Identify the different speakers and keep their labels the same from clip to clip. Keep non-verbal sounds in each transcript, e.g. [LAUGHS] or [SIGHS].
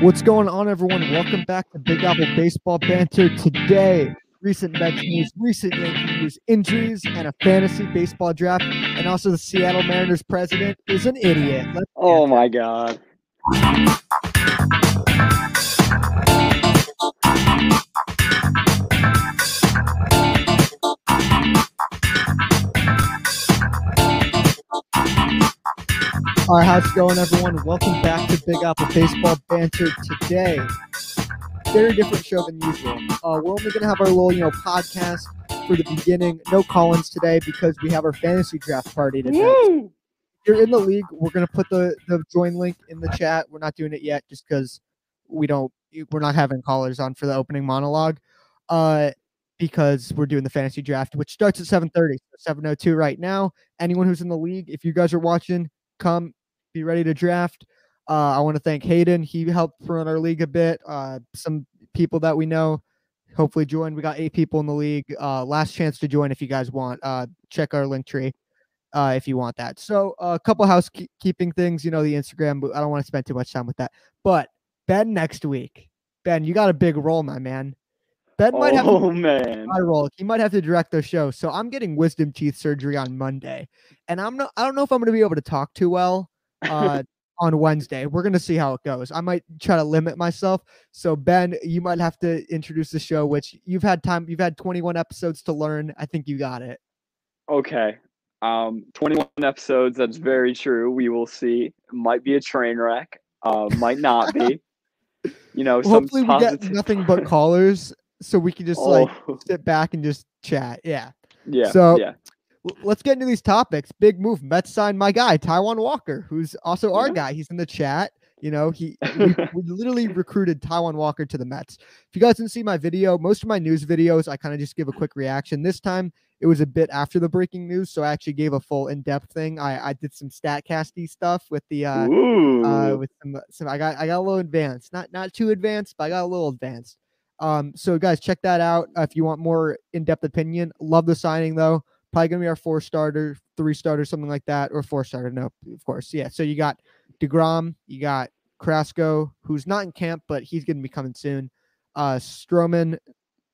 Speaker 1: What's going on, everyone? Welcome back to Big Apple Baseball Banter. Today, recent Mets news, recent Yankee news, injuries, and a fantasy baseball draft. And also, the Seattle Mariners president is an idiot. Let's
Speaker 2: Oh my god.
Speaker 1: All right, how's it going, everyone? Welcome back to Big Apple Baseball Banter today. Very different show than usual. Uh, we're only going to have our little, you know, podcast for the beginning. No Collins today because we have our fantasy draft party today. If you're in the league, we're going to put the, the join link in the chat. We're not doing it yet just because we don't, we're not having callers on for the opening monologue uh, because we're doing the fantasy draft, which starts at 7.30, so 7.02 right now. Anyone who's in the league, if you guys are watching, come be ready to draft. Uh, I want to thank Hayden. He helped run our league a bit. Uh, some people that we know hopefully joined. We got eight people in the league. Uh, last chance to join if you guys want. Uh, check our link tree uh, if you want that. So uh, a couple housekeeping things. You know the Instagram. but I don't want to spend too much time with that. But Ben next week. Ben, you got a big role, my man. Ben might have a
Speaker 2: Oh man.
Speaker 1: my role. He might have to direct the show. So I'm getting wisdom teeth surgery on Monday, and I'm not. I don't know if I'm going to be able to talk too well
Speaker 2: [LAUGHS]
Speaker 1: uh, on Wednesday. We're going to see how it goes. I might try to limit myself. So Ben, you might have to introduce the show, which you've had time. You've had 21 episodes to learn. I think you got it.
Speaker 2: Okay. Um 21 episodes, that's very true. We will see. Might be a train wreck. Uh might
Speaker 1: [LAUGHS]
Speaker 2: not be. You know, some
Speaker 1: Hopefully, we
Speaker 2: positive
Speaker 1: get nothing
Speaker 2: [LAUGHS]
Speaker 1: but callers, so we can just
Speaker 2: oh,
Speaker 1: like sit back and just chat. Yeah.
Speaker 2: [LAUGHS] yeah.
Speaker 1: so-
Speaker 2: yeah.
Speaker 1: L- Let's get into these topics. Big move. Mets signed my guy, Taiwan Walker, who's also our
Speaker 2: Yeah.
Speaker 1: guy. He's in the chat. You know, he we, we literally recruited Taiwan Walker to the Mets. If you guys didn't see my video, most of my news videos, I kind of just give a quick reaction. This time it was a bit after the breaking news, so I actually gave a full in-depth thing. I, I did some statcasty stuff with the uh,
Speaker 2: Ooh.
Speaker 1: uh, with some, some I got I got a little advanced, not not too advanced, but I got a little advanced. Um, so guys, check that out uh, if you want more in-depth opinion. Love the signing though. Probably gonna be our four starter, three starter, something like that, or four starter. No, of course, yeah. So you got Degrom, you got Carrasco, who's not in camp, but he's gonna be coming soon. Uh, Stroman,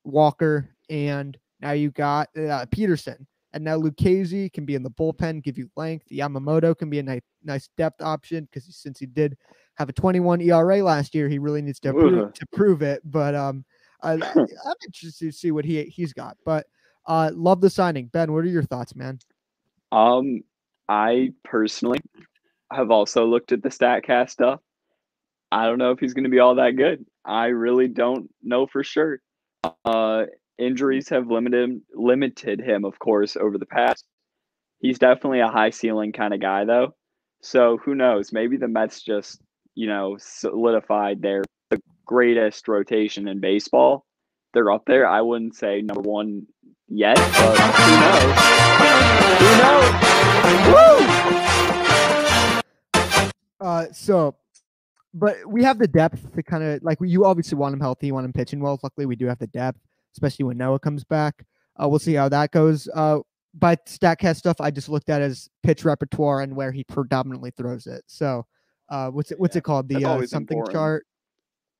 Speaker 1: Walker, and now you got uh, Peterson. And now Lucchese can be in the bullpen, give you length. Yamamoto can be a nice, nice depth option because since he did have a 21 ERA last year, he really needs to prove,
Speaker 2: Ugh.
Speaker 1: to prove it. But um, I, I- I'm interested to see what he he's got. But uh, love the signing, Ben. What are your thoughts, man?
Speaker 2: Um, I personally have also looked at the Statcast stuff. I don't know if he's going to be all that good. I really don't know for sure. Uh, injuries have limited him, limited him, of course, over the past. He's definitely a high ceiling kind of guy, though. So who knows? Maybe the Mets just, you know, solidified their the greatest rotation in baseball. They're up there. I wouldn't say number one yet, but who knows? Who knows? um,
Speaker 1: Uh, so, but we have the depth to kind of like you obviously want him healthy, you want him pitching well. Luckily, we do have the depth, especially when Noah comes back. Uh, we'll see how that goes. Uh, but Statcast stuff I just looked at as pitch repertoire and where he predominantly throws it. So, uh, what's it what's
Speaker 2: Yeah,
Speaker 1: it called?
Speaker 2: that's
Speaker 1: The uh,
Speaker 2: always
Speaker 1: something
Speaker 2: important.
Speaker 1: chart.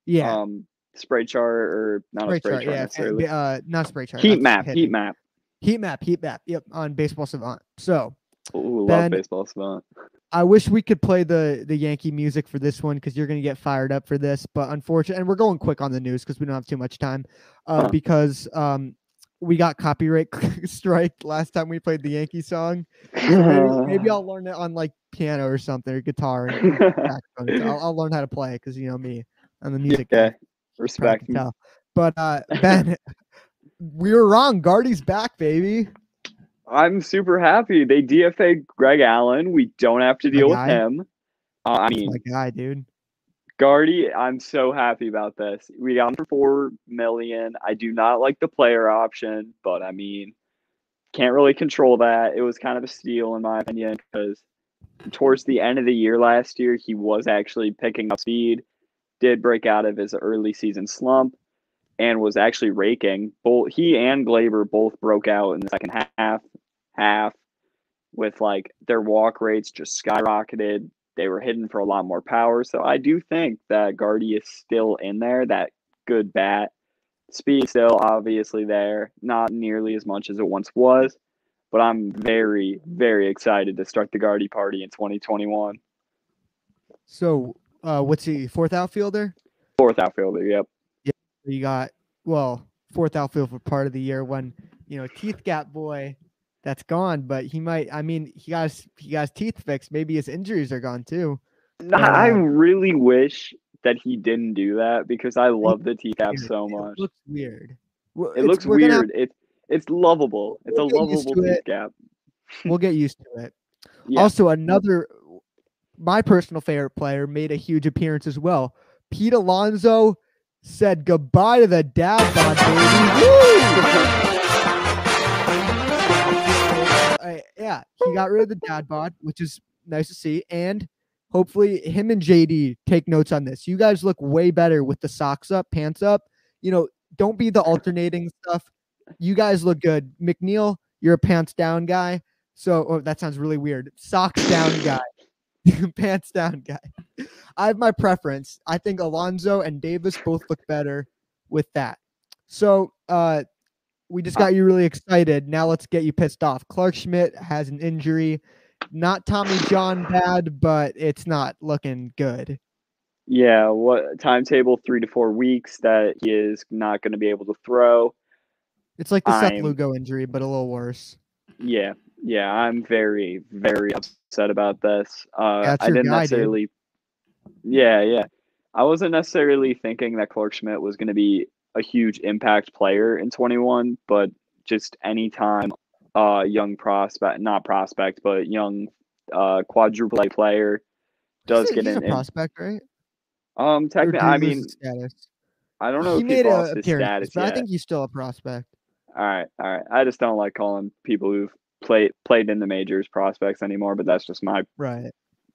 Speaker 1: Yeah,
Speaker 2: um spray chart or not a
Speaker 1: spray
Speaker 2: spray
Speaker 1: chart.
Speaker 2: chart,
Speaker 1: Yeah,
Speaker 2: necessarily.
Speaker 1: uh, not spray chart.
Speaker 2: heat
Speaker 1: that's
Speaker 2: map,
Speaker 1: hit
Speaker 2: heat
Speaker 1: me.
Speaker 2: map.
Speaker 1: heat map, heat map. Yep, on Baseball Savant. So,
Speaker 2: Ooh,
Speaker 1: Ben-
Speaker 2: love baseball savant.
Speaker 1: I wish we could play the the Yankee music for this one because you're gonna get fired up for this. But unfortunately, and we're going quick on the news because we don't have too much time, uh,
Speaker 2: Huh.
Speaker 1: because um, we got copyright [LAUGHS] strike last time we played the Yankee song.
Speaker 2: Uh.
Speaker 1: Maybe,
Speaker 2: [LAUGHS]
Speaker 1: maybe I'll learn it on like piano or something or guitar. And saxophone. I'll, I'll learn how to play because you know me. I'm the music guy.
Speaker 2: yeah,
Speaker 1: I
Speaker 2: respect.
Speaker 1: can tell. But
Speaker 2: [LAUGHS]
Speaker 1: uh, Ben, we were wrong. Guardy's back, baby.
Speaker 2: I'm super happy they DFA Greg Allen. We don't have to
Speaker 1: My
Speaker 2: deal with
Speaker 1: guy?
Speaker 2: him. Uh, I mean,
Speaker 1: My guy, dude.
Speaker 2: Guardy, I'm so happy about this. We got him for four million. I do not like the player option, but I mean, can't really control that. It was kind of a steal in my opinion because towards the end of the year last year, he was actually picking up speed, did break out of his early season slump, and was actually raking. Both he and Glaber both broke out in the second half. Half with like their walk rates just skyrocketed. They were hitting for a lot more power. So I do think that Guardy is still in there, that good bat. Speed still obviously there, not nearly as much as it once was. But I'm very, very excited to start the Guardy party in 2021.
Speaker 1: So, uh, what's he, fourth outfielder?
Speaker 2: Fourth outfielder, yep.
Speaker 1: You got, well, fourth outfield for part of the year when, you know, Teeth Gap Boy, that's gone, but he might, I mean, he got his, he got his teeth fixed. Maybe his injuries are gone too.
Speaker 2: No,
Speaker 1: Yeah.
Speaker 2: I really wish that he didn't do that because I love the TCAP
Speaker 1: Weird.
Speaker 2: so
Speaker 1: It
Speaker 2: much.
Speaker 1: looks weird. Well,
Speaker 2: It looks
Speaker 1: we're gonna have-
Speaker 2: weird. It's it's lovable. It's a
Speaker 1: We'll get used
Speaker 2: lovable
Speaker 1: to it.
Speaker 2: TCAP.
Speaker 1: we'll get used to it.
Speaker 2: Yeah.
Speaker 1: Also, another my personal favorite player made a huge appearance as well. Pete Alonso said goodbye to the dad bod, baby. Uh, yeah, he got rid of the dad bod, which is nice to see. And hopefully, him and JD take notes on this. You guys look way better with the socks up, pants up. You know, don't be the alternating stuff. You guys look good. McNeil, you're a pants down guy. So oh, that sounds really weird. Socks down guy, [LAUGHS] pants down guy. I have my preference. I think Alonzo and Davis both look better with that. So uh, we just got you really excited. Now let's get you pissed off. Clark Schmidt has an injury. Not Tommy John bad, but it's not looking good.
Speaker 2: Yeah, what timetable three to four weeks that he is not going to be able to throw.
Speaker 1: It's like the Seth
Speaker 2: I'm-
Speaker 1: Lugo injury, but a little worse.
Speaker 2: Yeah, yeah, I'm very, very upset about this. Uh,
Speaker 1: That's
Speaker 2: I
Speaker 1: your
Speaker 2: didn't
Speaker 1: guy, dude.
Speaker 2: necessarily. Yeah, yeah, I wasn't necessarily thinking that Clark Schmidt was going to be a huge impact player in 21, but just anytime uh, young prospect, not prospect, but young uh, quadruple A player does
Speaker 1: He's a-
Speaker 2: get
Speaker 1: he's
Speaker 2: an
Speaker 1: a
Speaker 2: in-
Speaker 1: prospect, right?
Speaker 2: um
Speaker 1: Or
Speaker 2: technically,
Speaker 1: did he
Speaker 2: I
Speaker 1: lose
Speaker 2: mean,
Speaker 1: his status?
Speaker 2: I don't know
Speaker 1: he
Speaker 2: if
Speaker 1: made
Speaker 2: he
Speaker 1: a
Speaker 2: lost his
Speaker 1: appearance,
Speaker 2: status
Speaker 1: but I
Speaker 2: yet.
Speaker 1: think he's still a prospect.
Speaker 2: All right, all right. I just don't like calling people who've played played in the majors prospects anymore, but that's just my
Speaker 1: Right.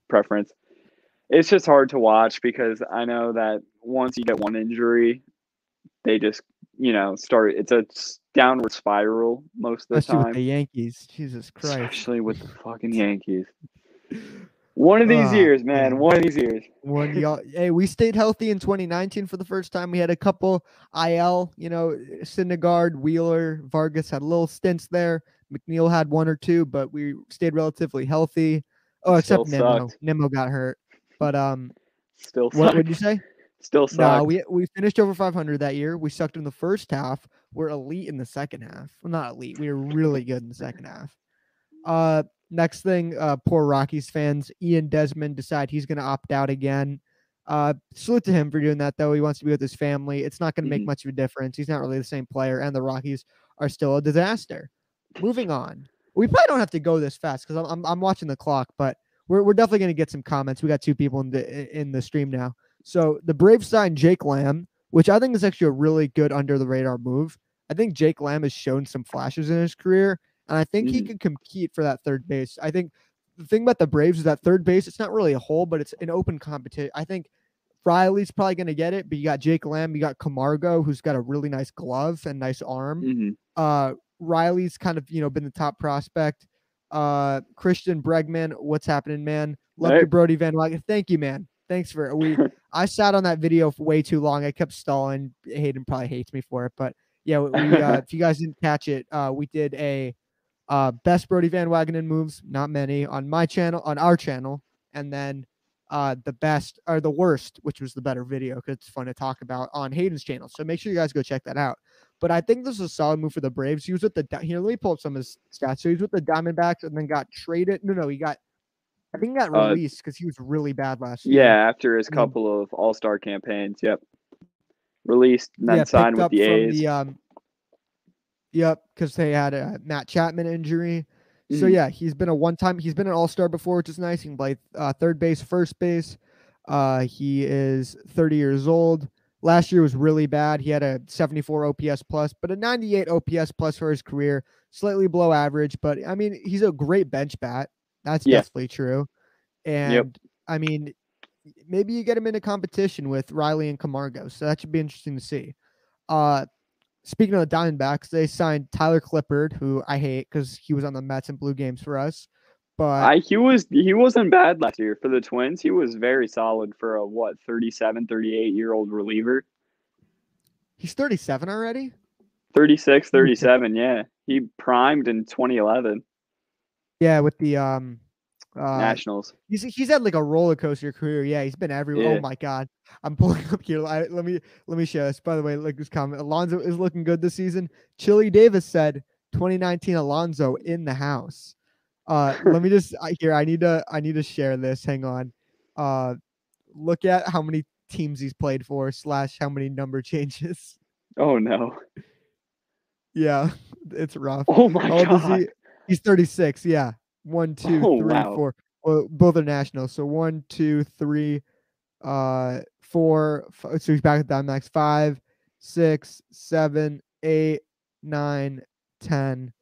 Speaker 2: preference. It's just hard to watch because I know that once you get one injury, they just you know start. It's a s- downward spiral most of the
Speaker 1: Especially
Speaker 2: time,
Speaker 1: with the Yankees. Jesus Christ.
Speaker 2: especially with the fucking Yankees. One of these
Speaker 1: Ah,
Speaker 2: years, man.
Speaker 1: man.
Speaker 2: One of these years.
Speaker 1: One
Speaker 2: [LAUGHS]
Speaker 1: y'all, hey, we stayed healthy in 2019 for the first time. We had a couple IL, you know, Syndergaard, Wheeler, Vargas had little stints there. McNeil had one or two, but we stayed relatively healthy. Oh,
Speaker 2: Still
Speaker 1: except Nemo.
Speaker 2: sucked.
Speaker 1: Nemo got hurt. But
Speaker 2: [LAUGHS]
Speaker 1: um,
Speaker 2: Still
Speaker 1: what
Speaker 2: suck.
Speaker 1: would you say?
Speaker 2: Still suck.
Speaker 1: No, we we finished over 500 that year. We sucked in the first half. We're elite in the second half. Well, not elite. We were really good in the second half. Uh, next thing, uh, poor Rockies fans. Ian Desmond decide he's going to opt out again. Uh, salute to him for doing that though. He wants to be with his family. It's not going to make
Speaker 2: Mhm.
Speaker 1: much of a difference. He's not really the same player, and the Rockies are still a disaster. Moving on. We probably don't have to go this fast because I'm, I'm I'm watching the clock, but we're we're definitely going to get some comments. We got two people in the in the stream now. So the Braves signed Jake Lamb, which I think is actually a really good under the radar move. I think Jake Lamb has shown some flashes in his career, and I think he
Speaker 2: Mhm.
Speaker 1: could compete for that third base. I think the thing about the Braves is that third base, it's not really a hole, but it's an open competition. I think Riley's probably going to get it, but you got Jake Lamb, you got Camargo, who's got a really nice glove and nice arm
Speaker 2: hmm
Speaker 1: uh Riley's kind of you know been the top prospect. Uh Christian Bregman, what's happening, man? Love
Speaker 2: Hey.
Speaker 1: you, Brody Van Wagenen. Thank you, man. Thanks for we I sat on that video for way too long. I kept stalling. Hayden probably hates me for it, but yeah, we, we, uh, if you guys didn't catch it, uh we did a uh best Brody Van Wagenen moves, not many, on my channel, on our channel, and then uh the best or the worst, which was the better video because it's fun to talk about on Hayden's channel. So make sure you guys go check that out. But I think this is a solid move for the Braves. He was with the Di- here. Let me pull up some of his stats. So he was with the Diamondbacks and then got traded. No, no, he got. I think he got
Speaker 2: Uh,
Speaker 1: released because he was really bad last year.
Speaker 2: Yeah, after his
Speaker 1: Mhm.
Speaker 2: couple of All Star campaigns. Yep. Released and then
Speaker 1: yeah, picked
Speaker 2: signed with
Speaker 1: up
Speaker 2: the
Speaker 1: from
Speaker 2: A's.
Speaker 1: the, um, yep, because they had a Matt Chapman injury. So
Speaker 2: Mhm.
Speaker 1: yeah, he's been a one-time. He's been an All-Star before, which is nice. He can play uh, third base, first base. Uh, he is 30 years old. Last year was really bad. He had a 74 OPS plus, but a 98 OPS plus for his career. Slightly below average, but I mean, he's a great bench bat. That's
Speaker 2: Yeah.
Speaker 1: definitely true. And I mean, maybe you get him into competition with Riley and Camargo. So that should be interesting to see. Uh, speaking of the Diamondbacks, they signed Tyler Clippard, who I hate because he was on the Mets and Blue Games for us. But
Speaker 2: I, he was he wasn't bad last year for the Twins. He was very solid for a what 37, 38 year old reliever.
Speaker 1: he's 37 already. Mm,
Speaker 2: 36, 37, yeah. He primed in 2011
Speaker 1: Yeah, with the um, uh,
Speaker 2: Nationals.
Speaker 1: he's he's had like a roller coaster career. Yeah, he's been everywhere.
Speaker 2: Yeah.
Speaker 1: Oh my god, I'm [LAUGHS] pulling up here. I, let me let me share this. By the way, like this comment, Alonzo is looking good this season. Chili Davis said 2019 Alonzo in the house. Uh, let me just I, here. I need to I need to share this. Hang on. Uh, look at how many teams he's played for slash how many number [LAUGHS] changes.
Speaker 2: Oh no. [LAUGHS]
Speaker 1: Yeah, it's rough.
Speaker 2: Oh my
Speaker 1: How old is
Speaker 2: god.
Speaker 1: he? He's 36. Yeah. One, two, three, four.
Speaker 2: [LAUGHS] Oh, wow.
Speaker 1: Well, both are national. So one, two, three, uh, four. F- so he's back at Diamondbacks. Five, six, seven, eight, nine, ten.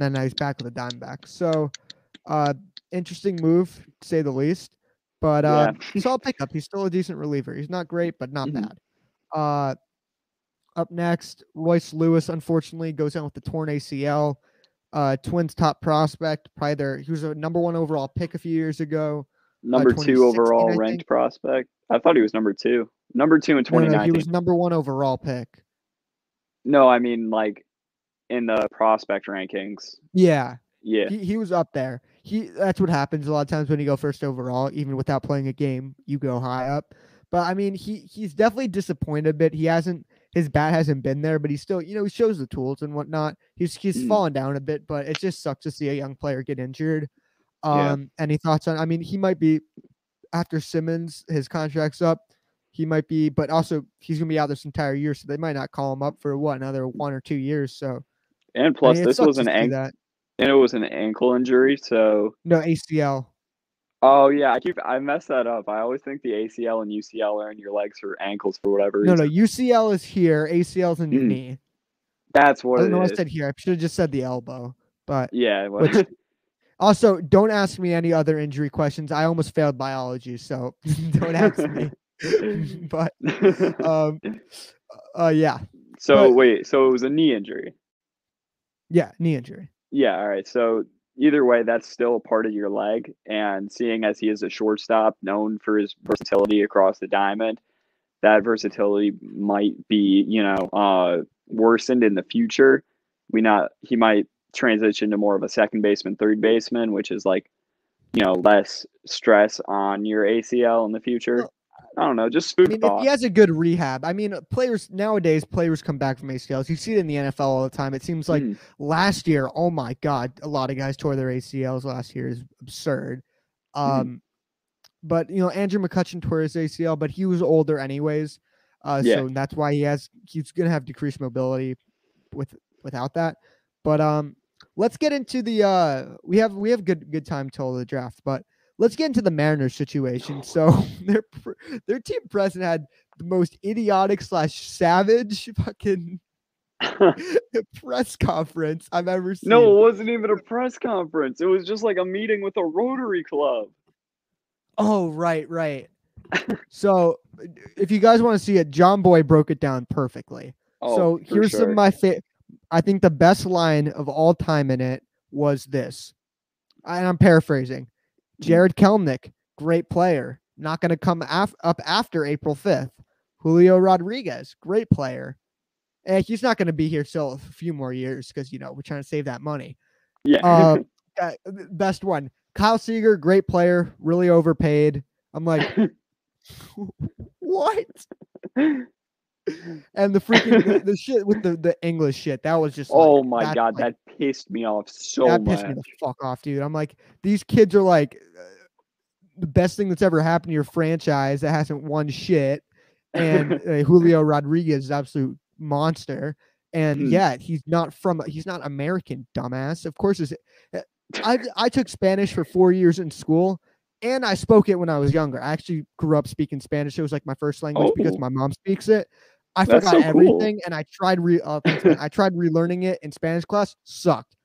Speaker 1: And now he's back with the Diamondbacks. So, uh, interesting move to say the least. But uh,
Speaker 2: Yeah.
Speaker 1: he's all pickup. He's still a Mm-hmm. decent reliever. He's not great, but not
Speaker 2: Mhm.
Speaker 1: bad. Uh, up next, Royce Lewis unfortunately goes down with the torn ACL. Uh, Twins top prospect, probably their he was a number one overall pick a few years ago.
Speaker 2: Number
Speaker 1: 2016,
Speaker 2: two overall
Speaker 1: I
Speaker 2: ranked
Speaker 1: think.
Speaker 2: prospect. I thought he was number two. Number two in
Speaker 1: No, no, no,
Speaker 2: 2019.
Speaker 1: he was number one overall pick.
Speaker 2: No, I mean like in the prospect rankings.
Speaker 1: Yeah,
Speaker 2: Yeah.
Speaker 1: he, he was up there. He that's what happens a lot of times when you go first overall, even without playing a game, you go high up. But I mean, he he's definitely disappointed a bit. He hasn't his bat hasn't been there, but he still you know he shows the tools and whatnot. He's he's
Speaker 2: Mm.
Speaker 1: fallen down a bit, but it just sucks to see a young player get injured.
Speaker 2: Yeah.
Speaker 1: Um, any thoughts on? I mean, he might be after Simmons, his contract's up. He might be, but also he's gonna be out this entire year, so they might not call him up for what another one or two years. So I
Speaker 2: And
Speaker 1: mean,
Speaker 2: plus
Speaker 1: it
Speaker 2: this
Speaker 1: sucks
Speaker 2: was
Speaker 1: to
Speaker 2: an
Speaker 1: see
Speaker 2: ankle
Speaker 1: that.
Speaker 2: and it was an ankle injury, so
Speaker 1: no ACL.
Speaker 2: oh yeah, I keep I mess that up. I always think the ACL and UCL are in your legs or ankles for whatever
Speaker 1: No,
Speaker 2: reason.
Speaker 1: no, UCL is here. ACL is in your
Speaker 2: Mm,
Speaker 1: knee.
Speaker 2: That's
Speaker 1: I
Speaker 2: what
Speaker 1: don't know. why Oh, I
Speaker 2: it is.
Speaker 1: said here. I should have just said the elbow. [LAUGHS] But
Speaker 2: Yeah,
Speaker 1: Which-
Speaker 2: what-
Speaker 1: also, don't ask me any other injury questions. I almost failed biology, so [LAUGHS] don't ask
Speaker 2: [LAUGHS]
Speaker 1: me. [LAUGHS] but [LAUGHS] um, uh, yeah,
Speaker 2: so
Speaker 1: but-
Speaker 2: wait, so it was a knee injury.
Speaker 1: yeah, knee injury.
Speaker 2: Yeah, all right. So either way, that's still a part of your leg. And seeing as he is a shortstop known for his versatility across the diamond, that versatility might be, you know, uh, worsened in the future. We not he might transition to more of a second baseman, third baseman, which is like, you know, less stress on your ACL in the future.
Speaker 1: Well,
Speaker 2: I don't know, just
Speaker 1: I
Speaker 2: food
Speaker 1: mean, if
Speaker 2: thought.
Speaker 1: he has a good rehab, I mean, players nowadays, players come back from ACLs. You see it in the NFL all the time. It seems like
Speaker 2: Mm.
Speaker 1: last year, oh my god, a lot of guys tore their ACLs last year is absurd.
Speaker 2: Mhm.
Speaker 1: Um, but you know Andrew McCutcheon tore his ACL, but he was older anyways, uh,
Speaker 2: Yeah.
Speaker 1: so that's why he has he's gonna have decreased mobility with without that. But um, let's get into the uh, we have we have good good time till the draft, but let's get into the Mariners situation. So [LAUGHS] their pr- their team president had the most idiotic slash savage [LAUGHS] fucking press conference I've ever seen.
Speaker 2: [LAUGHS] No, it wasn't even a press conference. It was just like a meeting with a Rotary Club.
Speaker 1: Oh, right, right. so, if you guys want to see it, John Boy broke it down perfectly. so,
Speaker 2: Oh, for
Speaker 1: here's some
Speaker 2: sure.
Speaker 1: of my fa- I think the best line of all time in it was this. And I'm paraphrasing.
Speaker 2: Mm-hmm.
Speaker 1: Jared Kelnick, great player, not going to come af- up after April 5th. Julio Rodriguez, great player. And he's not going to be here still a few more years because, you know, we're trying to save that money.
Speaker 2: yeah. [LAUGHS]
Speaker 1: Uh, uh, th- best one. Kyle Seager, great player, really overpaid. I'm
Speaker 2: [LAUGHS]
Speaker 1: like, what? And the freaking the, the shit with the, the English shit that was just like,
Speaker 2: oh my
Speaker 1: that's
Speaker 2: god,
Speaker 1: like-
Speaker 2: that pissed me off so
Speaker 1: that
Speaker 2: much.
Speaker 1: pissed me the fuck off, dude. I'm like, these kids are like uh, the best thing that's ever happened to your franchise that hasn't won shit.
Speaker 2: [LAUGHS]
Speaker 1: And uh, Julio Rodriguez is absolute monster. And
Speaker 2: Hmm.
Speaker 1: yeah, he's not from he's not American, dumbass. Of course, is
Speaker 2: [LAUGHS]
Speaker 1: I I took Spanish for four years in school, and I spoke it when I was younger. I actually grew up speaking Spanish. It was like my first language because
Speaker 2: Oh.
Speaker 1: my mom speaks it. I
Speaker 2: That's
Speaker 1: forgot
Speaker 2: so cool.
Speaker 1: everything, and I tried re uh, thanks, man. I tried relearning it in Spanish class. Sucked.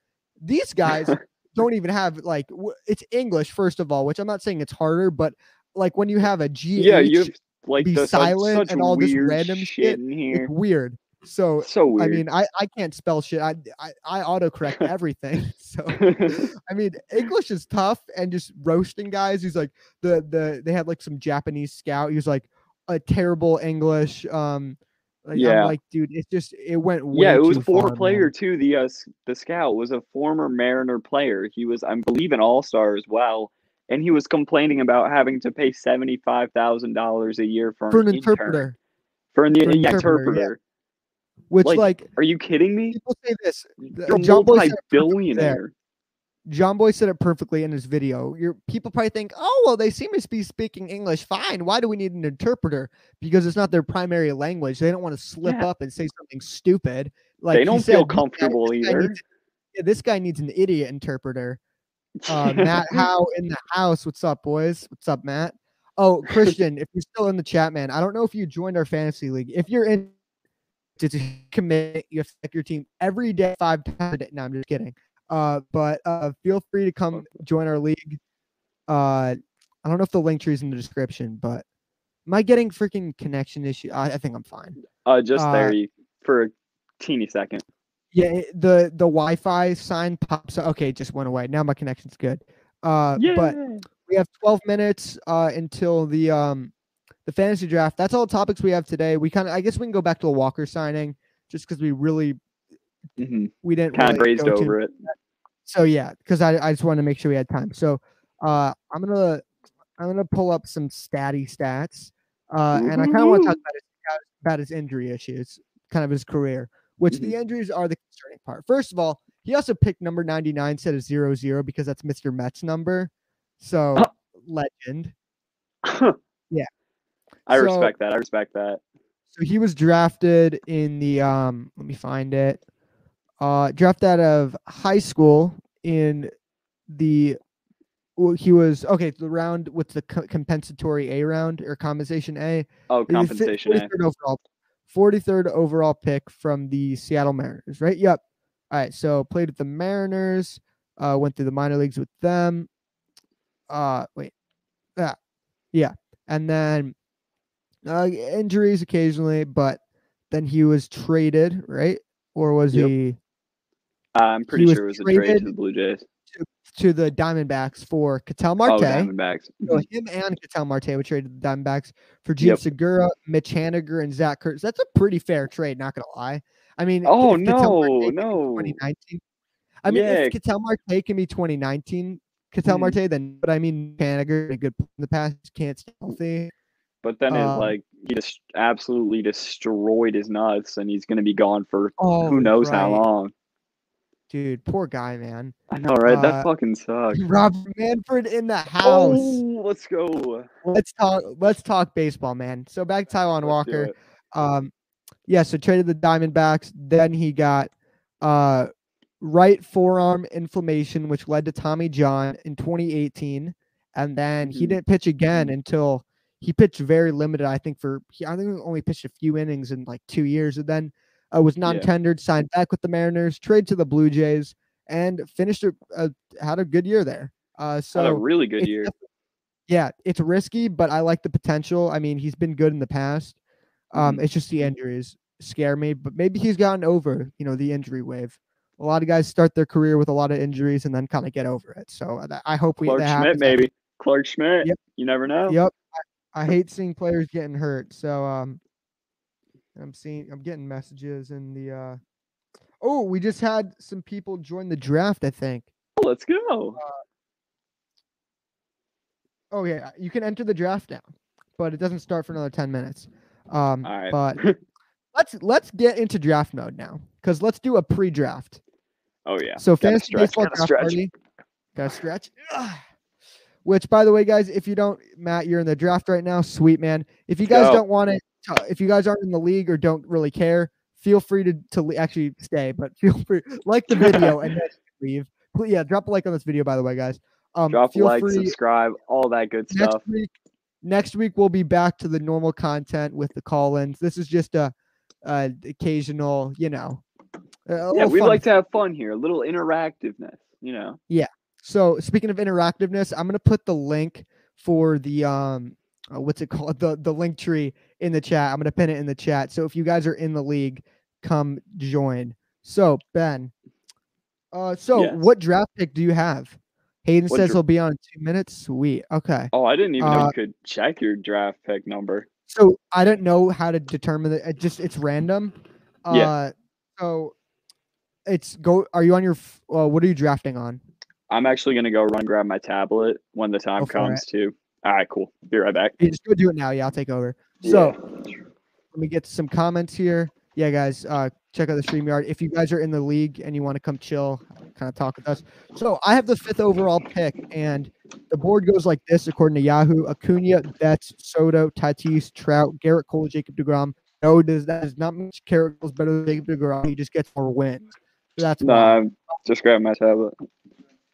Speaker 1: These guys don't even have like w- it's English first of all, which I'm not saying it's harder, but like when you have a G,
Speaker 2: yeah, you have like
Speaker 1: be
Speaker 2: the, such-
Speaker 1: silent
Speaker 2: such
Speaker 1: and all this
Speaker 2: weird
Speaker 1: random shit,
Speaker 2: in
Speaker 1: it's
Speaker 2: here.
Speaker 1: weird. So
Speaker 2: So weird.
Speaker 1: I
Speaker 2: [LAUGHS]
Speaker 1: mean, I, I can't spell shit. I I, I autocorrect everything. [LAUGHS] So I mean, English is tough and just roasting guys. He's like the the they had like some Japanese scout. He was like a terrible English. Um, like, I'm
Speaker 2: Yeah.
Speaker 1: like dude, it's just it went. Way
Speaker 2: yeah, it was
Speaker 1: too
Speaker 2: a former
Speaker 1: far, man.
Speaker 2: player too. The uh, s- the scout was a former Mariner player. He was, I believe, an All Star as well, and he was complaining about having to pay seventy five thousand dollars a year for,
Speaker 1: for an
Speaker 2: an intern-
Speaker 1: interpreter.
Speaker 2: For an
Speaker 1: For an
Speaker 2: yeah,
Speaker 1: interpreter, yeah.
Speaker 2: interpreter.
Speaker 1: Which
Speaker 2: Like,
Speaker 1: like,
Speaker 2: Are you kidding me?
Speaker 1: people say this. The-
Speaker 2: You're a
Speaker 1: John Boy said it
Speaker 2: multi
Speaker 1: perfectly there.
Speaker 2: billionaire.
Speaker 1: John Boy said it perfectly in his video. Your people probably think, oh well, they seem to be speaking English fine. Why do we need an interpreter? Because it's not their primary language. They don't want to slip
Speaker 2: Yeah.
Speaker 1: up and say something stupid. Like
Speaker 2: They
Speaker 1: he
Speaker 2: don't
Speaker 1: said,
Speaker 2: feel
Speaker 1: "This guy-
Speaker 2: comfortable
Speaker 1: this guy
Speaker 2: either.
Speaker 1: needs- yeah, this guy needs an idiot interpreter. [LAUGHS] Uh, Matt Howe in the house. What's up, boys? What's up, Matt? Oh, Christian, if you're still in the chat, man, I don't know if you joined our fantasy league. If you're in, did you commit? You have to check your team every day, five times a day. No, I'm just kidding. Uh, but uh, feel free to come join our league. Uh, I don't know if the link tree's in the description, but am I getting freaking connection issue? I, I think I'm fine.
Speaker 2: [LAUGHS] uh, just
Speaker 1: uh,
Speaker 2: there you- for a teeny second.
Speaker 1: Yeah, it- the the Wi-Fi sign pops. up. Okay, it just went away. Now my connection's good. Uh,
Speaker 2: Yeah,
Speaker 1: but we have 12 minutes uh, until the um, the fantasy draft. That's all the topics we have today. We kind of, I guess, we can go back to the Walker signing just because we really
Speaker 2: hmm
Speaker 1: we didn't
Speaker 2: kind of
Speaker 1: really
Speaker 2: grazed
Speaker 1: go to-
Speaker 2: over it. [LAUGHS]
Speaker 1: So yeah, because I I just wanted to make sure we had time. So uh, I'm gonna I'm gonna pull up some statty stats, uh, and I kind of want to talk about his, about his injury issues, kind of his career, which
Speaker 2: Mm-hmm.
Speaker 1: the injuries are the concerning part. First of all, he also picked number 99 instead of zero zero because that's Mr. Met's number. So
Speaker 2: Huh.
Speaker 1: legend. Yeah.
Speaker 2: I
Speaker 1: So-
Speaker 2: respect that. I respect that.
Speaker 1: So he was drafted in the um let me find it. Uh drafted out of high school in the well, he was okay, the round with the co- compensatory A round or compensation A.
Speaker 2: Oh,
Speaker 1: He was fi-
Speaker 2: compensation. eh?
Speaker 1: 43rd overall. 43rd overall pick from the Seattle Mariners, right? Yep. All right, so played with the Mariners, uh went through the minor leagues with them. Uh wait. Yeah. Yeah. And then uh, injuries occasionally, but then he was traded, right? Or was
Speaker 2: Yep.
Speaker 1: he
Speaker 2: I'm pretty
Speaker 1: was
Speaker 2: sure it was a trade
Speaker 1: traded-
Speaker 2: to the Blue Jays.
Speaker 1: to the Diamondbacks for Cattell Marte?
Speaker 2: Oh, Diamondbacks.
Speaker 1: So
Speaker 2: Mhm.
Speaker 1: him and Cattell Marte were traded to the Diamondbacks for Gene
Speaker 2: Yep.
Speaker 1: Segura, Mitch Haniger, and Zach Kurtz. That's a pretty fair trade, not gonna lie. I mean,
Speaker 2: Oh
Speaker 1: if Ketel Marte
Speaker 2: no,
Speaker 1: can be
Speaker 2: no.
Speaker 1: 2019. I mean,
Speaker 2: Yeah.
Speaker 1: if Cattell Marte can be 2019 Cattell
Speaker 2: Mhm.
Speaker 1: Marte, then but I mean, Haniger a good in the past can't stay healthy.
Speaker 2: But then it's
Speaker 1: Um,
Speaker 2: like he just absolutely destroyed his nuts, and he's gonna be gone for
Speaker 1: Oh,
Speaker 2: who knows how
Speaker 1: right.
Speaker 2: long.
Speaker 1: dude, poor guy, man.
Speaker 2: I know, right?
Speaker 1: Uh,
Speaker 2: that
Speaker 1: [LAUGHS]
Speaker 2: fucking sucks.
Speaker 1: Robert Manfred in the house.
Speaker 2: Oh, let's go.
Speaker 1: let's talk let's talk baseball, man. So back to Taiwan
Speaker 2: Let's do
Speaker 1: Walker.
Speaker 2: it.
Speaker 1: Um yeah, so traded the Diamondbacks, then he got uh right forearm inflammation which led to Tommy John in 2018 and then he
Speaker 2: Mhm.
Speaker 1: didn't pitch again until he pitched very limited I think for he I think he only pitched a few innings in like 2 years and then uh, was non-tendered, signed back with the Mariners, traded to the Blue Jays and finished a, a had a good year there. Uh so
Speaker 2: Had a really good
Speaker 1: it's
Speaker 2: year.
Speaker 1: definitely- Yeah, it's risky, but I like the potential. I mean, he's been good in the past. Um,
Speaker 2: Mm-hmm.
Speaker 1: It's just the injuries scare me, but maybe he's gotten over, you know, the injury wave. A lot of guys start their career with a lot of injuries and then kind of get over it. So uh, that- I hope we.
Speaker 2: Clark
Speaker 1: that
Speaker 2: Schmidt,
Speaker 1: happens. I-
Speaker 2: maybe. Clark Schmidt.
Speaker 1: Yep.
Speaker 2: You never know.
Speaker 1: Yep. I, I hate seeing players getting hurt. So um, I'm seeing I'm getting messages in the. uh Oh, we just had some people join the draft. I think.
Speaker 2: Oh, let's go.
Speaker 1: Uh, Oh yeah, you can enter the draft now, but it doesn't start for another ten minutes. Um,
Speaker 2: All right. [LAUGHS]
Speaker 1: but let's let's get into draft mode now because let's do a pre-draft.
Speaker 2: oh yeah.
Speaker 1: so
Speaker 2: gotta
Speaker 1: fantasy
Speaker 2: stretch,
Speaker 1: baseball
Speaker 2: gotta
Speaker 1: draft
Speaker 2: stretch.
Speaker 1: party, gotta stretch. Ugh. Which, by the way, guys, if you don't, Matt, you're in the draft right now. Sweet man. If you guys
Speaker 2: Go.
Speaker 1: don't want it, if you guys aren't in the league or don't really care, feel free to to le- actually stay, but [LAUGHS] feel free like the video and then
Speaker 2: [LAUGHS]
Speaker 1: leave. Please, yeah, drop a like on this video, by the way, guys. Um,
Speaker 2: Drop a
Speaker 1: feel
Speaker 2: like,
Speaker 1: free
Speaker 2: subscribe, all that good
Speaker 1: next
Speaker 2: stuff.
Speaker 1: week next week we'll be back to the normal content with the call-ins this is just a, uh occasional you know a
Speaker 2: Yeah,
Speaker 1: little
Speaker 2: we
Speaker 1: fun.
Speaker 2: like to have fun here. A little interactiveness, you know.
Speaker 1: so speaking of interactiveness i'm going to put the link for the um [LAUGHS] uh, what's it called the the link tree in the chat i'm going to pin it in the chat so if you guys are in the league come join. So Ben, uh, so
Speaker 2: Yes.
Speaker 1: what draft pick do you have? Hayden
Speaker 2: What
Speaker 1: says
Speaker 2: dra-
Speaker 1: he'll be on in two minutes. Sweet. Okay.
Speaker 2: Oh, I didn't even know
Speaker 1: Uh,
Speaker 2: you could check your draft pick number.
Speaker 1: So I don't know how to determine that. It just it's random. Uh,
Speaker 2: Yeah.
Speaker 1: So it's go. Are you on your? f- Uh, what are you drafting on?
Speaker 2: I'm actually gonna go run grab my tablet when the time
Speaker 1: Go for it.
Speaker 2: comes to. All right, cool. Be right back.
Speaker 1: You just go do it now. Yeah, I'll take over. So
Speaker 2: Yeah.
Speaker 1: let me get some comments here. Yeah, guys, uh, check out the StreamYard. If you guys are in the league and you want to come chill, kind of talk with us. So I have the fifth overall pick, and the board goes like this according to Yahoo Acuna, Betts, Soto, Tatis, Trout, Garrett Cole, Jacob DeGrom. No, does that is not much Garrett Cole's better than Jacob DeGrom. He just gets more wins. So that's
Speaker 2: No,
Speaker 1: why.
Speaker 2: I'm Um, just grab my tablet.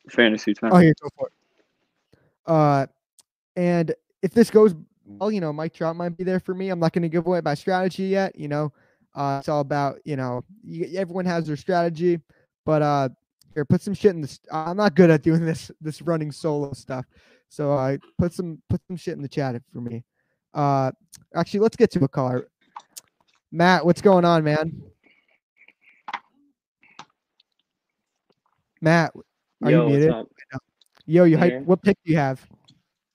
Speaker 2: Fantasy time.
Speaker 1: Oh, here, go for it. Uh, and if this goes well, you know, Mike Trout might be there for me. I'm not going to give away my strategy yet. You know, uh, it's all about you know, you, everyone has their strategy, but uh, here, put some shit in this. I'm not good at doing this this running solo stuff, so uh, put some put some shit in the chat for me. Uh, actually, let's get to a caller. Matt, what's going on, man? Matt, are
Speaker 3: Yo,
Speaker 1: you
Speaker 3: what's
Speaker 1: muted?
Speaker 3: up?
Speaker 1: Yo, you hype.
Speaker 3: Yeah.
Speaker 1: What pick do you have?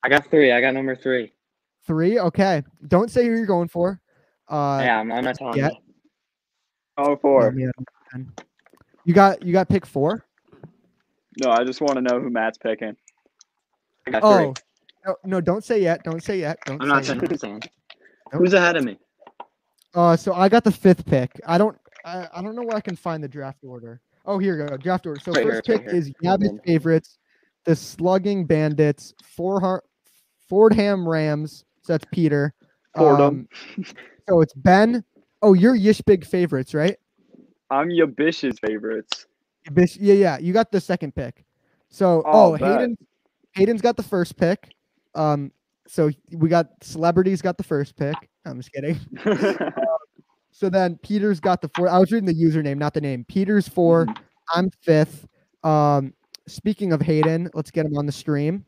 Speaker 3: I got three. I got number three.
Speaker 1: Three. Okay. Don't say who you're going for. Uh,
Speaker 3: yeah, I'm, I'm not telling
Speaker 1: yeah.
Speaker 3: you.
Speaker 2: Oh,
Speaker 1: yeah,
Speaker 2: four.
Speaker 1: me out of ten. You got you got pick four.
Speaker 2: No, I just want to know who Matt's picking.
Speaker 3: I got three.
Speaker 1: Oh, no, no! Don't say yet. Don't say yet. Don't.
Speaker 3: I'm not
Speaker 1: say
Speaker 3: saying.
Speaker 1: yet.
Speaker 3: I'm saying.
Speaker 1: Nope.
Speaker 3: Who's ahead of me?
Speaker 1: Uh, so I got the fifth pick. I don't. I, I don't know where I can find the draft order. Oh, here we go. Draft order. So
Speaker 3: Right here,
Speaker 1: first
Speaker 3: right
Speaker 1: pick
Speaker 3: here.
Speaker 1: is Yabbit favorites, the Slugging Bandits, Forhar- Fordham Rams. So that's Peter.
Speaker 2: Fordham.
Speaker 1: Um, so it's Ben. Oh, you're Yish Big favorites, right?
Speaker 2: I'm Yabish's favorites. [LAUGHS]
Speaker 1: Bish, yeah, yeah. You got the second pick. So oh,
Speaker 2: Oh, bet.
Speaker 1: Hayden Hayden's got the first pick. Um so we got celebrities got the first pick. I'm just kidding. So then Peter's got the four. I was reading the username, not the name. Peter's 4 i I'm fifth. Um speaking of Hayden, let's get him on the stream.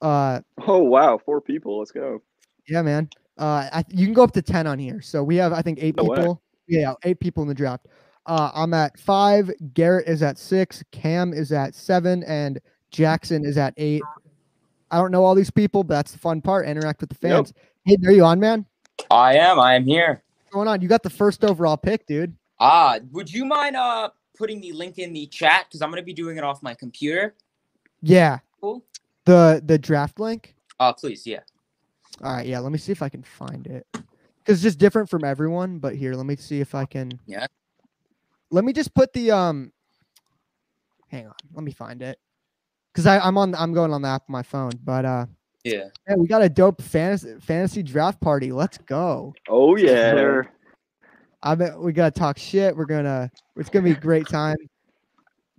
Speaker 1: Uh
Speaker 2: oh wow, four people. Let's go.
Speaker 1: yeah, man. Uh I, you can go up to 10 on here. So we have I think 8
Speaker 2: No way.
Speaker 1: people. Yeah, 8 people in the draft. Uh I'm at 5, Garrett is at 6, Cam is at 7 and Jackson is at 8. I don't know all these people, but that's the fun part. Interact with the
Speaker 2: Yep.
Speaker 1: fans. Hey, there you on, man?
Speaker 4: I am. I am here.
Speaker 1: What's going on? You got the first overall pick, dude.
Speaker 4: Ah, would you mind uh putting the link in the chat because I'm gonna be doing it off my computer?
Speaker 1: Yeah.
Speaker 4: Cool.
Speaker 1: The the draft link.
Speaker 4: Uh, please, yeah.
Speaker 1: All right, yeah, let me see if I can find it. Cuz it's just different from everyone, but here, let me see if I can
Speaker 4: Yeah.
Speaker 1: Let me just put the um Hang on. Let me find it. Cuz I I'm on I'm going on the app on my phone, but uh
Speaker 4: Yeah.
Speaker 1: yeah, we got a dope fantasy fantasy draft party. Let's go. [LAUGHS]
Speaker 2: Oh yeah.
Speaker 3: Sir.
Speaker 1: I bet we got to talk shit. We're going to it's going to be a great time.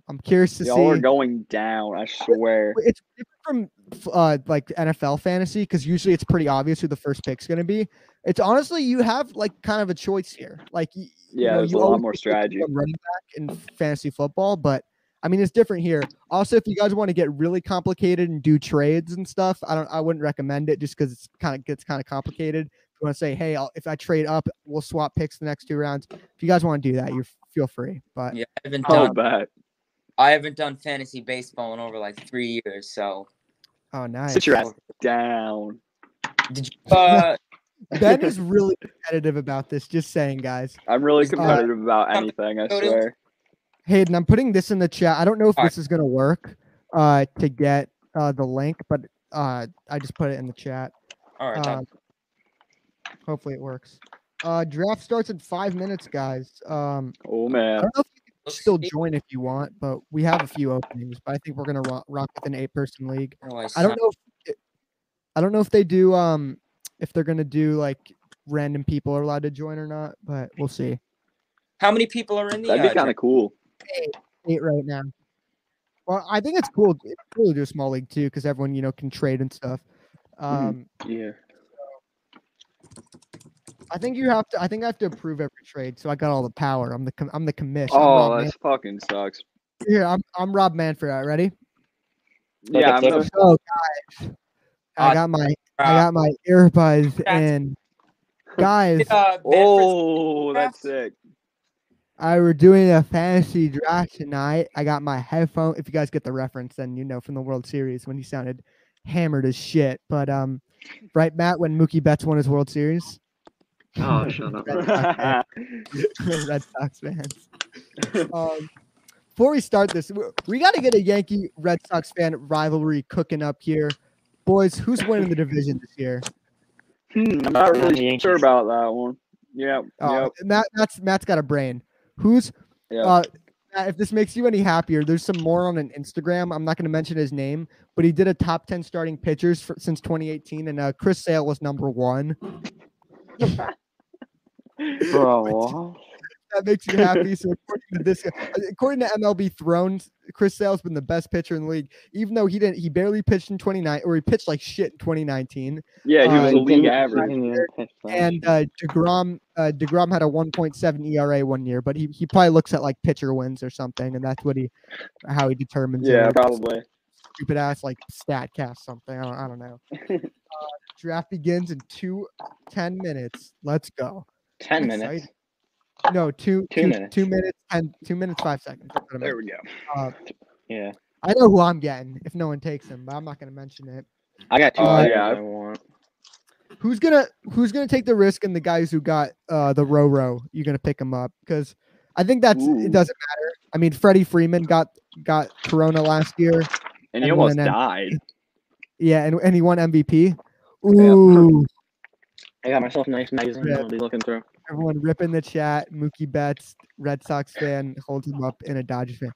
Speaker 1: I'm curious to
Speaker 2: Y'all
Speaker 1: see
Speaker 2: are going down. I swear.
Speaker 1: Well, it's different from f- uh, like NFL fantasy because usually it's pretty obvious who the first pick's going to be. It's honestly you have like kind of a choice here. Like y- you
Speaker 2: Yeah,
Speaker 1: know,
Speaker 2: there's
Speaker 1: you
Speaker 2: a lot
Speaker 1: always
Speaker 2: more
Speaker 1: pick between
Speaker 2: strategy.
Speaker 1: one running back in fantasy football, but I mean it's different here. Also, if you guys want to get really complicated and do trades and stuff, I don't. I wouldn't recommend it just because it's kind of gets kind of complicated. If you want to say, hey, I'll, if I trade up, we'll swap picks the next two rounds. If you guys want to do that, you f- feel free. But
Speaker 4: Yeah. I haven't
Speaker 2: Oh,
Speaker 4: done.
Speaker 2: bet.
Speaker 4: I haven't done fantasy baseball in over like three years. So
Speaker 1: oh, nice.
Speaker 2: Sit your ass down.
Speaker 4: did you? Uh,
Speaker 1: Ben
Speaker 2: [LAUGHS]
Speaker 1: is really competitive about this. Just saying, guys.
Speaker 2: I'm really
Speaker 4: Is, uh,
Speaker 2: competitive about
Speaker 4: something
Speaker 2: anything. I
Speaker 4: noted?
Speaker 2: swear.
Speaker 1: Hayden, I'm putting this in the chat. I don't know if
Speaker 4: Alright.
Speaker 1: this is gonna work uh, to get uh, the link, but uh, I just put it in the chat.
Speaker 4: all right.
Speaker 1: Um, hopefully it works. Uh, draft starts in five minutes, guys. Um,
Speaker 2: Oh
Speaker 1: I
Speaker 2: man.
Speaker 1: don't know if you
Speaker 4: let's
Speaker 1: can still
Speaker 4: see.
Speaker 1: join if you want, but we have a few openings. But I think we're gonna rock, rock with an eight-person league.
Speaker 4: Oh, I
Speaker 1: I don't
Speaker 4: sound-
Speaker 1: know. If it, I don't know if they do. Um, if they're gonna do like random people are allowed to join or not, but we'll see.
Speaker 4: How many people are in the?
Speaker 2: That'd be
Speaker 4: uh,
Speaker 2: kind of cool.
Speaker 1: eight right now. Well, I think it's cool. It's cool to do a small league too, because everyone you know can trade and stuff.
Speaker 2: Mm-hmm.
Speaker 1: Um,
Speaker 2: Yeah.
Speaker 1: I think you have to. I think I have to approve every trade, so I got all the power. I'm the com- I'm the commission. I'm
Speaker 2: Oh,
Speaker 1: Rob
Speaker 2: that's fucking sucks.
Speaker 1: Manfred. here. I'm I'm Rob Manfred. all right, Ready?
Speaker 2: [LAUGHS]
Speaker 3: Look,
Speaker 2: Yeah, I'm
Speaker 3: it's
Speaker 2: the
Speaker 1: Oh,
Speaker 3: over.
Speaker 1: guys, I
Speaker 4: Uh,
Speaker 1: got my I
Speaker 4: draft?
Speaker 1: got my earbuds
Speaker 4: That's-
Speaker 1: in. Guys,
Speaker 4: [LAUGHS] Uh, Manfred's-
Speaker 1: [LAUGHS]
Speaker 2: Oh, that's Oh, sick.
Speaker 1: I were doing a fantasy draft tonight. I got my headphone. If you guys get the reference, then you know from the World Series when he sounded hammered as shit. But um, right, Matt, when Mookie Betts won his World Series. [LAUGHS]
Speaker 3: Oh, shut up.
Speaker 2: [LAUGHS]
Speaker 1: Red
Speaker 3: [LAUGHS]
Speaker 1: Sox fan- Red Sox fans. Um, before we start this, we- we got to get a Yankee Red Sox fan rivalry cooking up here, boys. Who's winning the division this year?
Speaker 2: Hmm, I'm not
Speaker 3: Yeah, the
Speaker 2: really sure
Speaker 3: Yankees.
Speaker 2: about that one. Yeah.
Speaker 1: Oh, Matt, Matt's Matt's got a brain. Who's
Speaker 2: Yep.
Speaker 1: uh, Matt, if this makes you any happier, there's some more on an Instagram. I'm not going to mention his name, but he did a top 10 starting pitchers for, since 2018, and uh, Chris Sale was number one.
Speaker 2: yep.
Speaker 1: That makes
Speaker 2: [LAUGHS]
Speaker 1: you happy. so according to this, according to MLB Throne, Chris Sale's been the best pitcher in the league, even though he didn't. He barely pitched in 29, or he pitched like shit in 2019.
Speaker 2: Yeah, he
Speaker 1: Uh,
Speaker 2: was a
Speaker 1: he
Speaker 2: league average.
Speaker 1: and uh, Degrom, uh, Degrom had a 1.7 ERA E one year, but he, he probably looks at like pitcher wins or something, and that's what he how he determines. it,
Speaker 2: Yeah,
Speaker 1: or
Speaker 2: probably.
Speaker 1: stupid ass like Statcast something. I don't, I don't know. uh, draft begins in two ten minutes. Let's go.
Speaker 3: 10
Speaker 1: That's
Speaker 3: minutes.
Speaker 1: No, two
Speaker 3: Two
Speaker 1: two-
Speaker 3: minutes.
Speaker 1: two minutes and two minutes five seconds. That's what I meant.
Speaker 2: we go.
Speaker 3: Yeah.
Speaker 1: I know who I'm getting if no one takes him, but I'm not gonna mention it.
Speaker 3: I got two
Speaker 1: Uh,
Speaker 3: players
Speaker 2: yeah.
Speaker 3: I want.
Speaker 1: Who's gonna Who's gonna take the risk? And the guys who got uh, the row row, you're gonna pick them up because I think that's
Speaker 2: Ooh.
Speaker 1: it. Doesn't matter. I mean, Freddie Freeman got got Corona last year.
Speaker 2: And he
Speaker 1: And
Speaker 2: almost
Speaker 1: then- uh,
Speaker 2: died.
Speaker 1: Yeah, and, and he won MVP. Ooh,
Speaker 3: I got myself a nice magazine
Speaker 1: Yeah.
Speaker 3: I'll be looking through.
Speaker 1: everyone ripping the chat. Mookie Betts, Red Sox fan, holds him up in a Dodgers fan.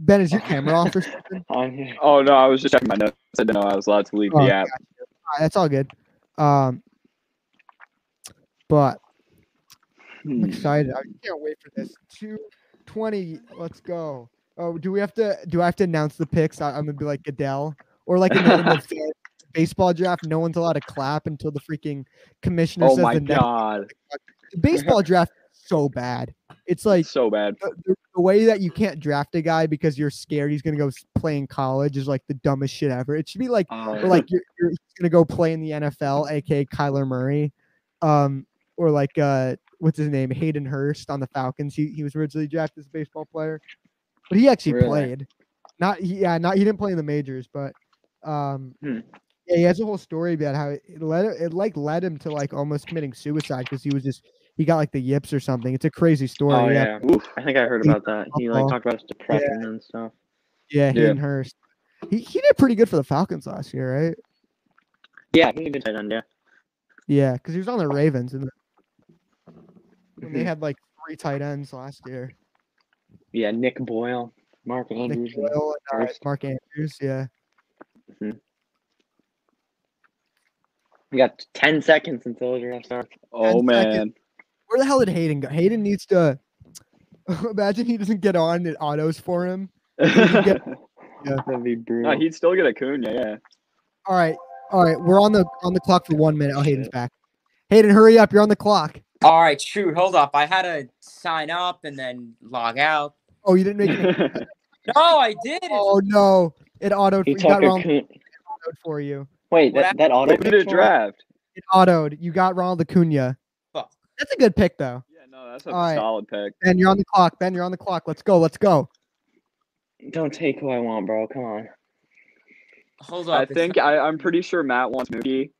Speaker 1: Ben, is your camera off or
Speaker 2: [LAUGHS]
Speaker 1: something?
Speaker 3: On here.
Speaker 2: Oh no, I was just checking my notes. I didn't know I was allowed to leave
Speaker 1: Oh,
Speaker 2: the app.
Speaker 1: Uh, That's all good. Um, but I'm
Speaker 2: Hmm.
Speaker 1: excited. I can't wait for this. 220. Let's go. Oh, do we have to? Do I have to announce the picks? I, I'm gonna be like Goodell, or like in the, in
Speaker 2: [LAUGHS]
Speaker 1: the fan- baseball draft, no one's allowed to clap until the freaking commissioner
Speaker 2: Oh
Speaker 1: says
Speaker 2: my
Speaker 1: the next.
Speaker 2: god,
Speaker 1: The baseball draft is so bad. It's like
Speaker 2: so bad.
Speaker 1: the, the- the way that you can't draft a guy because you're scared he's gonna go s- play in college is like the dumbest shit ever. It should be
Speaker 3: [LAUGHS]
Speaker 1: like or like you're, you're he's gonna go play in the NFL, aka Kyler Murray, um, or like uh, what's his name, Hayden Hurst on the Falcons. He he was originally drafted as a baseball player, but he actually
Speaker 3: Really?
Speaker 1: played. Not he- yeah, not he didn't play in the majors, but um,
Speaker 3: Hmm.
Speaker 1: yeah, he has a whole story about how it it led it like led him to like almost committing suicide because he was just he got like the yips or something. It's a crazy story.
Speaker 3: Oh,
Speaker 1: yeah,
Speaker 3: yeah.
Speaker 2: Oof.
Speaker 3: I think I heard
Speaker 1: He-
Speaker 3: about that. He like
Speaker 1: Oh.
Speaker 3: talked about his depression and stuff.
Speaker 1: yeah,
Speaker 2: Yeah.
Speaker 1: Hayden Hurst. He he did pretty good for the Falcons last year, right?
Speaker 3: Yeah, he did tight end. Yeah.
Speaker 1: Yeah, because he was on the Ravens and when they
Speaker 3: Mhm.
Speaker 1: had like three tight ends last year.
Speaker 3: Yeah, Nick Boyle, Mark Andrews.
Speaker 1: Nick Boyle and uh,
Speaker 3: Hurst.
Speaker 1: Mark Andrews. Yeah.
Speaker 3: We got 10 seconds until the draft starts.
Speaker 2: Oh
Speaker 1: Ten
Speaker 2: man. [LAUGHS]
Speaker 1: Where the hell did Hayden go? Hayden needs to. [LAUGHS] Imagine he doesn't get on. It autos for him. get-
Speaker 2: [LAUGHS]
Speaker 3: That'd be
Speaker 2: no,
Speaker 3: brutal.
Speaker 2: he'd still get a Cunha. Yeah.
Speaker 1: All right, all right. We're on the on the clock for one minute. Oh, Hayden's back. Hayden, hurry up! You're on the clock.
Speaker 4: All right, shoot, hold up. I had to sign up and then log out.
Speaker 1: Oh, you
Speaker 2: [LAUGHS]
Speaker 1: didn't make
Speaker 3: [LAUGHS]
Speaker 1: it.
Speaker 4: No, I did. It's-
Speaker 1: Oh no! It autoed.
Speaker 3: he
Speaker 1: You got
Speaker 3: took a
Speaker 1: Ronald
Speaker 3: coon.
Speaker 1: Acuna for you.
Speaker 3: Wait,
Speaker 4: What
Speaker 3: that, that auto
Speaker 2: Open a
Speaker 3: pick for us?
Speaker 2: draft.
Speaker 1: It autoed. You got Ronald Acuna.
Speaker 4: Fuck.
Speaker 1: That's a good pick though.
Speaker 2: Yeah, no, that's a
Speaker 1: All right.
Speaker 2: solid pick.
Speaker 1: Ben, you're on the clock. Ben, you're on the clock. Let's go. Let's go.
Speaker 3: Don't take who I want, bro. Come on.
Speaker 4: Hold
Speaker 2: I
Speaker 4: up. it's-
Speaker 2: think I, I'm pretty sure Matt wants Mookie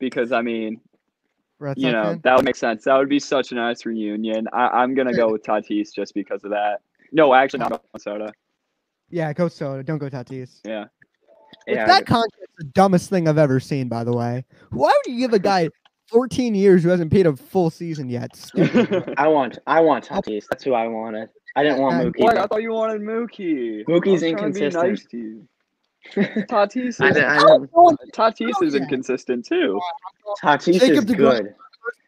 Speaker 2: because I mean,
Speaker 1: Red
Speaker 2: you
Speaker 1: Sox
Speaker 2: know,
Speaker 1: fan?
Speaker 2: that would make sense. That would be such a nice reunion. I, I'm gonna go with Tatis just because of that. No, actually, not Soda.
Speaker 1: Yeah, go Soda. Don't go Tatis. Which,
Speaker 3: Yeah,
Speaker 1: that contract's the dumbest thing I've ever seen, by the way. Why would you give a guy 14 years who hasn't paid a full season yet? Stupid.
Speaker 2: [LAUGHS]
Speaker 3: I want I want Tatis. That's who I wanted. I didn't want
Speaker 1: Uh,
Speaker 3: Mookie.
Speaker 2: What?
Speaker 3: bro.
Speaker 2: I thought you wanted Mookie.
Speaker 3: Mookie's
Speaker 2: I was trying to
Speaker 3: inconsistent.
Speaker 2: Be nice to
Speaker 3: [LAUGHS]
Speaker 2: you. Tatis is,
Speaker 3: I didn't, I
Speaker 1: How is
Speaker 3: didn't.
Speaker 1: no one
Speaker 2: Tatis is
Speaker 1: Oh, yeah.
Speaker 2: inconsistent too.
Speaker 3: Tatis
Speaker 1: Jacob
Speaker 3: is
Speaker 1: DeGrom-
Speaker 3: good.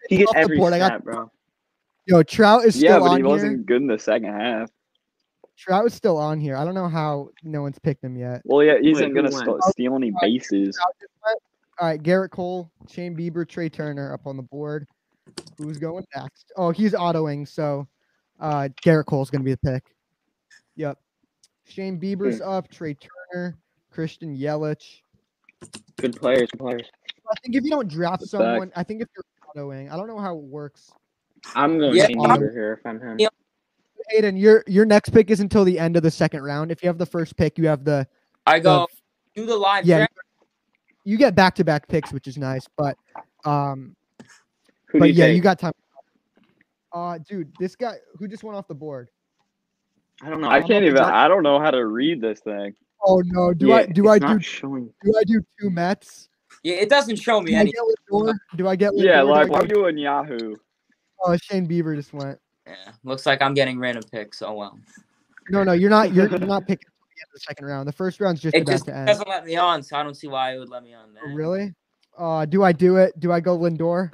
Speaker 3: He gets
Speaker 1: off the
Speaker 3: every
Speaker 1: board? I got-
Speaker 3: snap, bro.
Speaker 1: Yo, Trout is
Speaker 2: Yeah,
Speaker 1: still
Speaker 2: but
Speaker 1: on
Speaker 2: he
Speaker 1: here.
Speaker 2: wasn't good in the second half.
Speaker 1: Trout is still on here. I don't know how no one's picked him yet.
Speaker 2: Well, yeah, he
Speaker 3: Wait,
Speaker 2: isn't
Speaker 3: who
Speaker 2: gonna
Speaker 3: won?
Speaker 2: st- steal any bases.
Speaker 1: All right, Garrett Cole, Shane Bieber, Trey Turner up on the board. Who's going next? Oh, he's autoing, so uh Garrett Cole's gonna be the pick. Yep. Shane Bieber's up, Trey Turner, Christian Yelich.
Speaker 3: Good players, good players.
Speaker 1: I think if you don't draft
Speaker 2: Respect.
Speaker 1: someone, I think if you're autoing, I don't know how it works.
Speaker 3: I'm going to
Speaker 4: Yeah,
Speaker 3: yeah,
Speaker 4: I'm-
Speaker 3: Bieber here if I'm him.
Speaker 4: Yeah.
Speaker 1: Aiden, your your next pick is until the end of the second round. If you have the first pick, you have the
Speaker 4: I go do the live
Speaker 1: yeah.
Speaker 4: draft.
Speaker 1: you get back to back picks, which is nice. But um,
Speaker 3: Who do
Speaker 1: but
Speaker 3: you
Speaker 1: yeah,
Speaker 3: take?
Speaker 1: you got time. Uh, dude, this guy who just went off the board.
Speaker 3: I don't know.
Speaker 2: I
Speaker 1: I'm not
Speaker 2: can't even.
Speaker 1: exact-
Speaker 2: I don't know how to read this thing.
Speaker 1: Oh no, do I
Speaker 3: Yeah,
Speaker 1: do I
Speaker 3: it's
Speaker 1: do
Speaker 3: not showing?
Speaker 1: do I do two Mets?
Speaker 4: Yeah, it doesn't show me
Speaker 1: Do I
Speaker 4: anything.
Speaker 1: get Lindor? Do I get Lindor?
Speaker 2: Yeah,
Speaker 1: Do I
Speaker 2: like
Speaker 1: get-
Speaker 2: I'm doing Yahoo.
Speaker 1: oh, Shane Bieber just went.
Speaker 4: Yeah, looks like I'm getting random picks. Oh well,
Speaker 1: No, no, you're not. You're, you're not picking until the end of the second round. The first round's just
Speaker 4: it
Speaker 1: about
Speaker 4: just
Speaker 1: to end.
Speaker 4: doesn't let me on, so I don't see why it would let me on.
Speaker 1: Oh,
Speaker 4: There.
Speaker 1: Really? Uh, do I do it? Do I go Lindor?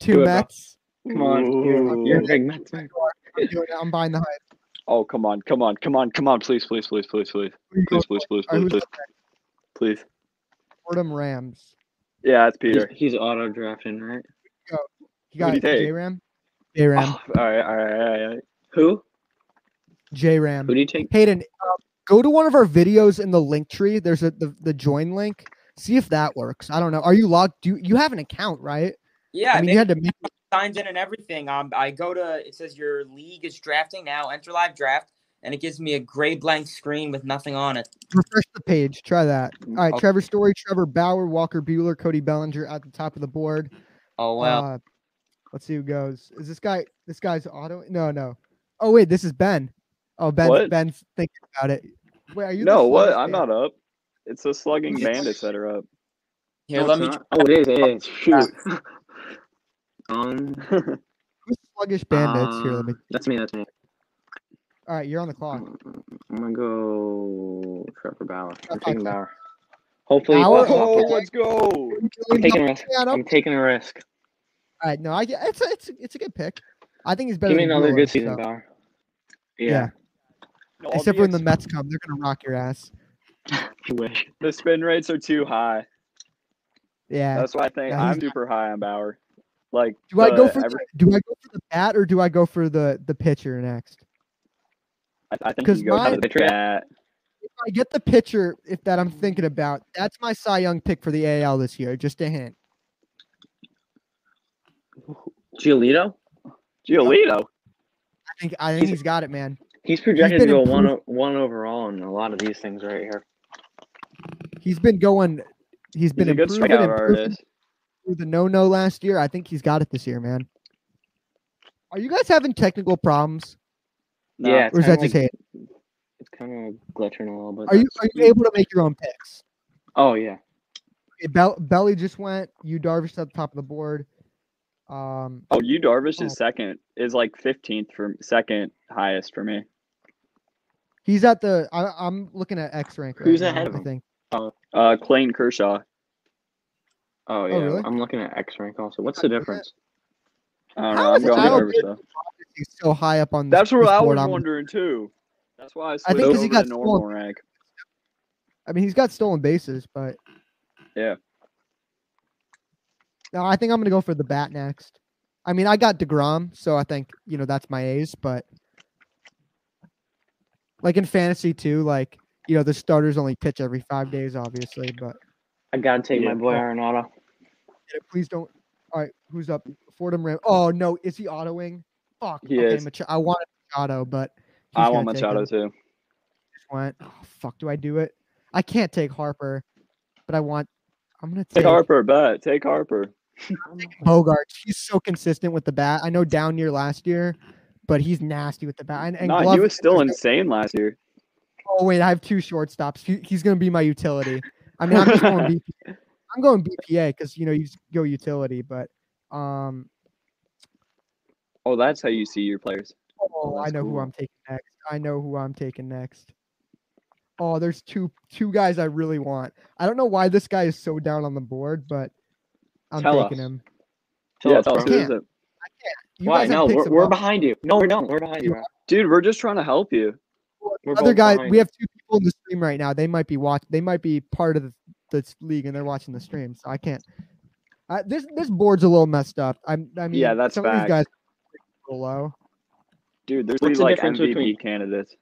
Speaker 1: Two
Speaker 2: Do it, bro.
Speaker 1: Mets.
Speaker 3: Come on, you're,
Speaker 2: Ooh.
Speaker 3: you're a big Mets fan.
Speaker 1: I'm, doing it. I'm buying the hype.
Speaker 2: Oh come on, come on, come on, come on! Please, please, please, please, please,
Speaker 1: Who you going
Speaker 2: please, please, please,
Speaker 1: for? All right, who's
Speaker 2: please, please,
Speaker 1: up next?
Speaker 2: please.
Speaker 1: Fordham Rams.
Speaker 2: Yeah, it's
Speaker 3: He's,
Speaker 2: Peter.
Speaker 3: he's auto drafting, right?
Speaker 1: You
Speaker 2: Who do
Speaker 1: got
Speaker 2: you take?
Speaker 1: J Ram. J Ram.
Speaker 2: Oh, all right, all right, all right, all right.
Speaker 3: Who?
Speaker 1: J Ram.
Speaker 3: Who do you take?
Speaker 1: Hayden, uh, go to one of our videos in the link tree. There's a the, the join link. See if that works. I don't know. Are you logged? Do you, you have an account, right?
Speaker 4: Yeah,
Speaker 1: I mean,
Speaker 4: they
Speaker 1: you had to make
Speaker 4: signs in and everything. Um, I go to it says your league is drafting now. Enter live draft, and it gives me a gray blank screen with nothing on it.
Speaker 1: refresh the page. Try that.
Speaker 2: Mm,
Speaker 1: All right,
Speaker 4: Okay.
Speaker 1: Trevor Story, Trevor Bauer, Walker Bueller, Cody Bellinger at the top of the board.
Speaker 4: Oh well,
Speaker 1: Uh, let's see who goes. Is this guy? This guy's auto? No, no. Oh wait, this is Ben. Oh Ben,
Speaker 2: What?
Speaker 1: Ben's thinking about it. Wait, are you? the
Speaker 2: No, what?
Speaker 1: slowest
Speaker 2: I'm
Speaker 1: man?
Speaker 2: not up. It's the slugging
Speaker 4: Yes.
Speaker 2: bandits that are up.
Speaker 4: here
Speaker 3: No,
Speaker 4: let
Speaker 3: it's
Speaker 4: me.
Speaker 3: not. Oh, it is. It is. Shoot. [LAUGHS] um.
Speaker 1: Who's sluggish bandits? Here, let me.
Speaker 3: uh, [LAUGHS] That's me. That's me.
Speaker 1: All right, you're on the clock.
Speaker 3: I'm gonna go Trevor Bauer. I'm
Speaker 1: Okay.
Speaker 3: taking Bauer. Hopefully,
Speaker 1: Bauer?
Speaker 2: Oh,
Speaker 1: Okay.
Speaker 2: let's go!
Speaker 3: I'm taking a risk.
Speaker 1: Yeah, no,
Speaker 3: I'm taking a risk.
Speaker 1: All right, no, I get it's a, it's a- it's a good pick. I think he's better.
Speaker 3: Give me
Speaker 1: than
Speaker 3: another
Speaker 1: Bueller,
Speaker 3: good season,
Speaker 1: so-
Speaker 3: Bauer.
Speaker 1: Yeah.
Speaker 3: Yeah,
Speaker 2: All
Speaker 1: Except
Speaker 2: the
Speaker 1: for when the
Speaker 2: ex-
Speaker 1: Mets come, they're gonna rock your ass.
Speaker 3: you wish.
Speaker 2: the spin rates are too high.
Speaker 1: Yeah.
Speaker 2: That's why I think
Speaker 1: Yeah, he's-
Speaker 2: I'm super high on Bauer. Like,
Speaker 1: do I go
Speaker 2: the
Speaker 1: for
Speaker 2: aver-
Speaker 1: the, do I go for the bat or do I go for the the pitcher next?
Speaker 2: I, I think
Speaker 1: 'Cause
Speaker 2: he goes
Speaker 1: mine-
Speaker 2: for the bat.
Speaker 1: If I get the pitcher, if that I'm thinking about, that's my Cy Young pick for the AL this year. Just a hint.
Speaker 3: Giolito.
Speaker 2: Giolito.
Speaker 1: I think I think
Speaker 3: He's-
Speaker 1: he's got it, man.
Speaker 3: He's projected
Speaker 1: been
Speaker 3: to go one o- one overall in a lot of these things right here.
Speaker 1: He's been going. He's
Speaker 2: He's
Speaker 1: been
Speaker 2: a good
Speaker 1: improving,
Speaker 2: strikeout
Speaker 1: improving
Speaker 2: artist.
Speaker 1: through the no no last year. I think he's got it this year, man. Are you guys having technical problems,
Speaker 2: No.
Speaker 3: Yeah, it's
Speaker 1: or is that
Speaker 3: kind of
Speaker 1: just
Speaker 3: like,
Speaker 1: hate?
Speaker 3: it's kind of glitching a little bit.
Speaker 1: Are you
Speaker 3: That's-
Speaker 1: are you able to make your own picks?
Speaker 3: Oh yeah.
Speaker 1: Okay, Bell, Belly just went. You Darvish at the top of the board. Um,
Speaker 2: Oh, you Darvish
Speaker 1: Oh.
Speaker 2: is second. Is like 15th for second highest for me.
Speaker 1: he's at the. I, I'm looking at X rank. Right
Speaker 3: Who's
Speaker 1: now,
Speaker 3: ahead of
Speaker 1: I
Speaker 3: him?
Speaker 1: think
Speaker 2: Uh, Clayton Kershaw.
Speaker 3: Oh yeah.
Speaker 1: really?
Speaker 3: I'm looking at X rank also. What's the
Speaker 1: Okay.
Speaker 3: difference?
Speaker 2: I don't
Speaker 1: How
Speaker 2: know. I'm
Speaker 1: is
Speaker 2: going
Speaker 1: Kyle
Speaker 2: Darvish
Speaker 1: Gibson
Speaker 2: though.
Speaker 1: he's so high up on. this-
Speaker 2: That's what
Speaker 1: this
Speaker 2: I
Speaker 1: board,
Speaker 2: was
Speaker 1: I'm-
Speaker 2: wondering too. That's why I
Speaker 1: I
Speaker 2: slid
Speaker 1: think 'cause
Speaker 2: over
Speaker 1: he
Speaker 2: he
Speaker 1: got
Speaker 2: to normal rank.
Speaker 1: I mean, he's got stolen bases, but
Speaker 2: Yeah.
Speaker 1: No, I think I'm gonna go for the bat next. I mean, I got Degrom, so I think you know that's my ace. But like in fantasy too, like you know the starters only pitch every five days, obviously. But
Speaker 3: I gotta take
Speaker 2: Yeah.
Speaker 3: my boy Arenado.
Speaker 1: Yeah, please don't. All right, who's up? Fordham Ram. Oh no, is he autoing? Fuck.
Speaker 2: He
Speaker 1: okay,
Speaker 2: is.
Speaker 1: Mach- I wanted Machado, but he's
Speaker 2: I
Speaker 1: gonna
Speaker 2: want
Speaker 1: take
Speaker 2: Machado
Speaker 1: him.
Speaker 2: too.
Speaker 1: Just went. Oh, fuck. Do I do it? I can't take Harper, but I want. I'm gonna
Speaker 2: Take
Speaker 1: take
Speaker 2: Harper, bet. Take Harper.
Speaker 1: Bogart. He's so consistent with the bat. I know down year last year, but he's nasty with the bat. And, and
Speaker 2: Nah,
Speaker 1: Glove-
Speaker 2: he was still insane last year.
Speaker 1: Oh wait, I have two shortstops. He, he's gonna be my utility. I mean, I'm just going BPA.
Speaker 2: [LAUGHS]
Speaker 1: I'm going BPA because you know you just go utility, but um,
Speaker 2: Oh, that's how you see your players.
Speaker 1: Oh, I
Speaker 2: that's
Speaker 1: know who
Speaker 2: cool.
Speaker 1: I'm taking next. I know who I'm taking next. Oh, there's two two guys I really want. I don't know why this guy is so down on the board, but I'm
Speaker 2: Tell
Speaker 1: taking
Speaker 2: us.
Speaker 1: him.
Speaker 2: yeah,
Speaker 3: us,
Speaker 2: tell us
Speaker 3: bro.
Speaker 2: who is it.
Speaker 1: You
Speaker 3: Why?
Speaker 1: guys have
Speaker 3: No,
Speaker 1: picks
Speaker 3: we're,
Speaker 1: of
Speaker 3: we're
Speaker 1: all-
Speaker 3: behind you. No, we're not. We're behind you. bro.
Speaker 2: Dude, we're just trying to help you.
Speaker 3: We're
Speaker 1: other
Speaker 3: both
Speaker 1: guy.
Speaker 3: behind
Speaker 1: We
Speaker 3: you.
Speaker 1: have two people in the stream right now. They might be watch. They might be part of the, this league, and they're watching the stream. So I can't. I, this this board's a little messed up. I'm. I mean,
Speaker 2: Yeah, that's
Speaker 1: some of these
Speaker 2: facts.
Speaker 1: guys are a little low.
Speaker 2: Dude, there's
Speaker 3: What's
Speaker 2: these
Speaker 3: the
Speaker 2: like
Speaker 3: difference
Speaker 2: MVP
Speaker 3: between-
Speaker 2: candidates.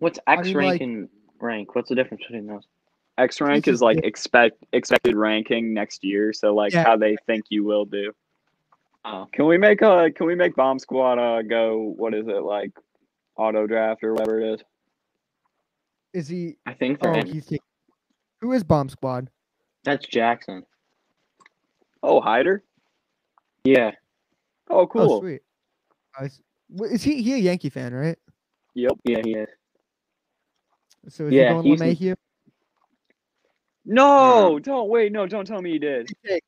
Speaker 3: What's
Speaker 1: I
Speaker 3: X
Speaker 1: mean,
Speaker 3: rank
Speaker 1: like-
Speaker 3: and rank? What's the difference between those?
Speaker 2: X rank
Speaker 1: This
Speaker 2: is
Speaker 1: is
Speaker 2: like
Speaker 1: good.
Speaker 2: expect expected ranking next year, so like
Speaker 1: Yeah.
Speaker 2: how they think you will do.
Speaker 3: Oh,
Speaker 2: Can we make a can we make bomb squad uh go what is it like auto draft or whatever it is?
Speaker 1: Is he?
Speaker 3: I think they're
Speaker 1: Oh,
Speaker 3: in.
Speaker 1: he's taking. Who is Bomb Squad?
Speaker 3: That's Jackson.
Speaker 2: Oh, Hyder.
Speaker 3: Yeah.
Speaker 2: Oh,
Speaker 1: Oh,
Speaker 2: cool.
Speaker 1: sweet. I s- wh- Is he he a Yankee fan, right?
Speaker 2: yep.
Speaker 3: Yeah, he is.
Speaker 1: So is
Speaker 3: Yeah,
Speaker 1: he going
Speaker 3: he's-
Speaker 1: LeMahieu? Who'd
Speaker 2: No, don't wait. No, don't tell me you did.
Speaker 1: you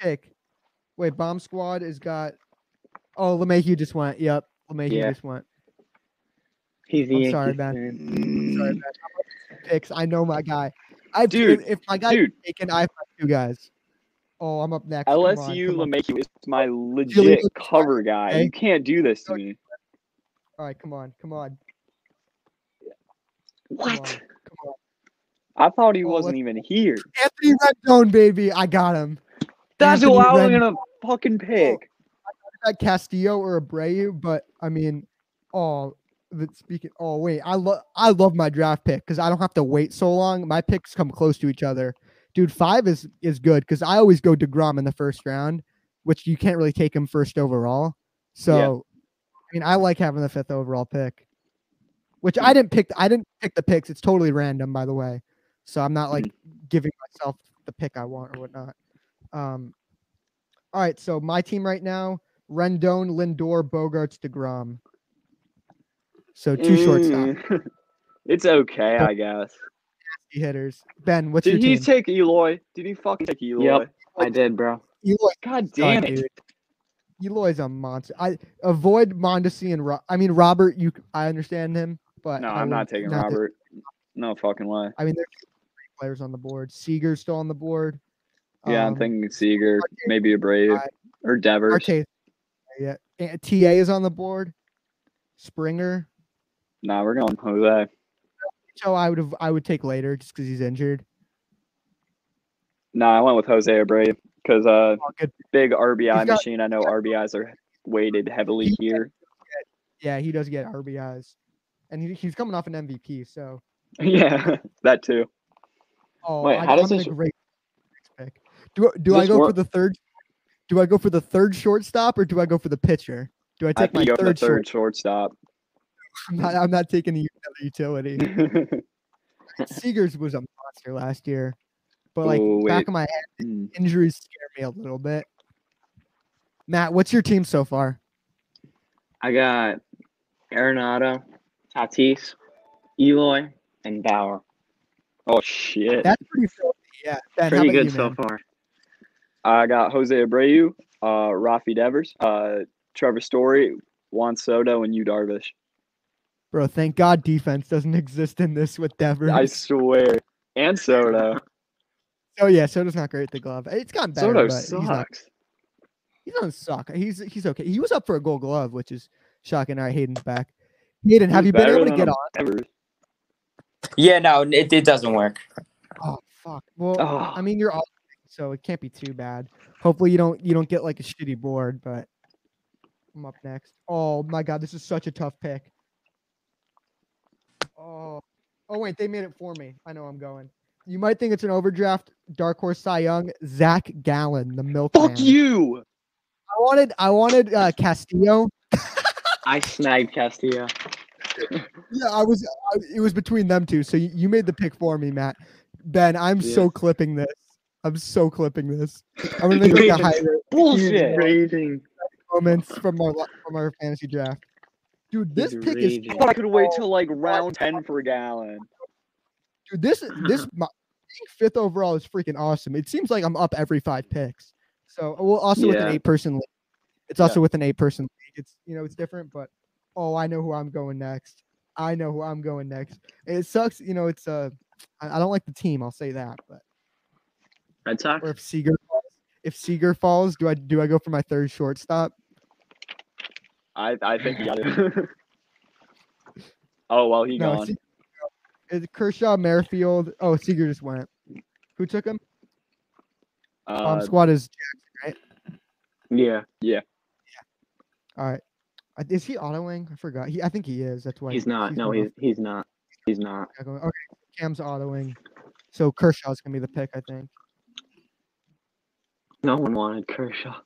Speaker 1: Take. Wait, Bomb Squad has got. Oh, LeMahieu just went. Yep, LeMahieu
Speaker 3: Yeah.
Speaker 1: just went.
Speaker 3: He's the
Speaker 1: I'm
Speaker 3: Yankees
Speaker 1: sorry, man.
Speaker 3: fan.
Speaker 1: Sorry, man. I'm up to Picks. I know my guy. I
Speaker 2: Dude,
Speaker 1: If my guy
Speaker 2: Dude,
Speaker 1: taken, I've got two guys. Oh, I'm up next. Come on,
Speaker 2: LSU
Speaker 1: come on.
Speaker 2: LeMahieu is my legit
Speaker 1: Julian-
Speaker 2: cover guy.
Speaker 1: Okay.
Speaker 2: You can't do this to me.
Speaker 1: All right, come on, come on, come on,
Speaker 2: What?
Speaker 1: come on.
Speaker 2: I thought he
Speaker 1: Oh,
Speaker 2: wasn't
Speaker 1: what-
Speaker 2: even here.
Speaker 1: Anthony Rendon, baby, I got him.
Speaker 2: That's who
Speaker 1: Anthony
Speaker 2: I was
Speaker 1: Rendon.
Speaker 2: gonna
Speaker 1: Oh,
Speaker 2: fucking pick.
Speaker 1: Not Castillo or Abreu, but I mean, oh, that speaking. Oh wait, I love I love my draft pick because I don't have to wait so long. My picks come close to each other. Dude, five is is good because I always go Degrom in the first round, which you can't really take him first overall. So, I mean, I like having the fifth overall pick, which I didn't pick. I didn't pick the picks. It's totally random, by the way. So I'm not like
Speaker 2: Mm-hmm.
Speaker 1: giving myself the pick I want or whatnot. Um, all right, so my team right now Rendon, Lindor, Bogarts, Degrom. So two shortstop
Speaker 2: Mm. it's okay, I guess.
Speaker 1: hitters. Ben, what's
Speaker 2: Did
Speaker 1: your
Speaker 2: he
Speaker 1: team?
Speaker 2: take Eloy? Did he fucking take Eloy?
Speaker 3: I did, bro.
Speaker 1: Eloy,
Speaker 2: God
Speaker 1: God,
Speaker 2: damn it.
Speaker 1: dude. Eloy's a monster. I avoid Mondesi and Ro- I mean Robert. You, I understand him, but
Speaker 2: No,
Speaker 1: I
Speaker 2: I'm
Speaker 1: would
Speaker 2: not taking
Speaker 1: this-
Speaker 2: Robert. No fucking way.
Speaker 1: I mean, there's three players on the board. Seager's still on the board.
Speaker 2: Yeah, I'm
Speaker 1: Um,
Speaker 2: thinking Seager, maybe a Brave
Speaker 1: I-
Speaker 2: or Devers.
Speaker 1: Arteta. Yeah, and TA is on the board. Springer,
Speaker 2: Nah, we're going Jose.
Speaker 1: So I would have I would take later just because he's injured.
Speaker 2: No, I went with Jose Abreu because uh,
Speaker 1: Oh, good.
Speaker 2: big RBI
Speaker 1: He's got-
Speaker 2: machine. I know RBIs are weighted heavily
Speaker 1: [LAUGHS]
Speaker 2: here. [LAUGHS]
Speaker 1: Yeah, he does get RBIs, and he, he's coming off an MVP. So
Speaker 2: yeah, that too.
Speaker 1: oh,
Speaker 3: Wait,
Speaker 1: I,
Speaker 3: how does
Speaker 1: I'm in a
Speaker 3: this-
Speaker 1: great pick. Do do I
Speaker 2: this
Speaker 1: go for
Speaker 2: work?
Speaker 1: the third? Do I go for the third shortstop or do I go for the pitcher? Do I
Speaker 2: I
Speaker 1: take
Speaker 2: think
Speaker 1: my
Speaker 2: you go
Speaker 1: third,
Speaker 2: third,
Speaker 1: short?
Speaker 2: third shortstop.
Speaker 1: [LAUGHS] I'm not, I'm not taking the other
Speaker 3: [LAUGHS]
Speaker 1: utility.
Speaker 2: Mm,
Speaker 1: Seegers was a monster last year, but like
Speaker 2: Oh,
Speaker 1: back
Speaker 2: wait.
Speaker 1: of my head, injuries scare me a little bit. Matt, what's your team so far?
Speaker 3: I got Arenado, Tatis, Eloy, and Bauer.
Speaker 2: oh shit!
Speaker 1: That's pretty filthy. Yeah, Ben, how
Speaker 3: Pretty
Speaker 1: about
Speaker 3: good
Speaker 1: you,
Speaker 3: so
Speaker 1: man?
Speaker 3: far.
Speaker 2: I got Jose Abreu, uh, Rafi Devers, uh, Trevor Story, Juan Soto, and you Darvish.
Speaker 1: Bro, thank God defense doesn't [LAUGHS] exist in this with Devers.
Speaker 2: I swear. And Soto.
Speaker 1: oh yeah, Soto's not great at the glove. It's gotten better,
Speaker 2: Soto
Speaker 1: but
Speaker 2: sucks.
Speaker 1: he's not. He doesn't suck. He's he's okay. He was up for a Gold Glove, which is shocking. All right, Hayden's back. Hayden, have
Speaker 2: He's
Speaker 1: you been
Speaker 2: better
Speaker 1: able to
Speaker 2: than
Speaker 1: get
Speaker 2: him
Speaker 1: on?
Speaker 2: ever.
Speaker 4: Yeah, no, it, it doesn't work.
Speaker 1: Oh fuck. Well,
Speaker 2: Oh.
Speaker 1: I mean you're all so it can't be too bad. Hopefully you don't you don't get like a shitty board, but I'm up next. Oh my god, this is such a tough pick. Oh, oh wait, they made it for me. I know I'm going. You might think it's an overdraft. Dark horse Cy Young, Zach Gallen, the milk.
Speaker 2: Fuck you!
Speaker 1: I wanted I wanted uh, Castillo.
Speaker 3: I sniped [LAUGHS] Castillo.
Speaker 1: Yeah, I was. I, it was between them two. So you, you made the pick for me, Matt. Ben, I'm
Speaker 2: Yeah.
Speaker 1: so clipping this. I'm so clipping this. I'm gonna make like a
Speaker 3: Raven.
Speaker 2: [LAUGHS]
Speaker 1: highlight
Speaker 2: Bullshit!
Speaker 3: Raging.
Speaker 1: moments from our li- from our fantasy draft. Dude, this
Speaker 3: He's
Speaker 1: pick is
Speaker 2: I
Speaker 3: raging.
Speaker 2: thought I could wait till like round ten for Gallon.
Speaker 1: dude. This this my, picking fifth overall is freaking awesome. It seems like I'm up every five picks. So well, also with an
Speaker 2: Yeah.
Speaker 1: eight person league. It's also with an eight person league. It's you know it's different, but oh, I know who I'm going next. I know who I'm going next. It sucks, you know. It's uh, I, I don't like the team. I'll say that, but.
Speaker 3: Red Sox?
Speaker 1: or if Seager falls, if Seager falls, do I do I go for my third shortstop?
Speaker 2: I I think he got it. [LAUGHS]
Speaker 3: [LAUGHS]
Speaker 2: oh well, he
Speaker 1: no,
Speaker 2: gone.
Speaker 1: Se- is it Kershaw, Merrifield. Oh, Seager just went. Who took him?
Speaker 2: Uh,
Speaker 1: Um, squad is
Speaker 3: Yeah.
Speaker 1: all right. Uh, Is he autoing? I forgot. He, I think he is. That's why
Speaker 3: He's not. No,
Speaker 1: going
Speaker 3: he's he's not. He's not.
Speaker 1: off- going- Okay, Cam's autoing, so Kershaw's gonna be the pick,
Speaker 2: [LAUGHS]
Speaker 1: I think.
Speaker 3: No one wanted Kershaw.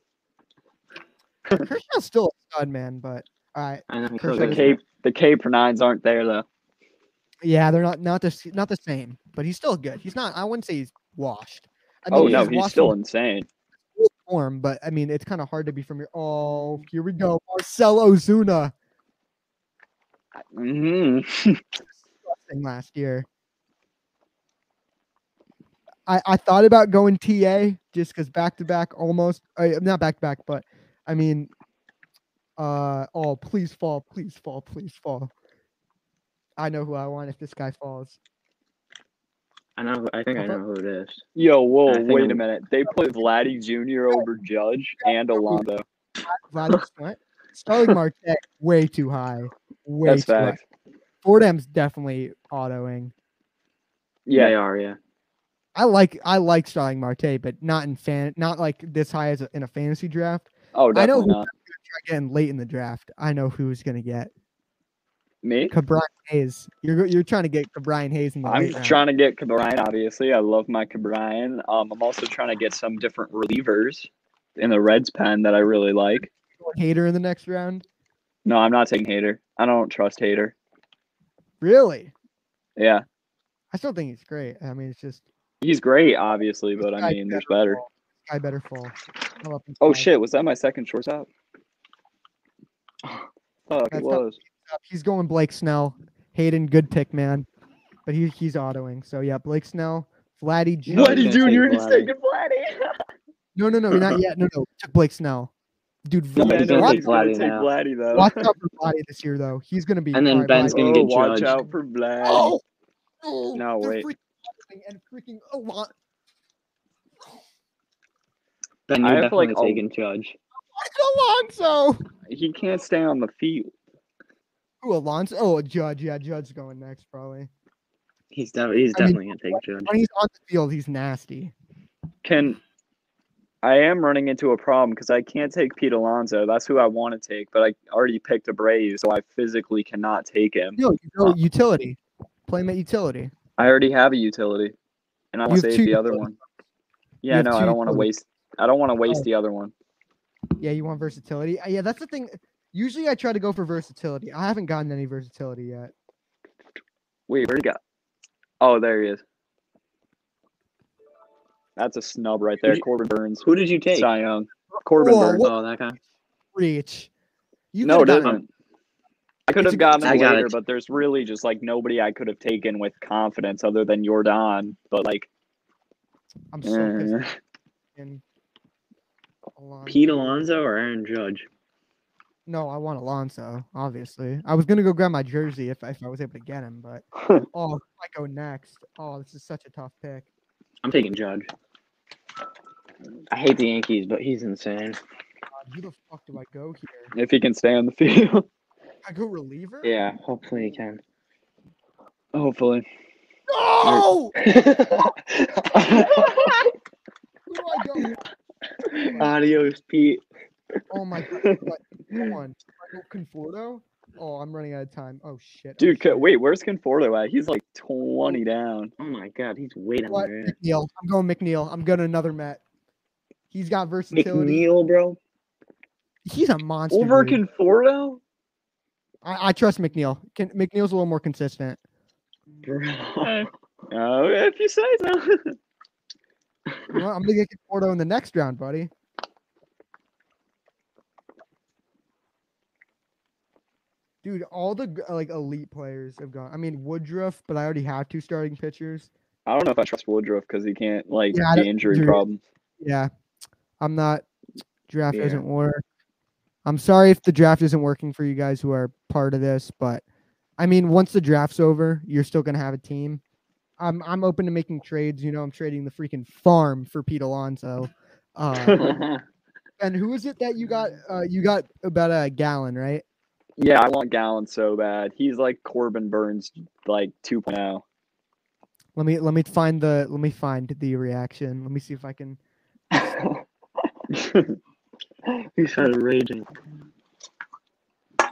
Speaker 1: Kershaw's still a stud, man, but all right.
Speaker 3: I know. he
Speaker 1: Kershaw's
Speaker 3: still
Speaker 2: The
Speaker 3: is.
Speaker 2: K the K pronines aren't there though.
Speaker 1: Yeah, they're not not the s- not the same, but he's still good. He's not. I wouldn't say he's washed. I
Speaker 2: Oh
Speaker 1: mean,
Speaker 2: no,
Speaker 1: he's
Speaker 2: he's
Speaker 1: washed
Speaker 2: still
Speaker 1: in
Speaker 2: insane.
Speaker 1: form, but I mean, it's kind of hard to be from your. Oh, here we go, Marcelo Zuna
Speaker 2: hmm
Speaker 1: thing last year. I I thought about going TA just because back to back almost. Uh, not back to back, but I mean, uh, oh please fall, please fall, please fall. I know who I want if this guy falls.
Speaker 3: I know. I think I know who it is.
Speaker 2: Yo, whoa,
Speaker 3: I think
Speaker 2: wait a
Speaker 3: I'm-
Speaker 2: minute. They put Vladdy Jr. over Judge and Alonzo. [LAUGHS]
Speaker 1: Vlad what? Starling Marte way too high. Way
Speaker 2: That's
Speaker 1: too high.
Speaker 2: facts.
Speaker 1: Fordham's definitely autoing.
Speaker 2: Yeah,
Speaker 3: They are. Yeah.
Speaker 1: I like I like Starling Marte, but not in fan not like this high as a, in a fantasy draft.
Speaker 2: Oh,
Speaker 1: I know
Speaker 2: definitely
Speaker 1: who-
Speaker 2: not.
Speaker 1: Again, late in the draft, I know who's gonna get
Speaker 2: Me?
Speaker 1: Cabrian Hayes. You're go- you're trying to get Cabrian Hayes in the
Speaker 2: I'm
Speaker 1: late round.
Speaker 2: trying to get Cabrian, obviously. I love my Cabrian. Um, I'm also trying to get some different relievers in the Reds pen that I really like.
Speaker 1: Hater in the next round.
Speaker 2: No, I'm not taking Hater. I don't trust Hater.
Speaker 1: Really?
Speaker 2: Yeah,
Speaker 1: I still think he's great. I mean, it's just
Speaker 2: he's great, obviously, but I
Speaker 1: Guy
Speaker 2: mean, there's better.
Speaker 1: fall. Guy better fall. How about this
Speaker 2: Oh
Speaker 1: guy?
Speaker 2: shit, was that my second [SIGHS] shortstop? Fuck,
Speaker 1: That's
Speaker 2: it
Speaker 1: not-
Speaker 2: [LAUGHS] was.
Speaker 1: up. He's going Blake Snell. Hayden, good pick, man. But he, he's autoing. So yeah, Blake Snell, Vladdy Jr.
Speaker 3: What?
Speaker 2: Vladdy
Speaker 3: he's gonna
Speaker 2: Jr.
Speaker 3: take
Speaker 2: He's
Speaker 3: Vladdy.
Speaker 2: taking Vladdy.
Speaker 1: No, no, no, not yet. No, no. we Took Blake Snell. Dude,
Speaker 2: [LAUGHS] Yeah,
Speaker 1: Vla-
Speaker 3: No,
Speaker 2: I
Speaker 3: he's
Speaker 2: know
Speaker 3: gonna
Speaker 1: watch,
Speaker 2: he's gonna
Speaker 3: Vladdy
Speaker 2: take
Speaker 3: now.
Speaker 2: Vladdy though.
Speaker 1: [LAUGHS] watch out for Vladdy this year though. He's gonna be
Speaker 3: And then
Speaker 1: alright,
Speaker 3: Ben's
Speaker 1: Vladdy-
Speaker 2: oh,
Speaker 3: gonna get
Speaker 2: watch
Speaker 3: judged.
Speaker 2: out for Vladdy.
Speaker 1: Oh, oh,
Speaker 2: No,
Speaker 1: they're
Speaker 2: wait.
Speaker 1: freaking Vladdy and freaking Alon-
Speaker 3: Then
Speaker 2: I
Speaker 3: you're
Speaker 2: have, like,
Speaker 3: definitely
Speaker 2: a-
Speaker 3: taking Judge.
Speaker 1: Alonso.
Speaker 2: He can't stay on the field.
Speaker 1: Who Alonso? Oh, Judge. Yeah, Judge's going next probably.
Speaker 3: He's definitely. He's
Speaker 1: I mean,
Speaker 3: definitely gonna take Judge.
Speaker 1: When he's on the field, he's nasty.
Speaker 2: Can I am running into a problem because I can't take Pete Alonso. That's who I want to take, but I already picked Abreu, so I physically cannot take him.
Speaker 1: No, you
Speaker 2: Uh,
Speaker 1: go utility. Play him at utility.
Speaker 2: I already have a utility, and I
Speaker 1: You
Speaker 2: want
Speaker 1: have
Speaker 2: to
Speaker 1: two
Speaker 2: save the other
Speaker 1: utilities.
Speaker 2: one.
Speaker 1: You
Speaker 2: Yeah,
Speaker 1: have
Speaker 2: no, I
Speaker 1: two
Speaker 2: don't want to
Speaker 1: utilities.
Speaker 2: waste. I don't want to waste
Speaker 1: Oh.
Speaker 2: the other one.
Speaker 1: Yeah, you want versatility. Uh, Yeah, that's the thing. Usually I try to go for versatility. I haven't gotten any versatility yet.
Speaker 2: Wait, where'd he go? Oh, there he is. That's a snub right there,
Speaker 3: Who-
Speaker 2: Corbin Burns.
Speaker 3: Who did you take?
Speaker 2: Cy Young. Corbin
Speaker 1: Whoa,
Speaker 2: Burns.
Speaker 1: what-
Speaker 3: Oh, that guy.
Speaker 1: Reach. You
Speaker 2: no, it
Speaker 1: could've gotten-
Speaker 2: doesn't. I could
Speaker 1: It's
Speaker 2: have
Speaker 1: a-
Speaker 2: gotten
Speaker 3: I
Speaker 2: him
Speaker 3: got
Speaker 2: later,
Speaker 3: it.
Speaker 2: but there's really just like nobody I could have taken with confidence other than Jordan. But like,
Speaker 1: I'm so pissed.
Speaker 2: eh.
Speaker 1: in Alonso.
Speaker 3: Pete Alonso or Aaron Judge?
Speaker 1: No, I want Alonso, obviously. I was gonna go grab my jersey if, if I was able to get him, but
Speaker 2: [LAUGHS]
Speaker 1: oh, who do I go next. Oh, this is such a tough pick.
Speaker 3: I'm taking Judge. I hate the Yankees, but he's insane.
Speaker 1: God, who the fuck do I go here?
Speaker 2: if he can stay on the [LAUGHS] field,
Speaker 1: I go reliever.
Speaker 2: yeah,
Speaker 3: Hopefully he can.
Speaker 2: hopefully.
Speaker 1: No. Who do I go? with?
Speaker 3: [LAUGHS] Adios, Pete.
Speaker 1: Oh my god! What?
Speaker 2: [LAUGHS]
Speaker 1: Come on. Do I go Conforto. Oh, I'm running out of time. Oh shit. oh,
Speaker 2: Dude, co-
Speaker 1: shit.
Speaker 2: wait, where's Conforto at? He's like 20 down.
Speaker 3: Oh my God, he's way down
Speaker 1: What?
Speaker 3: there.
Speaker 1: McNeil. I'm going McNeil. I'm going to another Met. He's got versatility.
Speaker 3: McNeil, bro.
Speaker 1: He's a monster.
Speaker 2: Over
Speaker 1: dude.
Speaker 2: Conforto?
Speaker 1: I, I trust McNeil. Can, McNeil's a little more consistent.
Speaker 3: Bro. [LAUGHS]
Speaker 2: Oh, if you say so. [LAUGHS]
Speaker 1: You know what? I'm going to get Conforto in the next round, buddy. Dude, all the g- like elite players have gone. I mean Woodruff, but I already have two starting pitchers.
Speaker 2: I don't know if I trust Woodruff because he can't like
Speaker 1: Yeah, I
Speaker 2: the
Speaker 1: don't-
Speaker 2: injury
Speaker 1: dude.
Speaker 2: problems.
Speaker 1: Yeah, I'm not. Draft
Speaker 3: Yeah.
Speaker 1: doesn't work. I'm sorry if the draft isn't working for you guys who are part of this, but I mean, once the draft's over, you're still gonna have a team. I'm I'm open to making trades. You know, I'm trading the freaking farm for Pete Alonso. Uh, and who is it that you
Speaker 2: Mm.
Speaker 1: got? Uh, you got about a gallon, right?
Speaker 2: Yeah, I want Gallon so bad. He's like Corbin Burns, like oh. 2.0.
Speaker 1: Let me let me find the let me find the reaction. Let me see if I can.
Speaker 3: he started raging.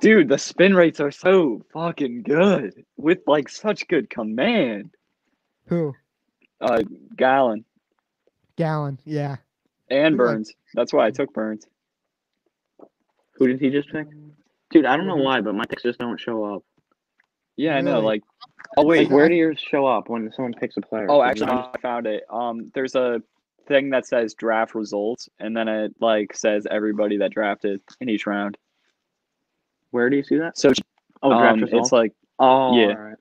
Speaker 2: Dude, the spin rates are so fucking good with like such good command.
Speaker 1: Who
Speaker 2: Uh, Gallon
Speaker 1: gallon? Yeah.
Speaker 2: and
Speaker 1: Who, like-
Speaker 2: Burns. That's why I took Burns.
Speaker 3: Who did he just pick? Dude, I don't know why, but my picks just don't show up.
Speaker 2: Yeah, I know.
Speaker 1: Really?
Speaker 2: Like, oh
Speaker 3: Wait,
Speaker 2: wait,
Speaker 3: where do yours show up when someone picks a player?
Speaker 2: Oh,
Speaker 3: Does
Speaker 2: actually,
Speaker 3: mine-
Speaker 2: I found it. Um, there's a thing that says draft results, and then it like says everybody that drafted in each round.
Speaker 3: where do you see that?
Speaker 2: So
Speaker 3: Oh, draft
Speaker 2: um,
Speaker 3: results.
Speaker 2: it's like
Speaker 3: oh,
Speaker 2: yeah.
Speaker 3: alright.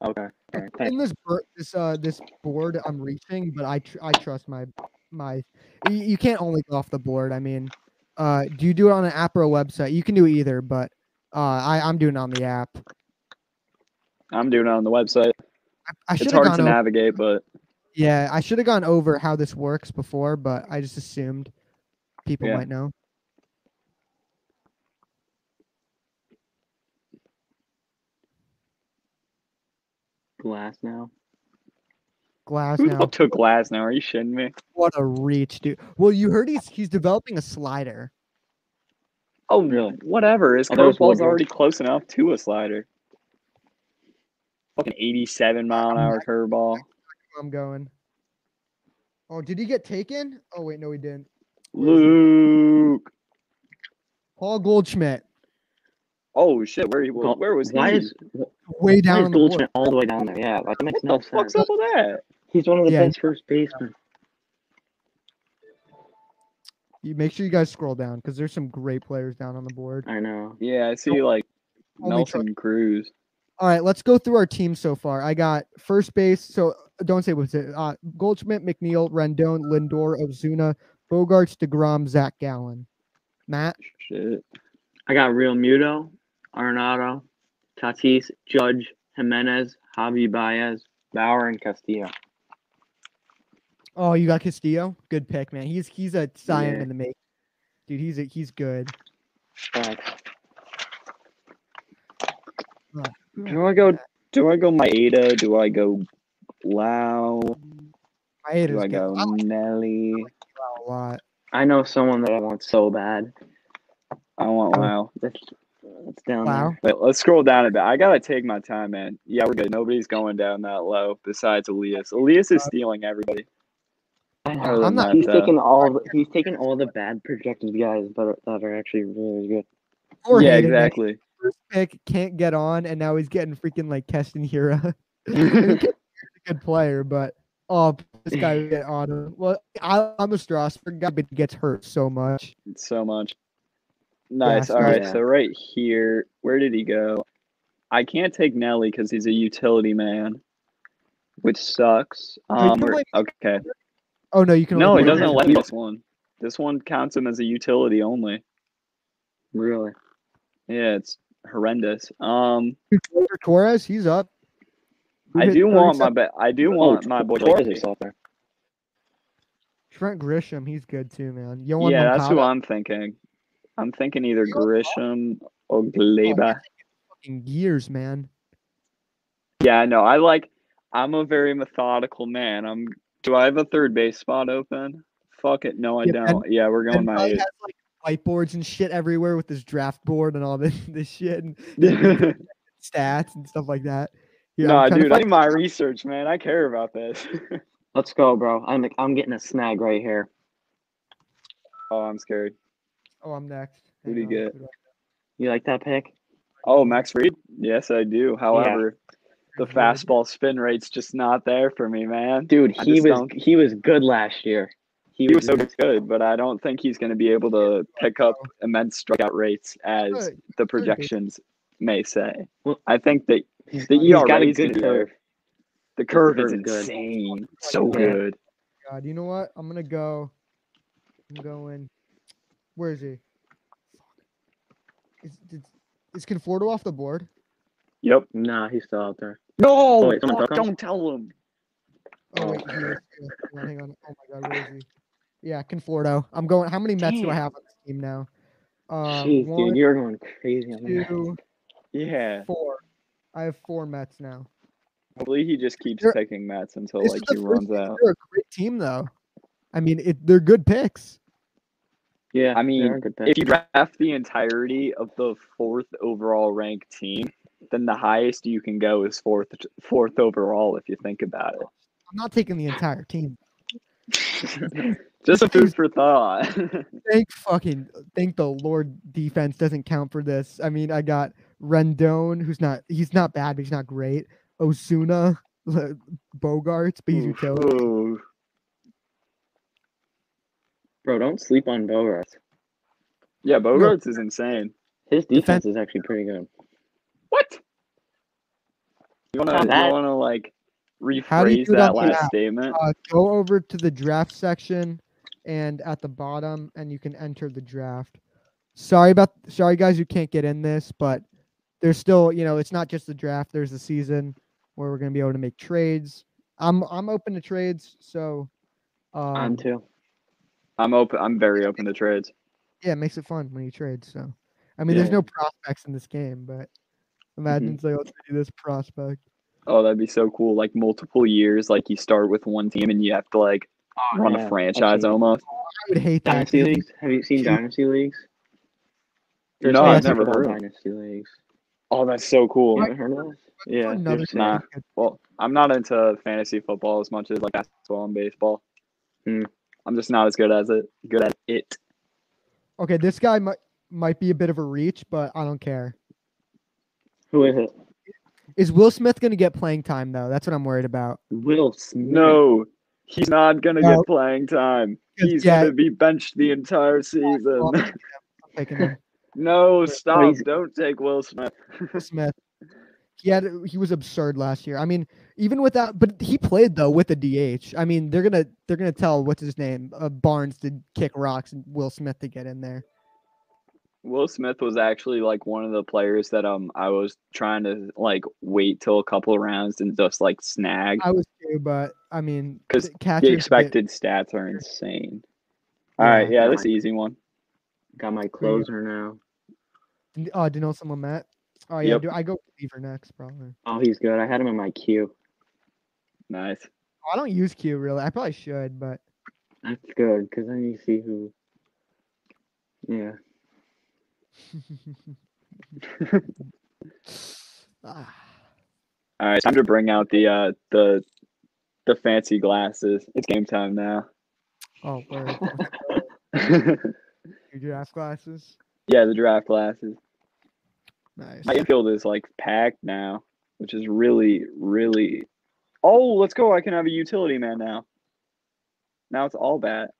Speaker 3: Okay. alright, thank-
Speaker 1: in this bur- this uh this board I'm reaching, but I tr- I trust my my. You, you can't only go off the board. I mean, uh, do you do it on an app or a website? You can do either, but uh, I I'm doing it on the app.
Speaker 2: I'm doing it on the website.
Speaker 1: I should
Speaker 2: It's
Speaker 1: have
Speaker 2: hard
Speaker 1: gone.
Speaker 2: to
Speaker 1: Over,
Speaker 2: navigate, but
Speaker 1: yeah, I should have gone over how this works before, but I just assumed people
Speaker 2: Yeah.
Speaker 1: might know.
Speaker 3: Glass now.
Speaker 1: Glass
Speaker 2: who the
Speaker 1: now.
Speaker 2: fuck took glass now? Are you shitting me?
Speaker 1: What a reach, dude. Well, you heard he's he's developing a slider.
Speaker 2: Oh,
Speaker 3: Really?
Speaker 2: Whatever. His
Speaker 3: I thought it Oh, was
Speaker 2: curveball's
Speaker 3: Woodruff.
Speaker 2: already close enough to a slider. Fucking 87 mile an hour curveball.
Speaker 1: I'm going. Oh, did he get taken? Oh wait, no, he didn't.
Speaker 2: Luke.
Speaker 1: Paul Goldschmidt,
Speaker 2: Oh shit, where he
Speaker 3: Gol-
Speaker 2: was? Where was
Speaker 3: why
Speaker 2: he?
Speaker 3: is why
Speaker 1: way down
Speaker 3: is
Speaker 1: on the board.
Speaker 3: Goldschmidt all the way down there? Yeah, that makes
Speaker 2: what
Speaker 3: no
Speaker 2: the fuck's
Speaker 3: sense.
Speaker 2: up with that?
Speaker 3: He's one of the
Speaker 1: Yeah,
Speaker 3: best first basemen.
Speaker 1: You make sure you guys scroll down because there's some great players down on the board.
Speaker 3: I know.
Speaker 2: Yeah, I see like
Speaker 1: Only
Speaker 2: Nelson Cruz.
Speaker 1: All right, let's go through our team so far. I got first base. So uh, don't say what's it. Uh, Goldschmidt, McNeil, Rendon, Lindor, Ozuna, Bogarts, Degrom, Zach Gallen, Matt,
Speaker 2: Shit.
Speaker 3: I got Real Muto, Arnado, Tatis, Judge, Jimenez, Javi Baez, Bauer, and Castillo.
Speaker 1: Oh, you got Castillo. Good pick, man. He's he's a scion
Speaker 3: Yeah.
Speaker 1: in the make, dude. He's a, he's good.
Speaker 3: Facts.
Speaker 2: Do I go do I go Maeda? Do I go Lau?
Speaker 1: I hate his Oh.
Speaker 2: Do I
Speaker 1: game.
Speaker 2: go
Speaker 1: I like
Speaker 2: Nelly?
Speaker 1: Lau a lot.
Speaker 3: I know someone that I want so bad.
Speaker 2: I want
Speaker 1: Oh.
Speaker 2: Lau.
Speaker 3: That's
Speaker 2: Oh,
Speaker 3: that's down
Speaker 1: Wow.
Speaker 2: Wait, let's scroll down a bit. I gotta take my time, man. Yeah, we're good. Nobody's going down that low besides Elias. Elias is stealing everybody.
Speaker 3: there.
Speaker 2: Other than
Speaker 1: I'm not-
Speaker 2: that,
Speaker 3: He's
Speaker 2: uh,
Speaker 3: taking all. The, he's taking all the bad projected guys, but that are actually really good.
Speaker 1: Or
Speaker 2: yeah,
Speaker 1: hated it.
Speaker 2: exactly.
Speaker 1: First pick can't get on, and now he's getting freaking like Keston Hira. [LAUGHS]
Speaker 2: [LAUGHS]
Speaker 1: he's a good player, but oh, this guy would get on him. Well, I, I'm a Strasburg guy, but he gets hurt so much.
Speaker 2: so much. Nice.
Speaker 1: so-
Speaker 2: All right.
Speaker 3: Yeah.
Speaker 2: So right here, where did he go? I can't take Nelly because he's a utility man, which sucks.
Speaker 1: Wait,
Speaker 2: Um,
Speaker 1: you
Speaker 2: or-
Speaker 1: like-
Speaker 2: okay.
Speaker 1: Oh no, you can.
Speaker 2: No,
Speaker 1: only
Speaker 2: it
Speaker 1: play
Speaker 2: doesn't
Speaker 1: one.
Speaker 2: let me this one. This one counts him as a utility only.
Speaker 3: Really.
Speaker 2: Yeah, it's horrendous. Um,
Speaker 1: For Torres, he's up. Who
Speaker 2: I
Speaker 1: hit Oh,
Speaker 2: do want my
Speaker 1: 37?
Speaker 2: ba- I
Speaker 3: Oh,
Speaker 2: do want my boy.
Speaker 3: Torres is out there.
Speaker 1: Trent Grisham. He's good too, man. Yohan
Speaker 2: Yeah, that's who
Speaker 1: Moncada,
Speaker 2: I'm thinking. I'm thinking either
Speaker 1: You want
Speaker 2: Grisham or Gleba.
Speaker 1: Oh, fucking years, man.
Speaker 2: Yeah, no, I like. I'm a very methodical man. I'm. Do I have a third base spot open? Fuck it, no, I
Speaker 1: Yeah,
Speaker 2: don't. yeah, we're going
Speaker 1: And
Speaker 2: my
Speaker 1: Bud
Speaker 2: eight. [LAUGHS]
Speaker 1: has like whiteboards and shit everywhere with his draft board and all [LAUGHS] this this shit and
Speaker 2: [LAUGHS]
Speaker 1: stats and stuff like that. Yeah,
Speaker 2: nah,
Speaker 1: I'm trying to
Speaker 2: dude, I do
Speaker 1: find-
Speaker 2: my research, man. I care about this. [LAUGHS]
Speaker 3: Let's go, bro. I'm I'm getting a snag right here.
Speaker 2: oh, I'm scared.
Speaker 1: oh, I'm next.
Speaker 2: Who do
Speaker 1: Hang
Speaker 2: you
Speaker 1: on,
Speaker 2: get?
Speaker 1: who do I-
Speaker 3: You like that pick?
Speaker 2: Oh, Max Reed. Yes, I do. However, the
Speaker 1: Reed.
Speaker 2: fastball spin rate's just not there for me, man.
Speaker 3: Dude,
Speaker 2: I
Speaker 3: he
Speaker 2: just
Speaker 3: was
Speaker 2: don't-
Speaker 3: he was good last year.
Speaker 2: He was so good, but I don't think he's going to be able to pick up immense strikeout rates as
Speaker 1: Good.
Speaker 2: the projections may say.
Speaker 3: Well-
Speaker 2: I think that
Speaker 3: He's, E
Speaker 2: The
Speaker 3: he's
Speaker 2: ERA
Speaker 3: got a
Speaker 2: is gonna
Speaker 3: good
Speaker 2: be there.
Speaker 3: curve.
Speaker 2: the curve is
Speaker 3: curve is good.
Speaker 2: insane. So
Speaker 1: Yeah.
Speaker 2: good.
Speaker 1: God, you know what? I'm gonna go. I'm going. Where is he? Is, did, is Conforto off the board?
Speaker 2: Yep.
Speaker 3: Nah, he's still out there.
Speaker 2: No,
Speaker 3: Oh, wait, someone
Speaker 2: fuck,
Speaker 3: took him?
Speaker 2: don't tell him.
Speaker 1: Oh,
Speaker 3: Oh.
Speaker 1: wait, he is, yeah, hang on, hang on. Oh my God, where is he? Yeah, Conforto. I'm going. How many Mets do I
Speaker 2: Damn.
Speaker 1: have on this team now? Uh,
Speaker 3: Jeez,
Speaker 1: one,
Speaker 3: dude, you're going crazy on that.
Speaker 1: two,
Speaker 2: [LAUGHS] Yeah.
Speaker 1: four. I have four Mets now.
Speaker 2: Hopefully he just keeps
Speaker 1: You're-
Speaker 2: picking Mets until
Speaker 1: This
Speaker 2: like
Speaker 1: is the
Speaker 2: he
Speaker 1: first
Speaker 2: runs
Speaker 1: year
Speaker 2: out.
Speaker 1: They're a great team, though. I mean, it, they're good picks.
Speaker 3: Yeah,
Speaker 2: I mean,
Speaker 3: they're a good pick.
Speaker 2: If you draft the entirety of the fourth overall ranked team, then the highest you can go is fourth fourth overall if you think about it.
Speaker 1: I'm not taking the entire team.
Speaker 3: [LAUGHS]
Speaker 2: Just a food for thought. [LAUGHS]
Speaker 1: Thank fucking thank the Lord defense doesn't count for this. I mean, I got Rendon, who's not he's not bad, but he's not great. Osuna, [LAUGHS] Le- Bogarts, but he's
Speaker 2: Oof,
Speaker 1: utility.
Speaker 3: Oh.
Speaker 2: oof.
Speaker 3: Bro, don't sleep on Bogarts.
Speaker 2: Yeah, Bogarts is insane.
Speaker 3: His
Speaker 1: Defense-
Speaker 3: defense is actually pretty good.
Speaker 2: What? You wanna,
Speaker 3: Not
Speaker 2: you
Speaker 3: bad.
Speaker 2: wanna like
Speaker 1: How do you
Speaker 2: rephrase
Speaker 1: do it
Speaker 2: that
Speaker 1: on
Speaker 2: last
Speaker 1: the app?
Speaker 2: statement?
Speaker 1: Uh, go over to the draft section and at the bottom, and you can enter the draft. Sorry about sorry guys who can't get in this, but there's still you know it's not just the draft. There's the season where we're gonna be able to make trades. I'm I'm open to trades, so um,
Speaker 3: I'm too.
Speaker 2: I'm open. I'm very open to trades.
Speaker 1: yeah, it makes it fun when you trade. So, I mean,
Speaker 2: Yeah, Mm-hmm.
Speaker 1: there's no prospects in this game, but imagine it's like, let's do this prospect.
Speaker 2: Oh, that'd be so cool. Like multiple years, like you start with one team and you have to like run
Speaker 3: yeah,
Speaker 2: a franchise
Speaker 3: absolutely.
Speaker 2: almost.
Speaker 1: I would hate that.
Speaker 3: Dynasty
Speaker 1: 'cause
Speaker 3: leagues? Have you seen
Speaker 1: Shoot.
Speaker 3: dynasty leagues?
Speaker 2: No,
Speaker 1: I've
Speaker 3: something
Speaker 2: never
Speaker 3: called
Speaker 2: heard of it.
Speaker 3: dynasty leagues.
Speaker 2: Oh, that's so cool.
Speaker 3: You haven't heard of this?
Speaker 1: it's
Speaker 3: Yeah,
Speaker 1: another
Speaker 3: there's
Speaker 1: thing
Speaker 2: nah.
Speaker 1: we could-
Speaker 2: Well, I'm not into fantasy football as much as like basketball and baseball.
Speaker 3: Hmm.
Speaker 2: I'm just not as good as it. Good at it.
Speaker 1: Okay, this guy might might be a bit of a reach, but I don't care.
Speaker 3: Who is it?
Speaker 1: Is Will Smith going to get playing time though? That's what I'm worried about.
Speaker 3: Will Smith.
Speaker 2: No, he's not gonna
Speaker 1: Mm-hmm. No.
Speaker 2: get playing time.
Speaker 1: Because,
Speaker 2: He's
Speaker 1: yeah,
Speaker 2: gonna be benched the entire
Speaker 1: well,
Speaker 2: season. [LAUGHS]
Speaker 1: I'm taking him.
Speaker 2: no, stop!
Speaker 3: Crazy.
Speaker 2: Don't take Will Smith.
Speaker 1: Will Smith. He had he was absurd last year. I mean, even without, but he played though with a DH. I mean, they're gonna they're gonna tell what's his name uh, Barnes to kick rocks and Will Smith to get in there.
Speaker 2: Will Smith was actually like one of the players that um I was trying to like wait till a couple of rounds and just like snag.
Speaker 1: I was too, but I mean,
Speaker 2: 'Cause
Speaker 1: th- catchers
Speaker 2: The
Speaker 1: get-
Speaker 2: expected stats are insane. All right,
Speaker 1: Yeah.
Speaker 2: yeah, this easy one.
Speaker 3: Got my closer now.
Speaker 1: N- Oh, Denelson Lamette. Oh yeah,
Speaker 2: Yep.
Speaker 1: do I go Cleaver next probably?
Speaker 3: Oh, he's good. I had him in my queue.
Speaker 2: Nice.
Speaker 1: Oh, I don't use Q really. I probably should,
Speaker 2: [LAUGHS]
Speaker 1: but [LAUGHS]
Speaker 3: That's good because then you see who.
Speaker 2: [LAUGHS]
Speaker 3: Yeah.
Speaker 1: Ah,
Speaker 2: All right, time to bring out the uh the the fancy glasses. It's game time now.
Speaker 1: oh,
Speaker 2: [LAUGHS]
Speaker 1: word.
Speaker 3: [LAUGHS]
Speaker 2: yeah,
Speaker 1: your draft glasses.
Speaker 2: the draft glasses.
Speaker 1: Nice.
Speaker 2: My infield is like packed now, which is really really. Oh, let's go! I can have a utility man now. Now it's all bat.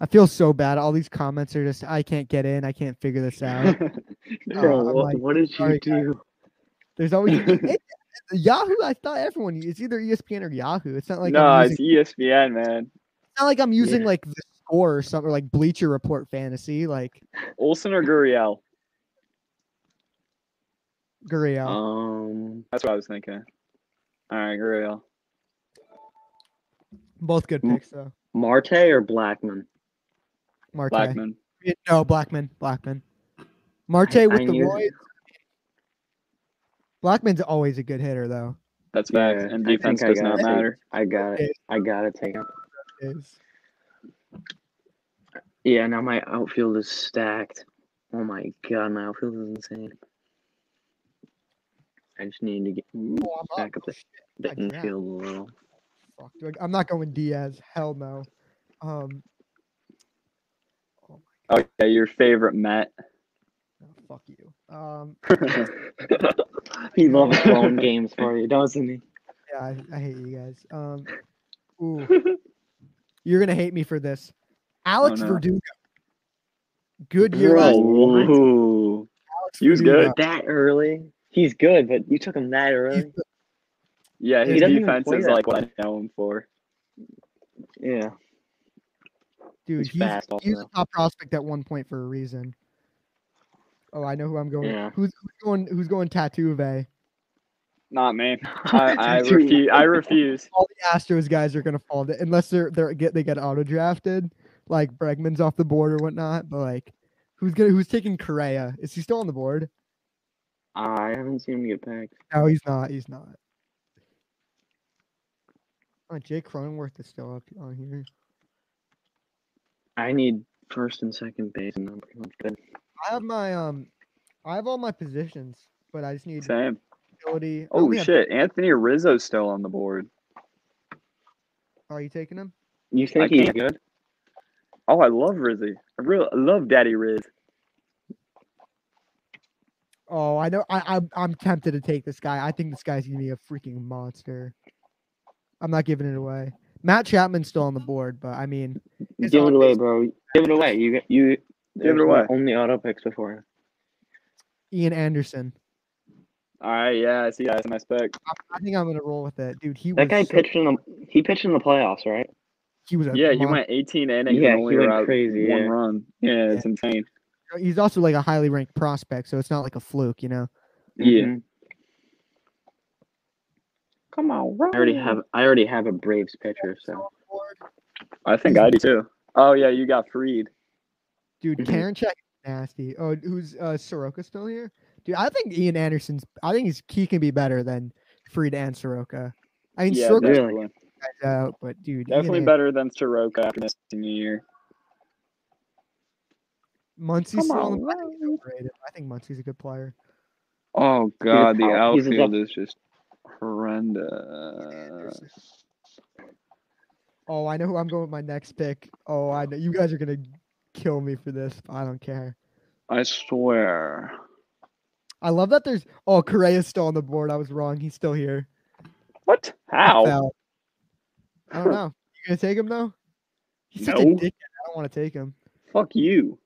Speaker 1: I feel so bad. All these comments are just I can't get in. I can't figure this
Speaker 2: [LAUGHS]
Speaker 1: out.
Speaker 3: Bro,
Speaker 1: Uh, I'm
Speaker 3: what,
Speaker 1: like,
Speaker 3: what did you
Speaker 1: sorry, guys.
Speaker 3: do?
Speaker 1: There's always
Speaker 2: [LAUGHS]
Speaker 1: it- Yahoo. I thought everyone. It's either E ESPN or Yahoo. It's not like
Speaker 2: no,
Speaker 1: I'm
Speaker 2: it's E
Speaker 1: using,
Speaker 2: ESPN, man.
Speaker 1: it's not like I'm using
Speaker 3: Yeah.
Speaker 1: like the score or something or like Bleacher Report fantasy like
Speaker 2: Olson or Gurriel?
Speaker 1: Gurriel.
Speaker 3: Um,
Speaker 2: That's what I was thinking. All right, Gurriel.
Speaker 1: Both good
Speaker 2: Mm.
Speaker 3: M-
Speaker 1: picks though.
Speaker 3: Marte or Blackman?
Speaker 1: Marte.
Speaker 2: Blackman.
Speaker 1: Yeah, No, Blackman. Blackman. Marte with
Speaker 3: I
Speaker 1: the
Speaker 3: knew-
Speaker 1: Royals. Blackman's always a good hitter though.
Speaker 2: That's facts. and
Speaker 3: I
Speaker 2: defense
Speaker 3: think I
Speaker 2: does
Speaker 3: gotta
Speaker 2: not
Speaker 3: take-
Speaker 2: matter.
Speaker 3: I got
Speaker 1: Okay.
Speaker 3: it. I gotta take him.
Speaker 1: Is-
Speaker 3: Yeah, now my outfield is stacked. Oh my god, my outfield is insane. I just need to get
Speaker 1: Oh, I'm up.
Speaker 3: back up
Speaker 1: Oh,
Speaker 3: the,
Speaker 1: shit,
Speaker 3: the
Speaker 1: I forgot.
Speaker 3: infield a little.
Speaker 1: fuck. Do I- I'm not going Diaz. Hell no. Um. Oh
Speaker 2: Oh yeah, your favorite Met.
Speaker 1: my god. Fuck you. Um.
Speaker 3: He loves phone games for you, doesn't he?
Speaker 2: [LAUGHS]
Speaker 1: Yeah, I, I hate you guys. Um. Ooh.
Speaker 2: [LAUGHS]
Speaker 1: You're gonna hate me for this. Alex
Speaker 2: Oh, no.
Speaker 1: Verdugo. Good year.
Speaker 3: Bro,
Speaker 1: last-
Speaker 3: what?
Speaker 2: Ooh.
Speaker 1: Alex
Speaker 2: he was
Speaker 1: Verdugo.
Speaker 2: good.
Speaker 3: That early? He's good, but you took him that
Speaker 1: He's
Speaker 3: early.
Speaker 1: good.
Speaker 2: Yeah,
Speaker 1: He
Speaker 2: his
Speaker 3: doesn't even
Speaker 2: defense
Speaker 3: play
Speaker 2: is
Speaker 3: that
Speaker 2: like what I know him for.
Speaker 3: [LAUGHS] Yeah.
Speaker 1: Dude,
Speaker 3: He's
Speaker 1: he's,
Speaker 3: fast
Speaker 1: he was
Speaker 3: also.
Speaker 1: a top prospect at one point for a reason. Oh, I know who I'm going.
Speaker 3: Yeah.
Speaker 1: Who's, who's going? Who's going? Tatuve.
Speaker 2: Not me.
Speaker 3: [LAUGHS]
Speaker 2: I, I
Speaker 3: Dude,
Speaker 2: refuse. I refuse.
Speaker 1: All the Astros guys are gonna fall to, unless they're they're get they get auto drafted, like Bregman's off the board or whatnot. But like, who's gonna who's taking Correa? Is he still on the board?
Speaker 3: I haven't seen him get packed.
Speaker 1: No, he's not. He's not. Oh, Jake Cronenworth is still up on here.
Speaker 3: I need first and second base, and I'm pretty much good.
Speaker 1: I have my um, I have all my positions, but I just need
Speaker 2: Same.
Speaker 1: ability. I
Speaker 2: Oh
Speaker 1: only have-
Speaker 2: shit, Anthony Rizzo's still on the board.
Speaker 1: Are you taking him?
Speaker 3: You think
Speaker 2: I
Speaker 3: he's
Speaker 2: can't.
Speaker 3: good?
Speaker 2: Oh, I love Rizzy. I really I love Daddy Riz.
Speaker 1: Oh, I know. I, I'm I'm tempted to take this guy. I think this guy's gonna be a freaking monster. I'm not giving it away. Matt Chapman's still on the board, but I mean, It's
Speaker 3: Give
Speaker 1: on
Speaker 3: it away,
Speaker 1: base.
Speaker 3: bro. Give it away. You get you.
Speaker 2: Give
Speaker 3: there's
Speaker 2: it away.
Speaker 3: Only auto picks before him.
Speaker 1: Ian Anderson.
Speaker 2: All right, yeah, I see guys in my spec.
Speaker 1: I, I think I'm gonna roll with it, dude. He
Speaker 3: That
Speaker 1: was
Speaker 3: guy
Speaker 1: so-
Speaker 3: pitched in the he pitched in the playoffs, right?
Speaker 1: He was a
Speaker 2: Yeah, he
Speaker 1: mon-
Speaker 2: went 18 innings
Speaker 3: Yeah,
Speaker 2: and
Speaker 3: he
Speaker 2: only
Speaker 3: went
Speaker 2: allowed
Speaker 3: crazy,
Speaker 2: one
Speaker 3: yeah.
Speaker 2: run. Yeah, it's insane.
Speaker 1: He's also like a highly ranked prospect, so it's not like a fluke, you know.
Speaker 2: Yeah.
Speaker 3: Mhm.
Speaker 2: Mm-hmm. Come on,
Speaker 3: I already have I already have a Braves pitcher, so
Speaker 2: I think I do too. Oh yeah, you got freed.
Speaker 1: Dude,
Speaker 3: Mhm.
Speaker 1: Karen check nasty. Oh, who's uh, Soroka still here? Dude, I think Ian Anderson's. I think he's he can be better than Freed and Soroka. I mean,
Speaker 2: Yeah,
Speaker 1: Soroka's
Speaker 2: definitely,
Speaker 1: out, but dude, Ian
Speaker 2: definitely
Speaker 1: An-
Speaker 2: better than Soroka after missing a year.
Speaker 1: Muncie's
Speaker 2: Come
Speaker 1: still on the
Speaker 2: on,
Speaker 1: I think he's overrated. I think Muncie's a good player.
Speaker 2: Oh
Speaker 3: God, the out- he's a outfield
Speaker 2: is just horrendous.
Speaker 1: Oh, I know who I'm going with my next pick. Oh, I know you guys are gonna kill me for this. I don't care.
Speaker 2: I swear.
Speaker 1: I love that there's oh Correa's still on the board. I was wrong. He's still here.
Speaker 2: What?
Speaker 1: I
Speaker 2: How?
Speaker 1: fell. I don't know. You gonna take him though? He's such a
Speaker 2: No.
Speaker 1: dickhead. I don't want to take him.
Speaker 2: Fuck you.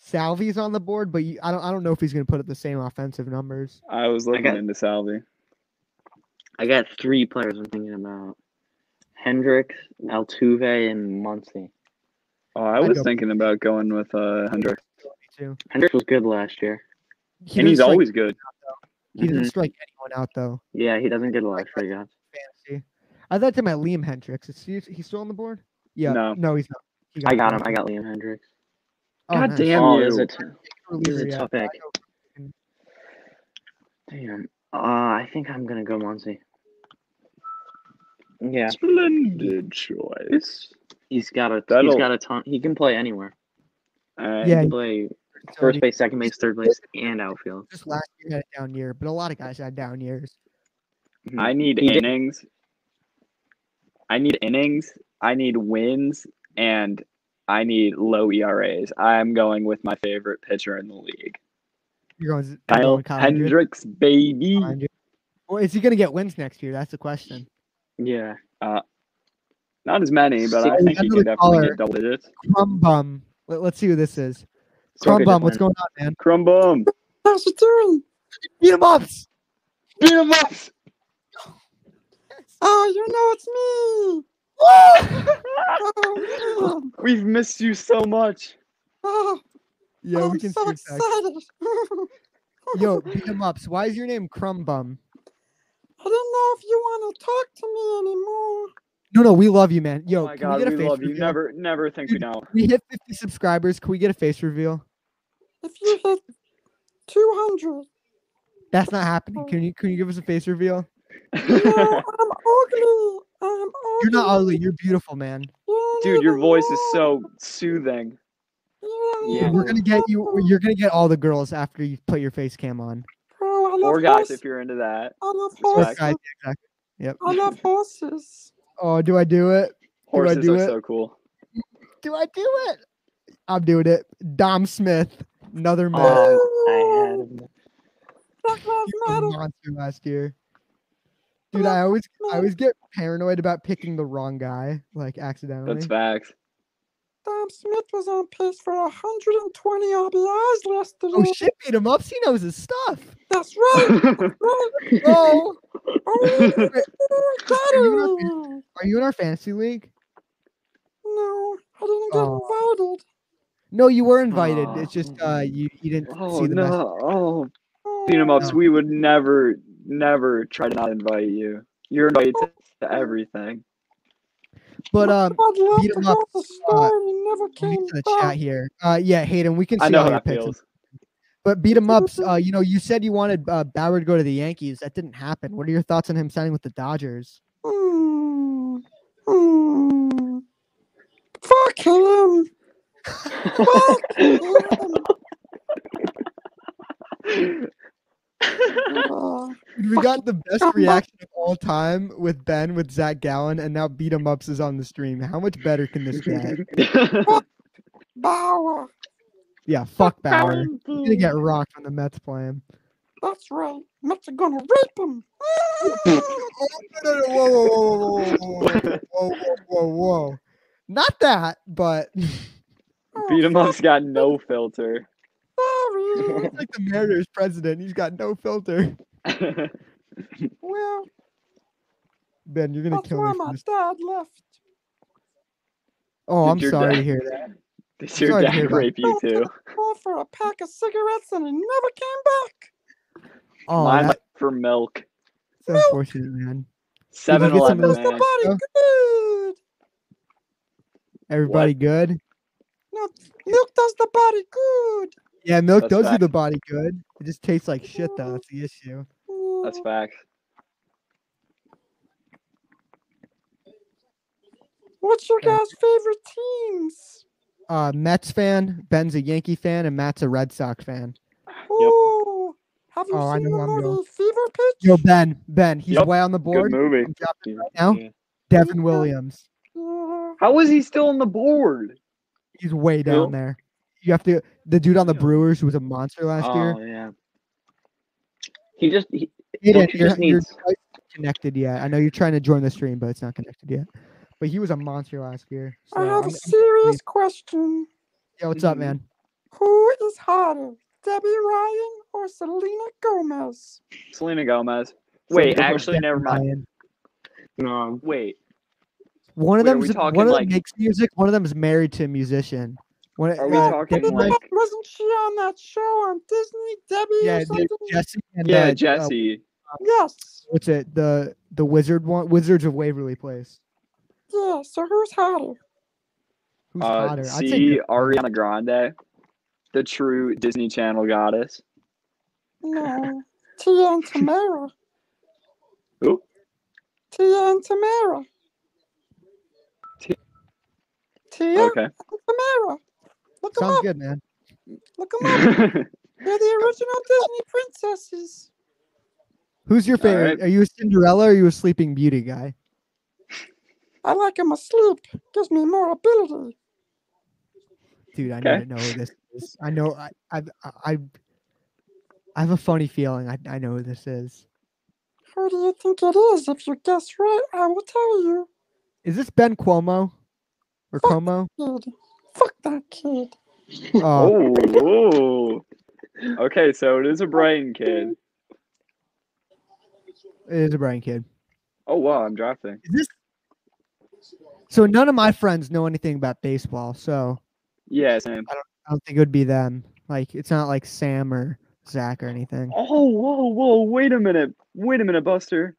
Speaker 1: Salvi's on the board, but you, I don't. I don't know if he's gonna put up the same offensive numbers.
Speaker 2: I was looking
Speaker 3: got-
Speaker 2: into Salvi.
Speaker 3: [LAUGHS] I got three players I'm thinking about. Hendricks, Altuve, and Muncy.
Speaker 2: Oh, I
Speaker 1: I
Speaker 2: was
Speaker 1: don't-
Speaker 2: thinking about going with uh Hendricks.
Speaker 1: Too.
Speaker 3: Hendricks was good last year.
Speaker 1: He
Speaker 2: And he's
Speaker 1: doesn't strike-
Speaker 2: always Mm-hmm. good.
Speaker 1: he doesn't
Speaker 3: Mhm.
Speaker 1: strike anyone out though.
Speaker 3: Yeah, he doesn't get a lot of free guns.
Speaker 1: Fantasy. I thought to my Liam Hendricks. Is he? He's still on the board? Yeah.
Speaker 2: No.
Speaker 1: No, he's not. He
Speaker 3: I got him.
Speaker 1: cut.
Speaker 3: I got Liam Hendricks.
Speaker 1: Oh,
Speaker 2: God
Speaker 1: nice.
Speaker 2: Damn
Speaker 3: oh,
Speaker 2: you.
Speaker 3: this is a t- this is
Speaker 1: Reliever,
Speaker 3: a
Speaker 1: yeah.
Speaker 3: tough
Speaker 1: I
Speaker 3: pick.
Speaker 1: know.
Speaker 3: Damn. Uh, I think I'm gonna go Muncy. Yeah,
Speaker 2: Splendid choice.
Speaker 3: he's got a
Speaker 2: That'll-
Speaker 3: he's got a ton. He can play anywhere.
Speaker 2: Alright.
Speaker 1: Yeah.
Speaker 3: He can play
Speaker 1: So
Speaker 3: first
Speaker 1: he-
Speaker 3: base, second base, third base, and outfield.
Speaker 1: Just last year had a down year, but a lot of guys had down years.
Speaker 2: I need
Speaker 3: He did-
Speaker 2: innings. I need innings. I need wins, and I need low ERAs. I'm going with my favorite pitcher in the league,
Speaker 1: You're going. you're
Speaker 2: Kyle
Speaker 1: going Kyle Hendricks.
Speaker 2: Hendricks, baby.
Speaker 1: Mind you. Well, is he gonna get wins next year? That's the question.
Speaker 3: Yeah.
Speaker 2: Not as many, but I
Speaker 1: Six-
Speaker 2: think he
Speaker 1: Another
Speaker 2: can definitely
Speaker 1: caller.
Speaker 2: get double digits.
Speaker 1: Crumb bum. Let, us see who this is.
Speaker 3: So
Speaker 1: Crumb
Speaker 3: good [LAUGHS]
Speaker 1: bum, what's
Speaker 3: defense.
Speaker 1: going on, man?
Speaker 2: Crumbum,
Speaker 4: That's a three.
Speaker 1: Beat him ups.
Speaker 2: beat him up.
Speaker 4: Oh, you know it's me. Oh, man.
Speaker 2: We've missed you so much.
Speaker 4: Oh,
Speaker 1: Yo, we can see exactly- Yo, beat him ups. Why is your name Crumb bum?
Speaker 4: [LAUGHS] I don't know if you want to talk to me anymore.
Speaker 1: No, no, we love you, man. Yo,
Speaker 2: oh my
Speaker 1: can
Speaker 2: God,
Speaker 1: we get a
Speaker 2: we
Speaker 1: face
Speaker 2: love you.
Speaker 1: reveal?
Speaker 2: Never, never think we
Speaker 1: Dude. [LAUGHS]
Speaker 2: know.
Speaker 1: We hit 50 subscribers. Can we get a face reveal?
Speaker 4: If you hit 200,
Speaker 1: That's not happening. Can you can you give us a face reveal? [LAUGHS]
Speaker 4: no, I'm ugly. I'm ugly.
Speaker 1: You're not ugly. You're beautiful, man.
Speaker 4: You
Speaker 2: [LAUGHS]
Speaker 4: don't
Speaker 2: Dude, your
Speaker 4: even
Speaker 2: voice is
Speaker 4: know.
Speaker 2: so soothing.
Speaker 4: You don't
Speaker 2: Yeah.
Speaker 4: even
Speaker 1: We're gonna get you.
Speaker 4: know.
Speaker 1: You're gonna get all the girls after you put your face cam on.
Speaker 4: Bro, I love
Speaker 2: Or guys,
Speaker 4: horses.
Speaker 2: if you're into that.
Speaker 4: I love
Speaker 1: Or
Speaker 2: Respect.
Speaker 4: horses.
Speaker 1: guys, yeah, exactly. Yep.
Speaker 4: I love
Speaker 1: [LAUGHS]
Speaker 4: horses.
Speaker 1: Oh, do I do it? Do I
Speaker 2: Horses
Speaker 1: do
Speaker 2: are
Speaker 1: it?
Speaker 2: so cool.
Speaker 1: Do I do it? I'm doing it. Dom Smith, another man.
Speaker 3: Oh, I had
Speaker 4: Black lives
Speaker 1: He was a
Speaker 4: matter.
Speaker 1: monster last year. Dude,
Speaker 4: Black
Speaker 1: I always I
Speaker 4: matter.
Speaker 1: always get paranoid about picking the wrong guy, like accidentally.
Speaker 2: That's facts.
Speaker 4: Dom Smith was on pace for 120 RBIs last year.
Speaker 1: Oh shit, beat him up. He knows his stuff. [LAUGHS]
Speaker 4: That's right. right.
Speaker 1: Oh, [LAUGHS]
Speaker 4: Oh,
Speaker 1: wait,
Speaker 4: oh,
Speaker 1: you not
Speaker 4: got it.
Speaker 1: are you in our fantasy league?
Speaker 4: No, I didn't get
Speaker 1: Oh.
Speaker 4: invited.
Speaker 1: No, you were invited. it's
Speaker 3: Oh.
Speaker 1: just uh, you you didn't
Speaker 2: oh
Speaker 1: see the message.
Speaker 2: no! Oh
Speaker 4: Oh,
Speaker 2: Beat 'em ups,
Speaker 1: No.
Speaker 2: we would never, never try to not invite you. You're invited to, to everything.
Speaker 1: But um,
Speaker 4: I'd love
Speaker 1: beat
Speaker 4: to
Speaker 1: 'em
Speaker 4: know
Speaker 1: up,
Speaker 4: the
Speaker 1: uh,
Speaker 4: story. You never
Speaker 1: let me
Speaker 4: came
Speaker 1: to the
Speaker 4: back.
Speaker 1: chat here. Uh, yeah, Hayden, we can see
Speaker 2: I know
Speaker 1: all
Speaker 2: how
Speaker 1: your
Speaker 2: that
Speaker 1: picks. and- [LAUGHS]
Speaker 2: feels.
Speaker 1: But beat 'em ups. Uh, you know, you said you wanted uh, Bauer to go to the Yankees. That didn't happen. What are your thoughts on him signing with the Dodgers?
Speaker 4: Hmm. Hmm. Fuck him. Fuck him.
Speaker 1: [LAUGHS] Dude, we got the best
Speaker 4: Come
Speaker 1: [LAUGHS]
Speaker 4: back.
Speaker 1: reaction of all time with Ben with Zach Gallen, and now beat 'em ups is on the stream. How much better can this get?
Speaker 5: Bauer.
Speaker 1: Yeah, [LAUGHS] fuck Bauer. He's gonna
Speaker 5: Indeed.
Speaker 1: get rocked when the Mets play him.
Speaker 5: That's right. Mets are gonna rape him.
Speaker 1: No, no, no, whoa, whoa, whoa, whoa, whoa, whoa, whoa, whoa, whoa, whoa. [LAUGHS] Not that, but [LAUGHS] it's
Speaker 2: [LAUGHS] Beat 'em
Speaker 4: [LAUGHS]
Speaker 2: up's got no filter. [LAUGHS]
Speaker 5: Sorry.
Speaker 1: like the Mariners president. He's got no filter. Oh,
Speaker 5: well,
Speaker 1: Ben, you're gonna
Speaker 5: that's
Speaker 1: kill
Speaker 5: why
Speaker 1: me. For
Speaker 5: my
Speaker 1: this.
Speaker 5: dad left.
Speaker 1: Oh,
Speaker 2: Did
Speaker 1: I'm
Speaker 2: your
Speaker 1: sorry
Speaker 2: dad-
Speaker 1: to hear
Speaker 2: [LAUGHS]
Speaker 1: that.
Speaker 2: Did your
Speaker 1: Sorry to hear
Speaker 2: dad
Speaker 1: about
Speaker 2: rape you
Speaker 5: Went to
Speaker 2: too?
Speaker 5: the mall for a pack of cigarettes and he never came back.
Speaker 1: Oh,
Speaker 2: Mine
Speaker 1: that's
Speaker 2: went for milk.
Speaker 1: so unfortunate, man.
Speaker 2: Seven
Speaker 1: get some
Speaker 2: Eleven,
Speaker 1: of
Speaker 5: Was
Speaker 1: those-
Speaker 5: the
Speaker 2: man.
Speaker 5: body good?
Speaker 1: Everybody good?
Speaker 5: No, milk does the body good.
Speaker 1: Yeah, milk
Speaker 2: That's
Speaker 1: does do
Speaker 2: fact.
Speaker 1: the body good. It just tastes like shit, though. That's the issue.
Speaker 2: That's
Speaker 5: Mm,
Speaker 2: facts.
Speaker 5: What's your
Speaker 1: Yeah.
Speaker 5: guys' favorite teams?
Speaker 1: Uh, Mets fan, Ben's a Yankee fan, and Matt's a Red Sox fan.
Speaker 5: Oh, have you
Speaker 1: Oh, I
Speaker 5: seen
Speaker 1: know
Speaker 5: the
Speaker 1: I'm real.
Speaker 5: movie Fever Pitch?
Speaker 1: Yo, Ben, Ben, he's
Speaker 2: Yup,
Speaker 1: way on the
Speaker 2: Good
Speaker 1: board.
Speaker 2: movie.
Speaker 1: I'm dropping
Speaker 2: Yeah.
Speaker 1: right now.
Speaker 3: Yeah.
Speaker 1: Devin Williams.
Speaker 5: Yeah.
Speaker 2: How was he still on the board?
Speaker 1: He's way down
Speaker 2: Who?
Speaker 1: there. You have to. The dude on the
Speaker 3: Yeah.
Speaker 1: Brewers who was a monster
Speaker 2: Uh,
Speaker 1: last year.
Speaker 3: Oh yeah. He just he,
Speaker 1: Aiden,
Speaker 3: Don't you
Speaker 1: you're,
Speaker 3: just
Speaker 1: you're
Speaker 3: needs-
Speaker 1: not connected yet. I know you're trying to join the stream, but it's not connected yet. But he was a monster last year. So
Speaker 5: I have
Speaker 1: I'm-
Speaker 5: a serious question.
Speaker 1: yo, what's up, man?
Speaker 5: Who is hotter, Debbie Ryan or Selena Gomez?
Speaker 2: Selena Gomez. Wait,
Speaker 3: Selena
Speaker 2: actually, never mind.
Speaker 1: Ryan. uh,
Speaker 3: no.
Speaker 2: Wait,
Speaker 1: One of
Speaker 2: Wait, are
Speaker 1: them.
Speaker 2: we
Speaker 1: One
Speaker 2: talking,
Speaker 1: of them
Speaker 2: like-
Speaker 1: makes music. One of them is married to a musician. One,
Speaker 2: Are we
Speaker 1: uh,
Speaker 2: talking
Speaker 1: Debbie-
Speaker 2: like-
Speaker 5: Wasn't she on that show on Disney, Debbie
Speaker 1: Yeah,
Speaker 5: or
Speaker 1: the-
Speaker 5: something?
Speaker 1: Jesse and
Speaker 2: yeah,
Speaker 1: uh, uh,
Speaker 2: Jesse.
Speaker 5: Yes.
Speaker 1: what's it? The the wizard one. Wizards of Waverly Place.
Speaker 5: Yeah, so who's hotter?
Speaker 1: Who's
Speaker 2: Uh,
Speaker 1: hotter? I'd say
Speaker 2: see Ariana Grande, the true Disney Channel goddess.
Speaker 5: No. Tia and Tamara.
Speaker 2: Who?
Speaker 5: Tia and Tamara.
Speaker 2: Ti-
Speaker 5: Tia
Speaker 2: Okay.
Speaker 5: and Tamara. Look them
Speaker 1: sounds
Speaker 5: up.
Speaker 1: good, man.
Speaker 5: Look them up.
Speaker 2: [LAUGHS]
Speaker 5: They're the original Disney princesses.
Speaker 1: Who's your favorite?
Speaker 2: right.
Speaker 1: Are you a Cinderella or are you a Sleeping Beauty guy?
Speaker 5: I like them asleep. Gives me more ability.
Speaker 1: dude, I
Speaker 2: Okay.
Speaker 1: need to know who this is. I know I I I, I have a funny feeling. I, I know who this is.
Speaker 5: Who do you think it is? If you guess right, I will tell you.
Speaker 1: Is this Ben Cuomo or
Speaker 5: Fuck.
Speaker 1: Como?
Speaker 5: Kid. Fuck that kid.
Speaker 1: Oh,
Speaker 2: [LAUGHS] Oh, whoa. Okay, so it is a Brighton kid.
Speaker 1: it is a Brian kid.
Speaker 2: Oh wow, I'm drafting.
Speaker 1: Is this? So none of my friends know anything about baseball, so
Speaker 2: Yeah, same.
Speaker 1: I don't think it would be them. Like it's not like Sam or Zach or anything.
Speaker 2: Oh, whoa, whoa, wait a minute. Wait a minute, Buster.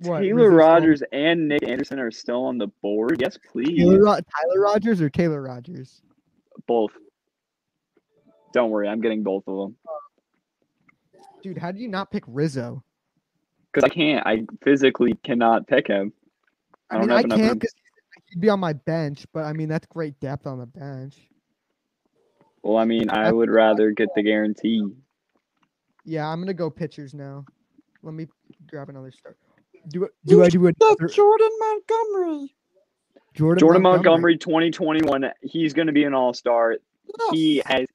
Speaker 1: What, who's
Speaker 2: Taylor
Speaker 1: this guy?
Speaker 2: Rogers and Nick Anderson are still on the board. Yes, please.
Speaker 1: Taylor, Ro- Tyler Rogers or Taylor Rogers?
Speaker 2: Both. Don't worry, I'm getting both of them.
Speaker 1: Dude, how do you not pick Rizzo?
Speaker 2: Because I can't. I physically cannot pick him. I
Speaker 1: I
Speaker 2: don't
Speaker 1: mean,
Speaker 2: have
Speaker 1: I
Speaker 2: enough
Speaker 1: can
Speaker 2: room.
Speaker 1: because he'd be on my bench, but I mean that's great depth on the bench.
Speaker 2: Well, I mean, I
Speaker 1: That's
Speaker 2: would rather get the guarantee.
Speaker 1: Yeah, I'm gonna go pitchers now. Let me grab another start. Do I- do I do it?
Speaker 5: That's Jordan Montgomery.
Speaker 1: Jordan,
Speaker 2: Jordan Montgomery, 2021, he's going to be an all star.
Speaker 5: Yes.
Speaker 2: He has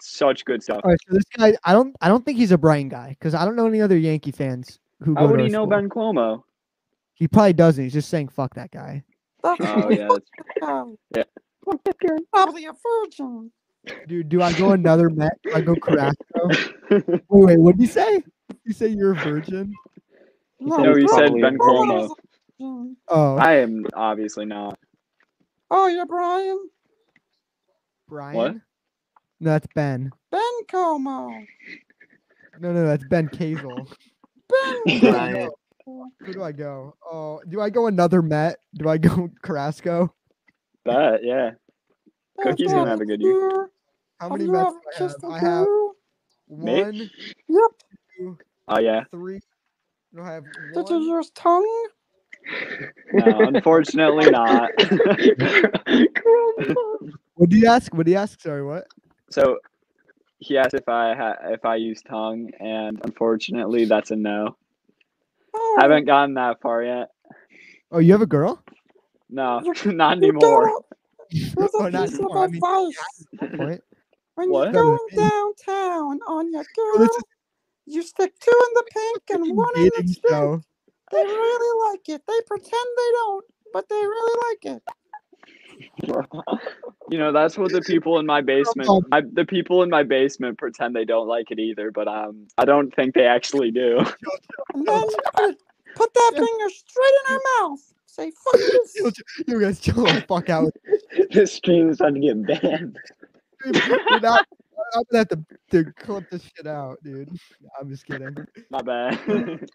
Speaker 2: such good stuff.
Speaker 1: All right, so this guy, I don't, I don't think he's a Brian guy because I don't know any other Yankee fans who.
Speaker 2: How
Speaker 1: go
Speaker 2: would
Speaker 1: to
Speaker 2: he
Speaker 1: our
Speaker 2: know
Speaker 1: school.
Speaker 2: Ben Cuomo?
Speaker 1: He probably doesn't. He's just saying fuck that guy.
Speaker 5: That
Speaker 2: Oh, yeah. that's-
Speaker 5: guy.
Speaker 2: yeah.
Speaker 5: Probably a virgin.
Speaker 1: Dude, do I go another Met? Do I go
Speaker 2: [LAUGHS]
Speaker 1: Carrasco? wait, wait, what did he say? You say you're a virgin?
Speaker 5: [LAUGHS]
Speaker 2: No, you said
Speaker 3: Probably
Speaker 2: Ben
Speaker 3: a
Speaker 2: Cuomo.
Speaker 5: Cuomo.
Speaker 1: Oh,
Speaker 2: I am obviously not.
Speaker 5: Oh, yeah, Brian.
Speaker 1: Brian. No, that's Ben.
Speaker 5: Ben Como.
Speaker 1: No, no, that's Ben Kazel.
Speaker 2: [LAUGHS]
Speaker 1: [LAUGHS]
Speaker 5: Ben.
Speaker 1: Who do I
Speaker 3: Brian.
Speaker 1: go? Who do I go? Oh, do I go another Met? Do I go [LAUGHS] Carrasco?
Speaker 2: That, yeah.
Speaker 5: Ben
Speaker 2: Cookie's gonna have a good year.
Speaker 5: Cavalier.
Speaker 1: How
Speaker 5: Have
Speaker 1: many
Speaker 5: you
Speaker 1: Mets
Speaker 5: ever
Speaker 1: do I
Speaker 5: kissed
Speaker 1: have?
Speaker 5: a
Speaker 1: I have
Speaker 5: girl?
Speaker 2: Me?
Speaker 1: one,
Speaker 5: Yep.
Speaker 1: two,
Speaker 2: Oh, yeah.
Speaker 1: three. No, I have one.
Speaker 5: Did you use tongue?
Speaker 2: No, unfortunately not. [LAUGHS]
Speaker 1: What do you ask? What do you ask? Sorry, what?
Speaker 2: so he asked if I ha- if I use tongue, and unfortunately, that's a no.
Speaker 5: Oh,
Speaker 2: Haven't gotten that far yet.
Speaker 1: Oh, you have a [LAUGHS] girl?
Speaker 2: No, [LAUGHS]
Speaker 5: You-
Speaker 2: not
Speaker 5: you
Speaker 2: anymore. [LAUGHS]
Speaker 5: don't- Here's a
Speaker 1: Oh, not
Speaker 5: piece of
Speaker 1: anymore, I mean-
Speaker 5: advice.
Speaker 1: What?
Speaker 5: When
Speaker 2: What?
Speaker 5: you're
Speaker 1: Never
Speaker 5: going
Speaker 1: been.
Speaker 5: downtown on your
Speaker 1: Oh,
Speaker 5: girl,
Speaker 1: this is
Speaker 5: you stick two in the pink
Speaker 1: a
Speaker 5: and one in the
Speaker 1: dating
Speaker 5: stink.
Speaker 1: [LAUGHS] show.
Speaker 5: They really like it. They pretend they don't, but they really like it.
Speaker 2: You know, that's what the people in my basement,
Speaker 1: on.
Speaker 2: I, the people in my basement pretend they don't like it either, but um, I don't think they actually do. [LAUGHS]
Speaker 5: And then you put that
Speaker 1: Yeah.
Speaker 5: finger straight in her mouth. Say,
Speaker 1: [LAUGHS]
Speaker 5: fuck this.
Speaker 1: Yo, You guys chill the fuck out.
Speaker 3: [LAUGHS] this stream is about to get banned.
Speaker 1: [LAUGHS] We're not- I'm gonna have to, to clip this shit out, dude. I'm just [LAUGHS] kidding.
Speaker 2: My bad. [LAUGHS]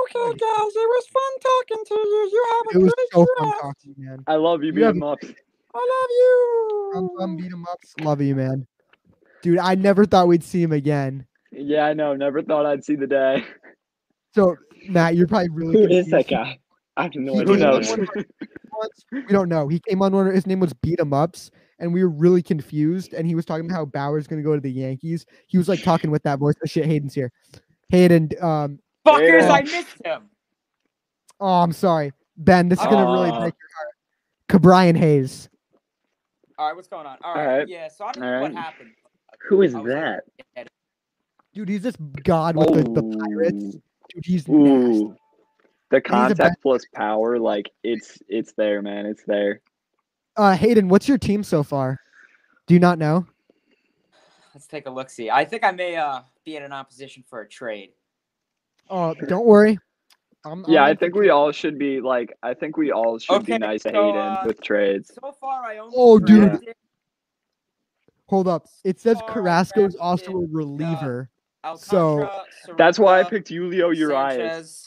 Speaker 5: Okay, guys, it was fun talking to you. You
Speaker 1: It
Speaker 5: have a
Speaker 1: was
Speaker 5: great
Speaker 1: so fun
Speaker 5: draft.
Speaker 1: talking, man.
Speaker 2: I love you,
Speaker 1: You have-
Speaker 2: beat 'em up.
Speaker 5: I love
Speaker 1: I'm,
Speaker 5: you.
Speaker 1: I'm beat 'em ups. Love you, man. Dude, I never thought we'd see him again.
Speaker 2: Yeah, I know. Never thought I'd see the day.
Speaker 1: So Matt, you're probably really
Speaker 2: [LAUGHS]
Speaker 3: Who is
Speaker 1: confused.
Speaker 3: that guy? I have no
Speaker 1: He
Speaker 3: idea.
Speaker 2: Who
Speaker 1: came on
Speaker 2: knows?
Speaker 1: one
Speaker 2: [LAUGHS]
Speaker 1: of our once. We don't know. He came on one. of- His name was Beat 'em Ups, and we were really confused. And he was talking about how Bauer's going to go to the Yankees. He was like talking with that voice. Oh shit, Hayden's here. Hayden, um,
Speaker 4: Fuckers,
Speaker 2: Yeah.
Speaker 4: I missed him.
Speaker 1: oh, I'm sorry, Ben. This is going to really
Speaker 2: Aw.
Speaker 1: break your heart. Cabrian Hayes.
Speaker 4: All right, what's going on? All
Speaker 2: All
Speaker 4: right.
Speaker 2: right.
Speaker 4: Yeah, so I don't
Speaker 2: All
Speaker 4: know what
Speaker 2: right.
Speaker 4: happened.
Speaker 3: Who is
Speaker 4: I was-
Speaker 3: that?
Speaker 1: Dude, he's this god with the, the pirates.
Speaker 2: Oh. Ooh.
Speaker 1: Dude, he's nasty.
Speaker 2: Ooh. The contact plus power, like it's it's there, man. It's there.
Speaker 1: Uh, Hayden, what's your team so far? Do you not know?
Speaker 4: Let's take a look. See, I think I may uh, be in an opposition for a trade.
Speaker 1: Uh, don't worry. I'm,
Speaker 2: Yeah,
Speaker 1: I'm
Speaker 2: I
Speaker 1: in for
Speaker 2: think
Speaker 1: you.
Speaker 2: we all should be like I think we all should
Speaker 4: Okay,
Speaker 2: be nice to
Speaker 4: so,
Speaker 2: Hayden
Speaker 4: uh,
Speaker 2: with trades.
Speaker 4: So far, I only
Speaker 1: Oh, dude.
Speaker 4: drafted
Speaker 1: Hold up. It says
Speaker 4: Sorry,
Speaker 1: Carrasco is
Speaker 4: Brad
Speaker 1: also a
Speaker 4: Pitt.
Speaker 1: reliever.
Speaker 4: Alcantara,
Speaker 2: That's why I
Speaker 4: Soroka,
Speaker 2: picked Julio Urias.
Speaker 4: Sanchez.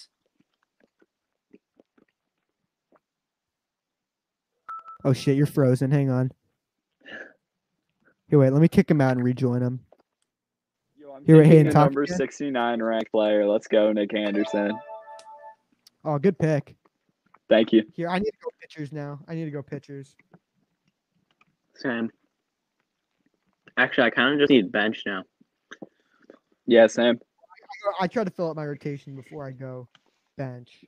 Speaker 1: Oh shit, you're frozen. Hang on. Here, wait. Let me kick him out and rejoin him.
Speaker 2: Yo, I'm
Speaker 1: Here at
Speaker 2: taking
Speaker 1: Hayden
Speaker 2: a
Speaker 1: Top
Speaker 2: number
Speaker 1: Gear.
Speaker 2: 69 ranked player. Let's go, Nick Anderson.
Speaker 1: Oh, good pick.
Speaker 2: Thank you.
Speaker 1: Here, I need to go pitchers now. I need to go pitchers.
Speaker 3: Sam. Actually, I kind of just need bench now.
Speaker 2: Yeah, Sam.
Speaker 1: I try to fill out my rotation before I go bench.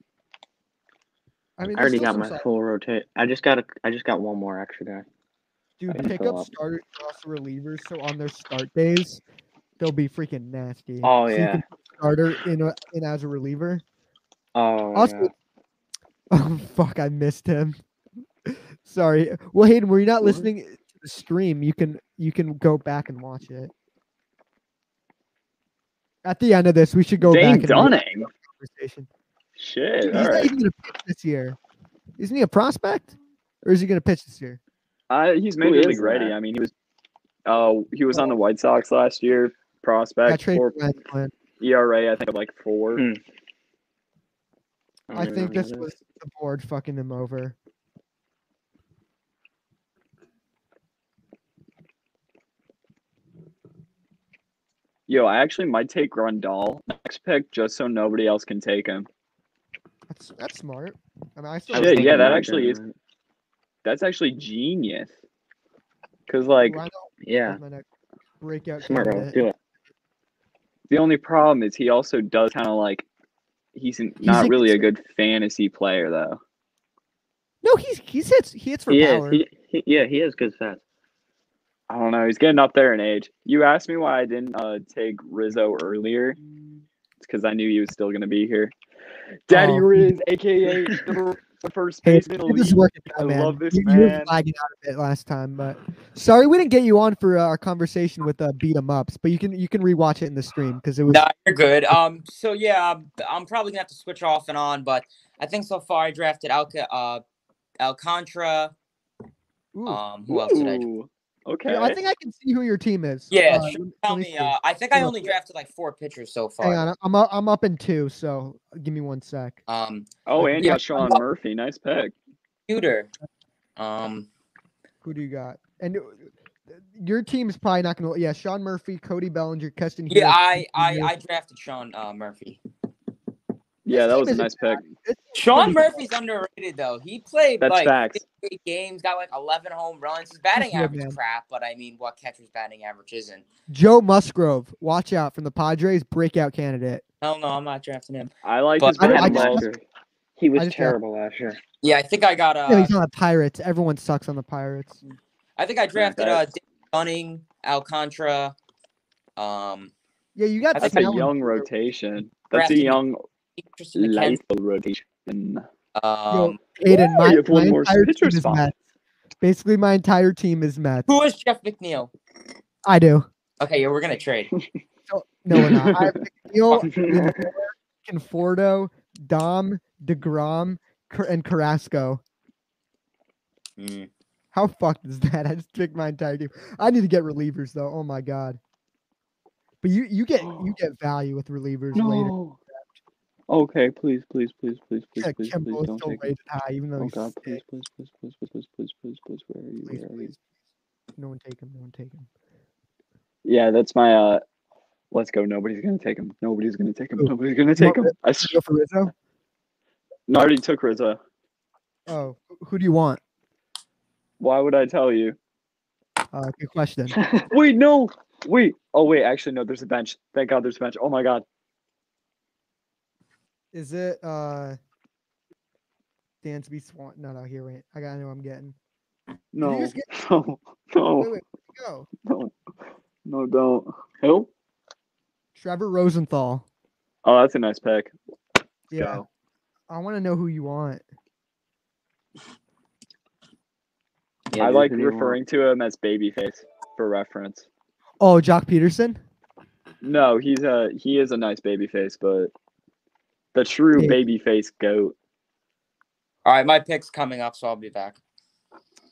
Speaker 1: I mean,
Speaker 3: I already
Speaker 1: there's
Speaker 3: got
Speaker 1: still
Speaker 3: my
Speaker 1: some side-
Speaker 3: full rotate. I just got a. I just got one more extra guy. [LAUGHS] I
Speaker 1: dude
Speaker 3: can
Speaker 1: pick
Speaker 3: fill
Speaker 1: up
Speaker 3: up.
Speaker 1: starters and also relievers. So on their start days, they'll be freaking nasty.
Speaker 3: Oh
Speaker 1: So you [LAUGHS]
Speaker 3: yeah.
Speaker 1: can put starter in, a, in as a reliever.
Speaker 3: Oh
Speaker 1: Also-
Speaker 3: yeah.
Speaker 1: [LAUGHS] Oh fuck, I missed him. [LAUGHS] Sorry. Well, Hayden, were you not
Speaker 3: What?
Speaker 1: listening to the stream? You can you can go back and watch it. At the end of this, we should go
Speaker 2: Dane
Speaker 1: back and have a
Speaker 2: Dunning.
Speaker 1: conversation.
Speaker 2: Shit.
Speaker 1: Dude,
Speaker 2: all
Speaker 1: he's not
Speaker 2: right.
Speaker 1: even gonna pitch this year. Isn't he a prospect? Or is he gonna pitch this year?
Speaker 2: I, he's
Speaker 3: Who
Speaker 2: major
Speaker 3: is
Speaker 2: league ready.
Speaker 3: that?
Speaker 2: I mean, he was uh he was
Speaker 1: Oh.
Speaker 2: on the White Sox last year,
Speaker 1: I
Speaker 2: prospect
Speaker 1: trade
Speaker 2: for ERA, I think of like four.
Speaker 3: Hmm.
Speaker 1: I
Speaker 3: don't
Speaker 1: think
Speaker 3: know
Speaker 1: this
Speaker 3: who
Speaker 1: was the board fucking him over.
Speaker 2: Yo, I actually might take Grandal next pick just so nobody else can take him.
Speaker 1: That's that's smart. I mean I
Speaker 3: I
Speaker 1: still
Speaker 3: was
Speaker 1: like
Speaker 2: Shit, yeah,
Speaker 3: thinking
Speaker 2: that
Speaker 3: about
Speaker 2: actually
Speaker 3: doing
Speaker 2: is-
Speaker 3: that.
Speaker 2: That's actually genius. Cause like
Speaker 1: Ooh, I know
Speaker 3: Yeah,
Speaker 1: my next breakout
Speaker 3: smart bro.
Speaker 1: candidate.
Speaker 3: Do it.
Speaker 2: the only problem is he also does kind of like he's, n-
Speaker 1: He's
Speaker 2: not
Speaker 1: a-
Speaker 2: really a good fantasy player though.
Speaker 1: No, he's he's hits he hits for
Speaker 3: He is.
Speaker 1: power.
Speaker 3: He, he, yeah, he has good stats.
Speaker 2: I don't know. He's getting up there in age. You asked me why I didn't uh, take Rizzo earlier. It's because I knew he was still gonna be here. Daddy
Speaker 1: Oh.
Speaker 2: Riz,
Speaker 1: [LAUGHS]
Speaker 2: aka the first
Speaker 1: Hey,
Speaker 2: baseman. in the
Speaker 1: It is
Speaker 2: league.
Speaker 1: working out,
Speaker 2: I
Speaker 1: man.
Speaker 2: love this
Speaker 1: you, you were
Speaker 2: man.
Speaker 1: lagging out a bit last time, but sorry we didn't get you on for uh, our conversation with uh, beat 'em ups. But you can you can rewatch it in the stream because it was
Speaker 4: Nah, you're good. Um, so yeah, I'm- I'm probably gonna have to switch off and on, but I think so far I drafted Alca, uh, Alcantara.
Speaker 1: Ooh.
Speaker 4: Um, who else did I? Draft?
Speaker 2: Ooh, Okay.
Speaker 1: Here, I think I can see who your team is.
Speaker 4: Yeah,
Speaker 1: Uh,
Speaker 4: sure,
Speaker 1: lem-
Speaker 4: Tell
Speaker 1: let
Speaker 4: me.
Speaker 1: see.
Speaker 4: Uh, I think I
Speaker 1: Hold up.
Speaker 4: only drafted like four pitchers so
Speaker 1: Hang
Speaker 4: far.
Speaker 1: on, I'm up, I'm up in two, so give me one sec.
Speaker 4: Um,
Speaker 2: oh, and you
Speaker 4: Yeah.
Speaker 2: got Sean Murphy. Nice pick.
Speaker 4: Cuter. Um,
Speaker 1: Who do you got? And uh, your team is probably not gonna. Yeah, Sean Murphy, Cody Bellinger, Keston. Hira,
Speaker 4: yeah, I,
Speaker 1: Keith
Speaker 4: I,
Speaker 1: Hughes.
Speaker 4: I drafted Sean uh, Murphy.
Speaker 2: Yeah, that
Speaker 1: team
Speaker 2: was a
Speaker 1: isn't
Speaker 2: nice pick.
Speaker 4: Sean Murphy's underrated though. He played
Speaker 2: That's
Speaker 4: like
Speaker 2: facts.
Speaker 4: 58 games, got like 11 home runs. His batting
Speaker 1: Yeah,
Speaker 4: average
Speaker 1: man.
Speaker 4: is crap, but I mean, what catcher's batting average isn't?
Speaker 1: Joe Musgrove, watch out from the Padres breakout candidate.
Speaker 4: Hell no, I'm not drafting him.
Speaker 2: I like
Speaker 4: But-
Speaker 2: his
Speaker 1: I- I
Speaker 2: batting
Speaker 1: just-
Speaker 2: ball.
Speaker 3: last year. He
Speaker 1: I
Speaker 3: was
Speaker 1: just-
Speaker 3: terrible last year.
Speaker 4: Yeah, I think I got uh,
Speaker 1: yeah, he's on the Pirates. Everyone sucks on the Pirates.
Speaker 4: I think I drafted uh,
Speaker 2: that-
Speaker 4: David Gunning, Alcantara. Um,
Speaker 1: Yeah, you got
Speaker 4: I
Speaker 2: That's
Speaker 4: think
Speaker 1: Snell
Speaker 2: a
Speaker 1: in
Speaker 2: young
Speaker 1: there.
Speaker 4: Grafton.
Speaker 2: rotation. That's a young
Speaker 4: Tristan McKenzie.
Speaker 2: light rotation.
Speaker 4: Um,
Speaker 1: Aiden,
Speaker 2: Why?
Speaker 1: my,
Speaker 2: You have one
Speaker 1: my
Speaker 2: more
Speaker 1: entire team
Speaker 2: pitcher
Speaker 1: is
Speaker 2: spot.
Speaker 1: Mets. Basically, my entire team is Mets.
Speaker 4: who is Jeff McNeil?
Speaker 1: I do.
Speaker 4: Okay, yeah, we're gonna trade.
Speaker 1: No, no we're not.
Speaker 2: [LAUGHS]
Speaker 1: I have McNeil, Conforto, Dom, DeGrom, Car- and Carrasco.
Speaker 4: Mm.
Speaker 1: How fucked is that? [LAUGHS] I just picked my entire team. I need to get relievers though. Oh my god. But you you get you get value with relievers later.
Speaker 2: no. Okay, please, please, please, please,
Speaker 1: Yeah,
Speaker 2: please, please,
Speaker 1: Kempo
Speaker 2: please,
Speaker 1: is
Speaker 2: don't
Speaker 1: still
Speaker 2: take it.
Speaker 1: rated high, even though
Speaker 2: Oh
Speaker 1: he's
Speaker 2: God, please,
Speaker 1: sick.
Speaker 2: please, please, please, please, please, please, please, please, where are you?
Speaker 1: Please,
Speaker 2: Where are you?
Speaker 1: please. No one take him. No one take him.
Speaker 2: Yeah, that's my. uh Let's go. Nobody's gonna take him. Nobody's gonna take him.
Speaker 1: Who?
Speaker 2: Nobody's gonna take him.
Speaker 1: Rizzo?
Speaker 2: I s-
Speaker 1: Go for Rizzo.
Speaker 2: no, I already took Rizzo.
Speaker 1: Oh, wh- who do you want?
Speaker 2: Why would I
Speaker 1: [LAUGHS]
Speaker 2: tell you?
Speaker 1: Uh, good question.
Speaker 2: Wait, no. Wait. Oh, wait. Actually, no. There's a bench. Thank God, there's a bench. Oh my God.
Speaker 1: Is it uh Dansby Swan? No, no, here wait. I gotta know what I'm getting. you
Speaker 2: No.
Speaker 1: just get-
Speaker 2: [LAUGHS] No.
Speaker 1: Wait,
Speaker 2: No.
Speaker 1: wait, where'd it go.
Speaker 2: No. No. Don't. Help.
Speaker 1: Trevor Rosenthal.
Speaker 2: Oh, that's a nice pick.
Speaker 1: Yeah.
Speaker 2: Go.
Speaker 1: I want to know who you want.
Speaker 3: Yeah,
Speaker 2: I
Speaker 3: dude,
Speaker 2: like
Speaker 3: who do you want?
Speaker 2: referring to him as babyface for reference.
Speaker 1: Oh, Jock Peterson.
Speaker 2: No, he's a he is a nice babyface, but the true
Speaker 1: Yeah.
Speaker 2: babyface goat.
Speaker 4: All right, my pick's coming up, so I'll be back.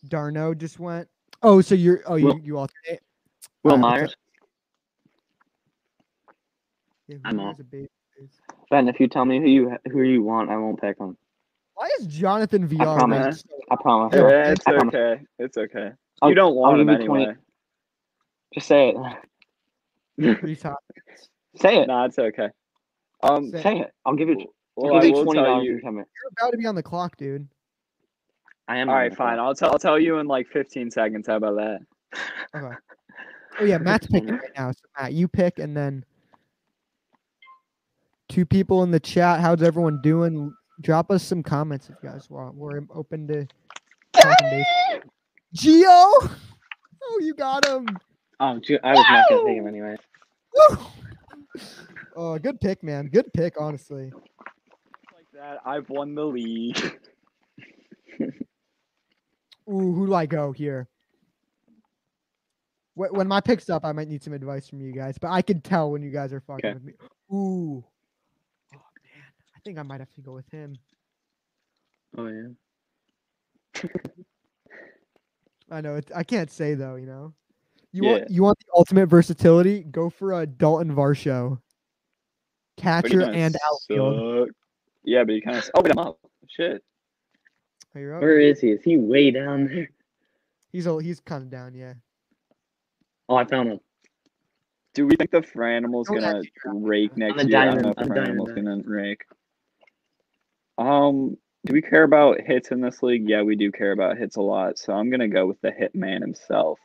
Speaker 1: Darno just went. Oh, so you're. Oh, you
Speaker 3: Will-
Speaker 1: you alternate.
Speaker 3: Will
Speaker 1: Alright,
Speaker 3: Myers.
Speaker 1: Yeah, who
Speaker 3: I'm
Speaker 1: is
Speaker 3: off.
Speaker 1: a baby face?
Speaker 3: Ben, if you tell me who you who you want, I won't pick him.
Speaker 1: Why is Jonathan VR?
Speaker 3: promise.
Speaker 1: ranked so-
Speaker 3: I promise.
Speaker 1: Yeah.
Speaker 2: Yeah, it's
Speaker 3: I promise.
Speaker 2: okay. It's okay.
Speaker 3: I'll-
Speaker 2: you don't want
Speaker 3: I'll
Speaker 2: him
Speaker 3: give you 20
Speaker 2: anyway.
Speaker 3: Just say it. [LAUGHS]
Speaker 1: three top?
Speaker 3: Say it.
Speaker 2: Nah, it's okay. Um,
Speaker 1: Say-
Speaker 3: Say it. I'll give you.
Speaker 2: well,
Speaker 3: I'll
Speaker 2: I
Speaker 3: give you
Speaker 2: will
Speaker 3: twenty
Speaker 2: tell
Speaker 3: dollars.
Speaker 2: you.
Speaker 1: You're about to be on the clock, dude.
Speaker 3: I am.
Speaker 2: All
Speaker 3: on
Speaker 2: right,
Speaker 3: the
Speaker 2: fine.
Speaker 3: clock.
Speaker 2: I'll tell. I'll tell you in like 15 seconds. How about that?
Speaker 1: Okay. Oh yeah, Matt's picking right now. So Matt, you pick, and then two people in the chat. How's everyone doing? Drop us some comments if you guys want. We're open to. talking baseball. Geo. Oh, you got him.
Speaker 3: Oh, gee, I was not gonna pick him anyway.
Speaker 1: Woo! Oh, good pick, man. Good pick, honestly.
Speaker 2: Like that, I've won the [LAUGHS] league.
Speaker 1: Ooh, who do I go here? Wh- When my pick's up, I might need some advice from you guys, but I can tell when you guys are fucking
Speaker 2: Okay.
Speaker 1: with me. Ooh. Oh, man. I think I might have to go with him.
Speaker 3: Oh yeah.
Speaker 1: I know. It's, I can't say, though, you know? You,
Speaker 2: Yeah.
Speaker 1: want, you want the ultimate versatility? Go for a Dalton Varsho.
Speaker 2: But
Speaker 1: Catcher
Speaker 2: he kinda
Speaker 1: and outfield.
Speaker 2: sucked. Yeah, but you kind of. Oh, wait, I'm up. Shit.
Speaker 1: Oh, you're up.
Speaker 3: Where is he? Is he way down there?
Speaker 1: He's, a, he's kind of down, yeah.
Speaker 3: Oh, I found him.
Speaker 2: Do we think the Franimal's
Speaker 1: Don't
Speaker 2: gonna
Speaker 1: actually draft
Speaker 2: rake next
Speaker 3: a
Speaker 2: year? I don't
Speaker 3: diamond.
Speaker 2: know if the
Speaker 3: I'm a diamond
Speaker 2: Franimal's
Speaker 3: back.
Speaker 2: gonna rake. Um, do we care about hits in this league? Yeah, we do care about hits a lot. So I'm gonna go with the hit man himself.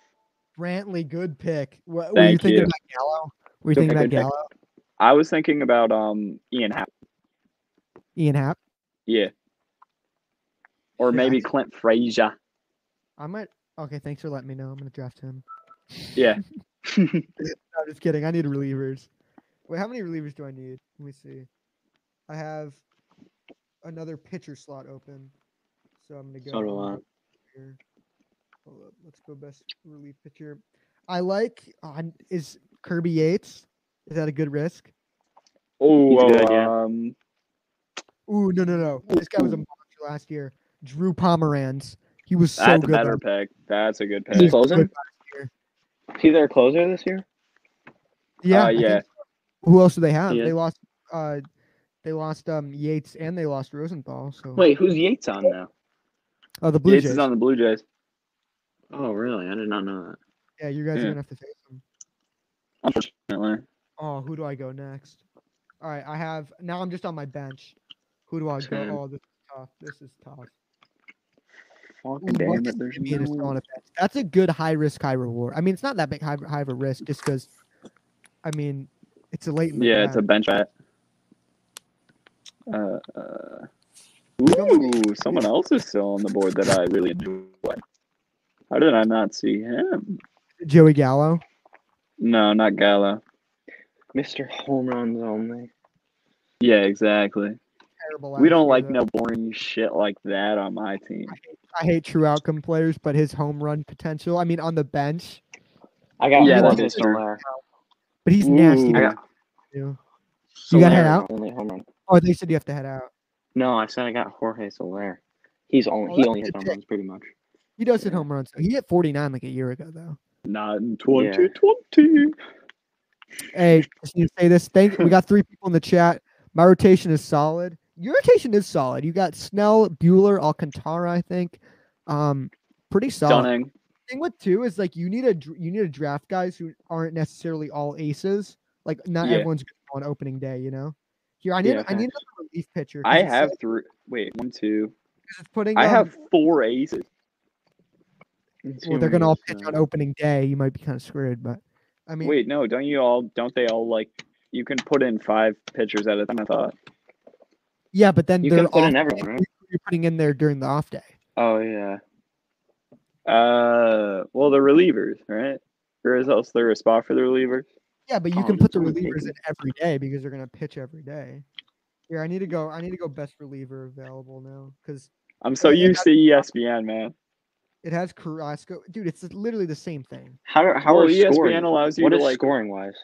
Speaker 1: Brantley, good pick. What, were you
Speaker 2: Thank
Speaker 1: thinking
Speaker 2: you.
Speaker 1: about Gallo? Were you
Speaker 2: Good
Speaker 1: thinking
Speaker 2: pick,
Speaker 1: about
Speaker 2: good pick.
Speaker 1: Gallo?
Speaker 2: I was thinking about um Ian Happ.
Speaker 1: Ian Happ?
Speaker 2: Yeah. Or
Speaker 1: Yeah, I
Speaker 2: maybe
Speaker 1: think-
Speaker 2: Clint Frazier.
Speaker 1: I might. Okay, thanks for letting me know. I'm gonna draft him.
Speaker 2: Yeah.
Speaker 1: [LAUGHS] No, I'm just kidding. I need relievers. Wait, how many relievers do I need? Let me see. I have another pitcher slot open, so I'm gonna go.
Speaker 3: So do
Speaker 1: I'm
Speaker 3: I.
Speaker 1: gonna go here. Hold up. Let's go best relief pitcher. I like. oh, I- is Kirby Yates? Is that a good risk?
Speaker 2: Oh,
Speaker 3: He's
Speaker 1: uh,
Speaker 3: good, yeah.
Speaker 2: um,
Speaker 1: Ooh, no, no, no. This guy was a monster last year. Drew Pomeranz. He was so
Speaker 2: that's a
Speaker 1: good.
Speaker 2: better
Speaker 1: last-
Speaker 2: pick. That's a good
Speaker 1: he was good
Speaker 2: pick.
Speaker 3: Closing?
Speaker 1: last year.
Speaker 3: Is he their closer this year?
Speaker 1: Yeah.
Speaker 2: Uh,
Speaker 1: I think
Speaker 2: yeah.
Speaker 1: Who else do they have?
Speaker 3: Yeah.
Speaker 1: They lost. Uh, they lost um Yates and they lost Rosenthal. So
Speaker 3: Wait, who's Yates on now?
Speaker 1: oh, the Blue
Speaker 2: Yates
Speaker 1: Jays.
Speaker 2: is on the Blue Jays.
Speaker 3: Oh, really? I did not know that.
Speaker 1: yeah, you guys are
Speaker 2: yeah.
Speaker 1: gonna have to face them.
Speaker 2: Unfortunately.
Speaker 1: Oh, who do I go next? All right, I have now. I'm just on my bench. Who do I
Speaker 2: Same.
Speaker 1: go? Oh, this is tough. This is tough.
Speaker 2: Fucking
Speaker 1: Ooh,
Speaker 2: damn
Speaker 1: Marcus
Speaker 2: it, there's
Speaker 1: Simeon is still
Speaker 2: no-
Speaker 1: on a bench. That's a good high risk, high reward. I mean, it's not that big high, high of a risk, just because. I mean, it's a late. In the
Speaker 2: Yeah, it's a
Speaker 1: draft.
Speaker 2: bench bat. Uh, uh,
Speaker 1: Somebody-
Speaker 2: ooh, someone else is still on the board that I really enjoy. How did I not see him?
Speaker 1: Joey Gallo.
Speaker 2: No, not Gallo.
Speaker 3: Mr. Home Runs Only.
Speaker 2: Yeah, exactly.
Speaker 1: Terrible.
Speaker 2: We
Speaker 1: last
Speaker 2: don't
Speaker 1: year,
Speaker 2: like
Speaker 1: though.
Speaker 2: no boring shit like that on my team.
Speaker 1: I hate true outcome players, but his home run potential. I mean, on the bench,
Speaker 3: I got
Speaker 1: Yeah, that's
Speaker 3: yeah, one
Speaker 2: true.
Speaker 3: pistol there.
Speaker 1: but he's nasty.
Speaker 2: Ooh.
Speaker 3: I got-
Speaker 1: too. You gotta head
Speaker 3: Soler
Speaker 1: out?
Speaker 3: Only home run.
Speaker 1: Oh, they said you have to head out.
Speaker 3: No, I said I got Jorge Soler. He's only
Speaker 1: Oh,
Speaker 3: he
Speaker 1: that's
Speaker 3: only
Speaker 1: a
Speaker 3: hits
Speaker 1: good
Speaker 3: home
Speaker 1: pick.
Speaker 3: runs pretty much.
Speaker 1: He does hit home runs. He hit 49 like a year ago, though.
Speaker 2: Not in 2020.
Speaker 1: Hey, just need to say this. Thank we got three people in the chat. My rotation is solid. Your rotation is solid. You got Snell, Bueller, Alcantara. I think, um, pretty solid.
Speaker 2: Stunning.
Speaker 1: thing with two is like you need a dr- you need to draft guys who aren't necessarily all aces. Like not
Speaker 2: Yeah.
Speaker 1: everyone's going on opening day, you know. Here I need
Speaker 3: Yeah,
Speaker 1: I need another relief pitcher. 'cause
Speaker 2: I
Speaker 1: it's,
Speaker 2: have
Speaker 1: like,
Speaker 2: three. Wait, one, two.
Speaker 1: it's putting.
Speaker 2: I
Speaker 1: um,
Speaker 2: have four aces.
Speaker 1: Well, they're gonna all pitch on opening day. You might be kind of screwed, but I mean,
Speaker 2: Wait, no, don't you all? Don't they all like? You can put in five pitchers at a time. I thought.
Speaker 1: yeah, but then
Speaker 3: You
Speaker 1: they're
Speaker 3: can put
Speaker 1: off
Speaker 3: in
Speaker 1: day.
Speaker 3: everyone, right?
Speaker 1: You're putting in there during the off day.
Speaker 3: Oh yeah.
Speaker 2: Uh, well, the relievers, right? Or is else there a spot for the relievers?
Speaker 1: Yeah, but you
Speaker 3: Oh,
Speaker 1: can
Speaker 3: that's
Speaker 1: put the
Speaker 3: only
Speaker 1: relievers
Speaker 3: taking-
Speaker 1: in every day because they're gonna pitch every day. Here, I need to go. I need to go best reliever available now because
Speaker 2: I'm so
Speaker 1: Yeah,
Speaker 2: used to E ESPN, man.
Speaker 1: it has Carrasco. Dude, it's literally the same thing.
Speaker 3: How do- how
Speaker 2: well, E
Speaker 3: are
Speaker 2: ESPN
Speaker 3: scoring?
Speaker 2: allows you
Speaker 3: What
Speaker 2: to
Speaker 3: is
Speaker 2: like.
Speaker 3: scoring wise?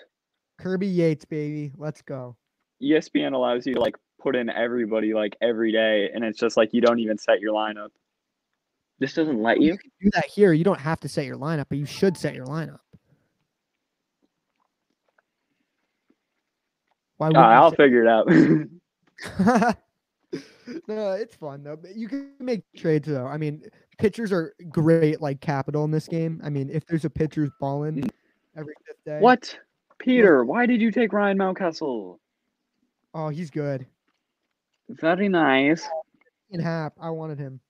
Speaker 1: Kirby Yates, baby, let's go.
Speaker 2: ESPN allows you to like put in everybody like every day, and it's just like you don't even set your lineup.
Speaker 3: This doesn't let
Speaker 1: Well,
Speaker 3: you.
Speaker 1: You can do that here. You don't have to set your lineup, but you should set your lineup. Why
Speaker 2: Uh, I'll
Speaker 1: would
Speaker 2: figure it out.
Speaker 1: [LAUGHS]
Speaker 2: [LAUGHS]
Speaker 1: No, it's fun though. But you can make trades though. I mean, pitchers are great like capital in this game. I mean, if there's a pitcher's balling every fifth day.
Speaker 2: Mm. what, Peter? Why did you take Ryan Mountcastle?
Speaker 1: Oh, he's good.
Speaker 2: Very nice.
Speaker 1: In half, I wanted him.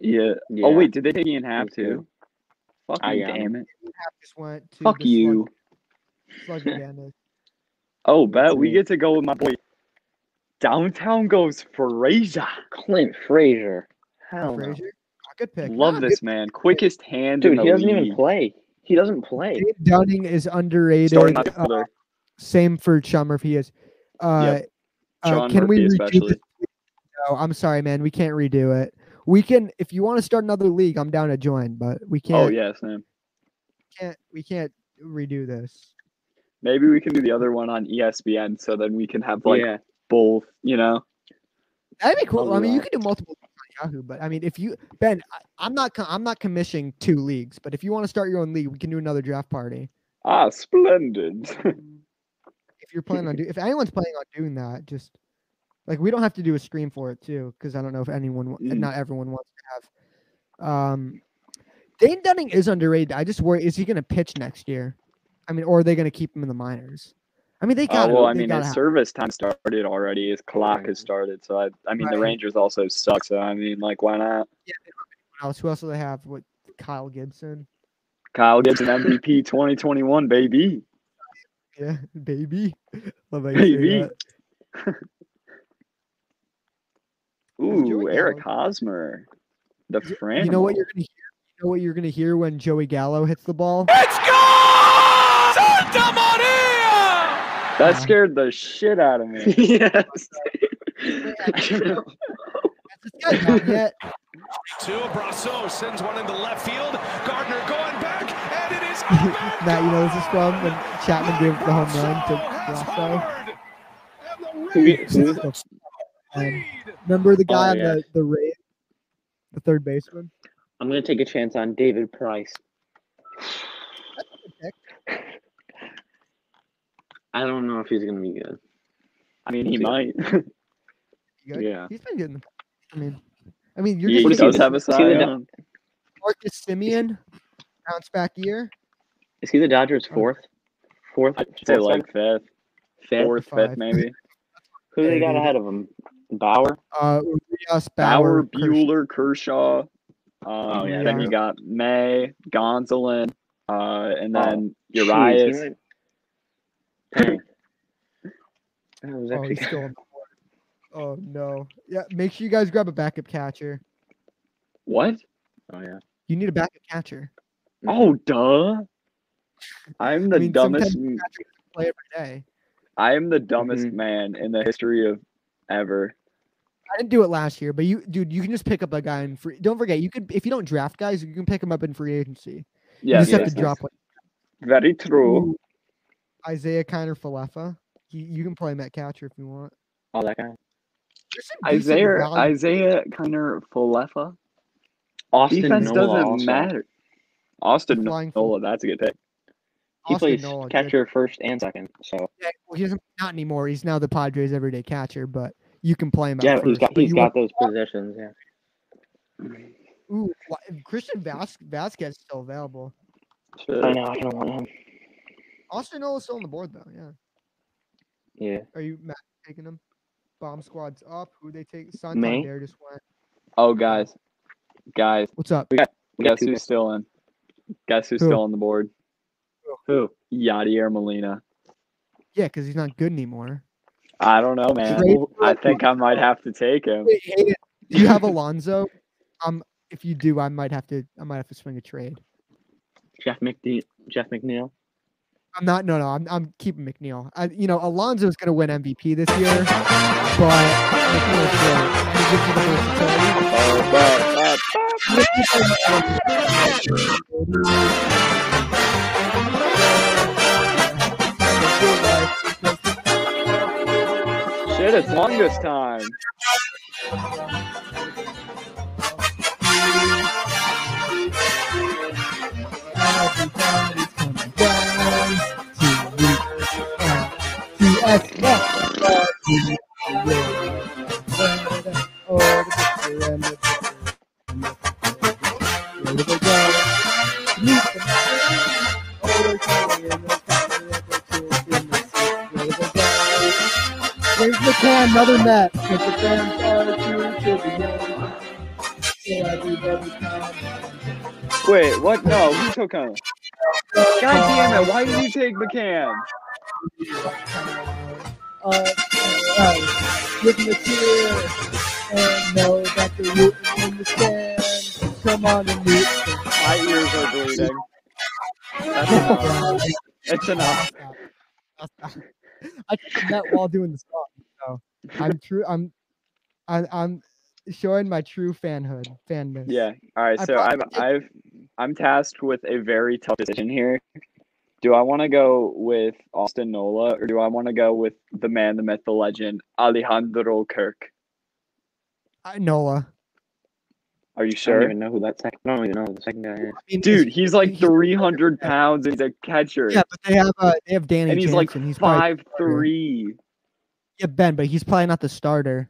Speaker 2: Yeah.
Speaker 3: Yeah.
Speaker 2: Oh wait, did they take Ian Happ
Speaker 3: Me too.
Speaker 2: too? Fucking
Speaker 3: I got
Speaker 2: damn it!
Speaker 1: Half just went to
Speaker 2: Fuck
Speaker 1: the
Speaker 2: you.
Speaker 1: Slug, slug
Speaker 2: [LAUGHS]
Speaker 1: again.
Speaker 2: Oh, bet we
Speaker 3: me.
Speaker 2: get to go with my boy. Downtown goes Frazier.
Speaker 3: Clint Frazier. Hell no.
Speaker 1: Frazier. Good pick.
Speaker 2: Love
Speaker 1: Nah,
Speaker 2: this man. Quickest hand in
Speaker 3: Dude,
Speaker 2: the
Speaker 3: he doesn't
Speaker 2: league.
Speaker 3: even play. He doesn't play.
Speaker 1: Dave Dunning is underrated.
Speaker 2: Starting
Speaker 1: Uh,
Speaker 2: outfielder.
Speaker 1: same for Sean Murphy is. Uh, uh,
Speaker 2: Sean
Speaker 1: can we
Speaker 2: Murphy
Speaker 1: redo
Speaker 2: especially.
Speaker 1: this? No, I'm sorry, man. We can't redo it. We can, if you want to start another league, I'm down to join, but we can't.
Speaker 2: Oh yes, man.
Speaker 1: Can't, we can't redo this.
Speaker 2: Maybe we can do the other one on E ESPN, so then we can have like
Speaker 3: yeah.
Speaker 2: both. You know,
Speaker 1: That'd be cool.
Speaker 3: I'll
Speaker 1: I
Speaker 3: do
Speaker 1: mean, you
Speaker 3: that.
Speaker 1: could do multiple leagues on Yahoo, but I mean, if you Ben, I, I'm not, co- I'm not commissioning two leagues, but if you want to start your own league, we can do another draft party.
Speaker 2: ah, splendid.
Speaker 1: If you're planning on do, if anyone's planning on doing that, just like we don't have to do a screen for it too, because I don't know if anyone, wa-
Speaker 2: Mm.
Speaker 1: not everyone wants to have. Um, Dane Dunning is underrated. I just worry, is he going to pitch next year? I mean, or are they going to keep him in the minors? I mean, they
Speaker 2: [LAUGHS] Oh
Speaker 1: got.
Speaker 2: well, I mean,
Speaker 1: got
Speaker 2: his service time started already. His clock has started, so I, I mean, the
Speaker 1: Right.
Speaker 2: Rangers also suck. So I mean, like, why not?
Speaker 1: else. Who else do they have? What Kyle Gibson?
Speaker 2: Kyle gets an MVP 2021, baby.
Speaker 1: Yeah, [LAUGHS] baby. Love how you say
Speaker 2: Baby.
Speaker 1: that. Joey
Speaker 2: Ooh, Eric
Speaker 1: Gallo.
Speaker 2: Hosmer, the Fran.
Speaker 1: You know what you're going to hear. You know what you're going to hear when Joey Gallo hits the ball.
Speaker 2: That scared the shit out of [LAUGHS]
Speaker 3: [LAUGHS]
Speaker 2: me.
Speaker 3: yes.
Speaker 1: This guy's not yet.
Speaker 6: Two, Brasso sends one into left field. Gardner going back, and
Speaker 1: [LAUGHS]
Speaker 6: it is
Speaker 1: Matt, you know this is from when Chapman gave the home run to Rosso.
Speaker 3: Who-
Speaker 1: Um, remember the guy
Speaker 3: Oh,
Speaker 1: on
Speaker 3: yeah.
Speaker 1: the the Rays, the third baseman.
Speaker 3: I'm gonna take a chance on David Price. I don't know if he's gonna be good.
Speaker 2: I mean, he might. [LAUGHS]
Speaker 1: You guys-
Speaker 2: Yeah.
Speaker 1: He's been getting. I mean, I mean, you're
Speaker 2: He,
Speaker 1: just
Speaker 3: What is he,
Speaker 2: does
Speaker 1: thinking
Speaker 3: the-
Speaker 2: have a
Speaker 3: is he
Speaker 2: Cy
Speaker 3: the-
Speaker 2: Young.
Speaker 1: Marcus Simeon bounce back year.
Speaker 3: Is he the Dodgers fourth? Fourth?
Speaker 2: I'd say
Speaker 3: fourth
Speaker 2: like fifth.
Speaker 3: Fifth.
Speaker 2: fourth,
Speaker 1: Five.
Speaker 2: fifth, maybe.
Speaker 3: Who they got ahead of him? Bauer.
Speaker 1: Uh, Urias, Bauer,
Speaker 2: Bauer, [LAUGHS]
Speaker 1: Kersh-
Speaker 2: Bueller, Kershaw. Uh,
Speaker 3: Oh, yeah,
Speaker 2: Then
Speaker 1: yeah.
Speaker 2: you got May, Gonzalez, uh, and
Speaker 3: Oh,
Speaker 2: then
Speaker 3: Jeez,
Speaker 2: Urias.
Speaker 3: you're right. [CLEARS THROAT] Dang. That was
Speaker 1: Oh,
Speaker 3: actually
Speaker 1: he's still on the board. Oh no! Yeah, make sure you guys grab a backup catcher.
Speaker 2: What?
Speaker 3: Oh yeah.
Speaker 1: You need a backup catcher.
Speaker 2: Oh, duh. I'm the
Speaker 1: mean,
Speaker 2: dumbest.
Speaker 1: Catcher doesn't play every day.
Speaker 2: I am the dumbest
Speaker 1: Mm-hmm.
Speaker 2: man in the history of ever.
Speaker 1: I didn't do it last year, but you, dude, you can just pick up a guy in free. Don't forget, you could if you don't draft guys, you can pick them up in free agency. you just
Speaker 2: Yes,
Speaker 3: yeah,
Speaker 1: have
Speaker 2: yes,
Speaker 1: to
Speaker 3: that's
Speaker 1: drop like
Speaker 2: very true.
Speaker 1: Ooh, Isaiah Kiner Falefa. You, you can play him at catcher if you want.
Speaker 3: Oh that guy.
Speaker 1: There's some decent
Speaker 2: Isaiah,
Speaker 1: value-
Speaker 2: Isaiah Kiner Folefa.
Speaker 3: Austin
Speaker 2: Defense
Speaker 3: Nola
Speaker 2: doesn't
Speaker 3: also.
Speaker 2: matter. Austin
Speaker 1: Flying
Speaker 2: Nola, that's a good pick.
Speaker 3: He
Speaker 1: Austin
Speaker 3: plays
Speaker 1: Nola, dude.
Speaker 3: catcher first and second. So
Speaker 1: Yeah, well, he doesn't not anymore. He's now the Padres' everyday catcher, but you can play him. at
Speaker 3: yeah, but he's
Speaker 1: first,
Speaker 3: got
Speaker 1: but
Speaker 3: he's
Speaker 1: you
Speaker 3: got those positions. Yeah.
Speaker 1: want- ooh, Wa- Christian Vas- Vasquez is still available.
Speaker 2: Shit.
Speaker 3: I know. I don't want him.
Speaker 1: Austin Nola's still on the board though. Yeah,
Speaker 3: Yeah.
Speaker 1: are you Matt, taking him? Bomb squad's up. Who they take?
Speaker 3: May?
Speaker 1: Santander just went.
Speaker 2: Oh, guys, guys,
Speaker 1: What's up?
Speaker 3: We got
Speaker 2: guess
Speaker 3: two
Speaker 2: who's
Speaker 3: picks.
Speaker 2: still in? Guess who's
Speaker 1: Who?
Speaker 2: still on the board?
Speaker 3: Who?
Speaker 2: Yadier Molina.
Speaker 1: Yeah, because he's not good anymore.
Speaker 2: I don't know, man.
Speaker 1: Trade
Speaker 2: I think I might have to take
Speaker 1: [LAUGHS]
Speaker 2: him.
Speaker 1: Wait, Hayden, do you have Alonzo? Um, if you do, I might have to. I might have to swing a trade.
Speaker 3: Jeff McNeil. Jeff McNeil.
Speaker 1: I'm not. No, no. I'm. I'm keeping McNeil. I, you know, Alonzo's gonna win MVP this year, but McNeil's great. He gives you the versatility.
Speaker 2: Oh, but- but-
Speaker 1: I'm gonna keep Alonzo.
Speaker 2: Shit, it's long this time.
Speaker 1: Everybody's coming down to root us, to us, us, us, to the world. Oh, the picture and the picture and the picture. Where do they go? Meet the man. Oh, they're coming in, they're coming in, they're chasing us. Where do they go? There's McCann, another net. Cause the fans are too trivial. So everybody comes.
Speaker 2: Wait, what? No, who took him? God damn it! Why did you take McCann?
Speaker 1: uh, uh, give them a cheer and know that they're rooting in the stand. Come on and root.
Speaker 2: My ears are bleeding.
Speaker 1: [LAUGHS]
Speaker 2: That's enough. It's enough.
Speaker 1: [LAUGHS] I took a net while doing the song, so I'm true. I'm, I, I'm showing my true fanhood, fanness.
Speaker 2: Yeah. All right.
Speaker 1: I
Speaker 2: So I'm
Speaker 1: probably-
Speaker 2: I've I'm tasked with a very tough decision here. Do I want to go with Austin Nola or do I want to go with the man, the myth, the legend, Alejandro Kirk?
Speaker 1: I, Nola.
Speaker 2: Are you
Speaker 3: I don't
Speaker 2: sure?
Speaker 3: even know who that second. I don't even know who the second guy is.
Speaker 1: I mean, it's-
Speaker 2: Dude, he's like
Speaker 1: he's-
Speaker 2: 300 pounds and he's a catcher.
Speaker 1: Yeah, but they have uh, they have Danny
Speaker 2: And he's like
Speaker 1: Jansen. he's probably
Speaker 2: Five three.
Speaker 1: yeah, Ben, but he's probably not the starter.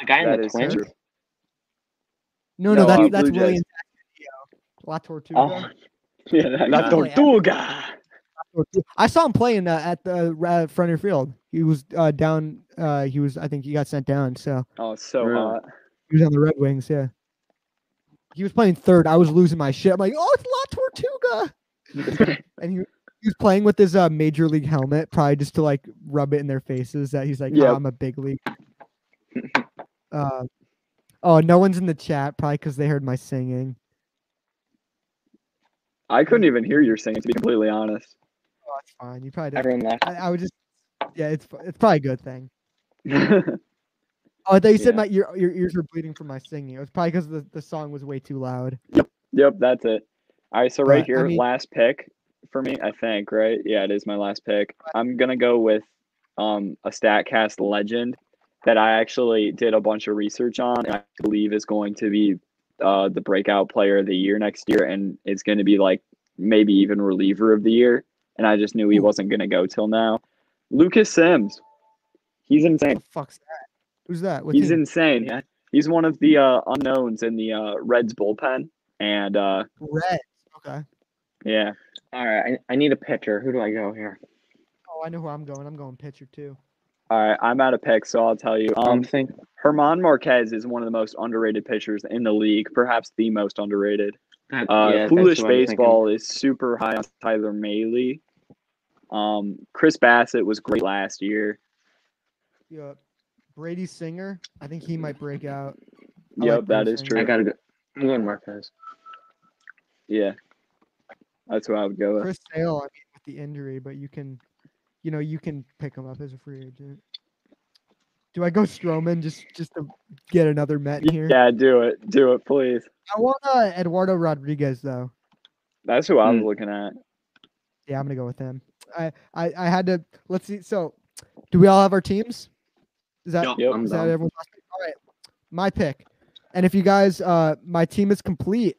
Speaker 3: The guy in
Speaker 2: That
Speaker 3: the
Speaker 2: is
Speaker 3: Twins.
Speaker 2: true.
Speaker 1: No, no,
Speaker 2: No,
Speaker 1: that's
Speaker 2: uh,
Speaker 1: that's
Speaker 2: Blue Jays. Uh-huh.
Speaker 1: William. La Tortuga.
Speaker 3: Oh,
Speaker 2: Yeah, that, La
Speaker 1: He's only-
Speaker 2: Tortuga.
Speaker 1: or two- I saw him playing uh, at the uh, Frontier Field. He was uh, down. Uh, he was. I think he got sent down. So
Speaker 2: Oh, so
Speaker 3: Really?
Speaker 2: hot.
Speaker 1: he was on the Red Wings. Yeah. He was playing third. I was losing my shit. I'm like, oh, it's La Tortuga, and he, he was playing with his uh, major league helmet, probably just to like rub it in their faces that he's like, yeah,
Speaker 2: Yep.
Speaker 1: I'm a big league. uh, oh, no one's in the chat, probably because they heard my singing.
Speaker 2: I couldn't even hear your singing, to be completely honest. [LAUGHS]
Speaker 1: Oh, it's fine. You probably didn't.
Speaker 3: Everyone left.
Speaker 1: I, I would just, yeah, it's it's probably a good thing.
Speaker 2: yeah,
Speaker 1: Oh, I thought you said
Speaker 3: Yeah.
Speaker 1: my your your ears were bleeding from my singing. It was probably because the, the song was way too loud.
Speaker 2: Yep, that's it. All right, so right
Speaker 1: But, I
Speaker 2: here,
Speaker 1: mean-
Speaker 2: last pick for me, I think, right? Yeah, it is my last pick. I'm gonna go with um a Statcast legend that I actually did a bunch of research on and I believe is going to be uh the breakout player of the year next year and it's gonna be like maybe even reliever of the year. And I just knew
Speaker 1: Hmm.
Speaker 2: he wasn't gonna go till now. Lucas Sims. He's insane. [LAUGHS]
Speaker 1: The fuck's that? Who's that? What
Speaker 2: He's
Speaker 1: team?
Speaker 2: insane. Yeah. He's one of the uh, unknowns in the uh, Reds bullpen. And uh,
Speaker 1: red. Okay.
Speaker 2: yeah,
Speaker 3: All right, I, I need a pitcher. Who do I go here?
Speaker 1: Oh, I know who I'm going. I'm going pitcher too.
Speaker 2: All right, I'm out of picks, so I'll tell you.
Speaker 3: I'm
Speaker 2: Um,
Speaker 3: thinking
Speaker 2: Herman Marquez is one of the most underrated pitchers in the league, perhaps the most underrated.
Speaker 3: that,
Speaker 2: Uh,
Speaker 3: yeah, that's
Speaker 2: Foolish
Speaker 3: what I'm thinking.
Speaker 2: Baseball is super high on Tyler Maley. Um, Chris Bassett was great last year.
Speaker 1: Yeah. Brady Singer. I think he might break out. I
Speaker 2: Yep,
Speaker 1: like
Speaker 2: that
Speaker 1: Brady
Speaker 2: is
Speaker 1: Singer.
Speaker 2: true.
Speaker 3: I gotta go. I'm going Marquez.
Speaker 2: yeah, that's what I would go with.
Speaker 1: Chris Sale, I mean, with the injury, but you can, you know, you can pick him up as a free agent. Do I go Stroman just just to get another Met in here?
Speaker 2: Yeah, do it, do it, please.
Speaker 1: I want uh, Eduardo Rodriguez though.
Speaker 2: That's who I was
Speaker 3: Hmm.
Speaker 2: looking at.
Speaker 1: Yeah, I'm gonna go with him. I I, I had to. Let's see. So, do we all have our teams? Is that
Speaker 3: Yup,
Speaker 2: Yep.
Speaker 3: I'm
Speaker 1: Is that
Speaker 3: done.
Speaker 1: everyone's last pick? All right, my pick. And if you guys, uh, my team is complete,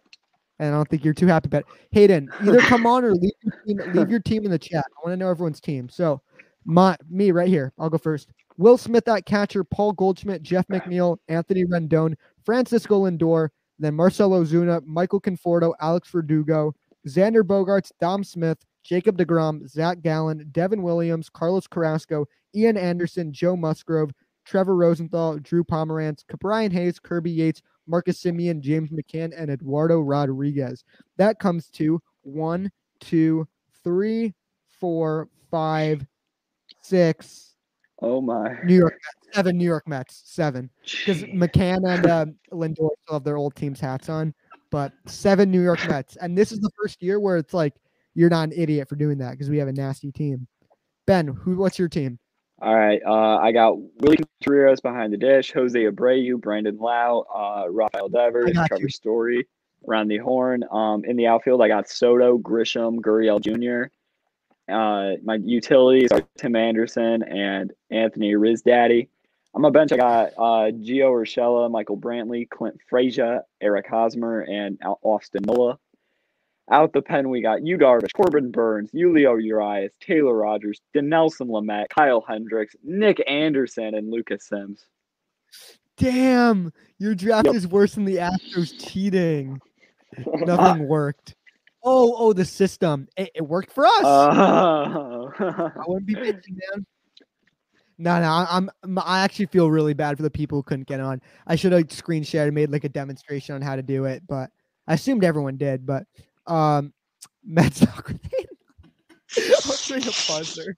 Speaker 1: and I don't think you're too happy about it. Hayden, either come on or leave your team, leave your team in the chat. I want to know everyone's team. So, my me right here. I'll go first. Will Smith at catcher, Paul Goldschmidt, Jeff McNeil, Anthony Rendon, Francisco Lindor, then Marcelo Zuna, Michael Conforto, Alex Verdugo, Xander Bogarts, Dom Smith, Jacob DeGrom, Zach Gallen, Devin Williams, Carlos Carrasco, Ian Anderson, Joe Musgrove, Trevor Rosenthal, Drew Pomerantz, Brian Hayes, Kirby Yates, Marcus Simeon, James McCann, and Eduardo Rodriguez. That comes to one, two, three, four, five, six.
Speaker 2: Oh my.
Speaker 1: New York Mets, seven New York Mets, seven. Because
Speaker 3: Jeez.
Speaker 1: McCann and uh, Lindor still have their old team's hats on, but seven New York Mets. And this is the first year where it's like you're not an idiot for doing that because we have a nasty team. Ben, who? What's your team?
Speaker 2: All right, uh, I got Willie Contreras behind the dish, Jose Abreu, Brandon Lau, uh, Rafael Devers,
Speaker 1: got
Speaker 2: Trevor
Speaker 1: you.
Speaker 2: Story, around the horn. Um, in the outfield, I got Soto, Grisham, Gurriel Jr. Uh, my utilities are Tim Anderson and Anthony Rizdaddy. On my bench, I got uh, Gio Urshela, Michael Brantley, Clint Frazier, Eric Hosmer, and Al- Austin Mulla. Out the pen, we got Yu Darvish, Corbin Burns, Julio Urias, Taylor Rogers, Denelson Lamette, Kyle Hendricks, Nick Anderson, and Lucas Sims.
Speaker 1: Damn, your draft
Speaker 2: Yep.
Speaker 1: is worse than the Astros cheating. Nothing worked. Oh, oh, the system. It, it worked for us.
Speaker 2: Uh, Oh.
Speaker 1: I wouldn't be bitching, man. No, no, I- I'm, I'm. I actually feel really bad for the people who couldn't get on. I should have screen shared and made like a demonstration on how to do it, but I assumed everyone did. But um, [LAUGHS] Matt's not gonna- I'll [LAUGHS] bring a buzzer.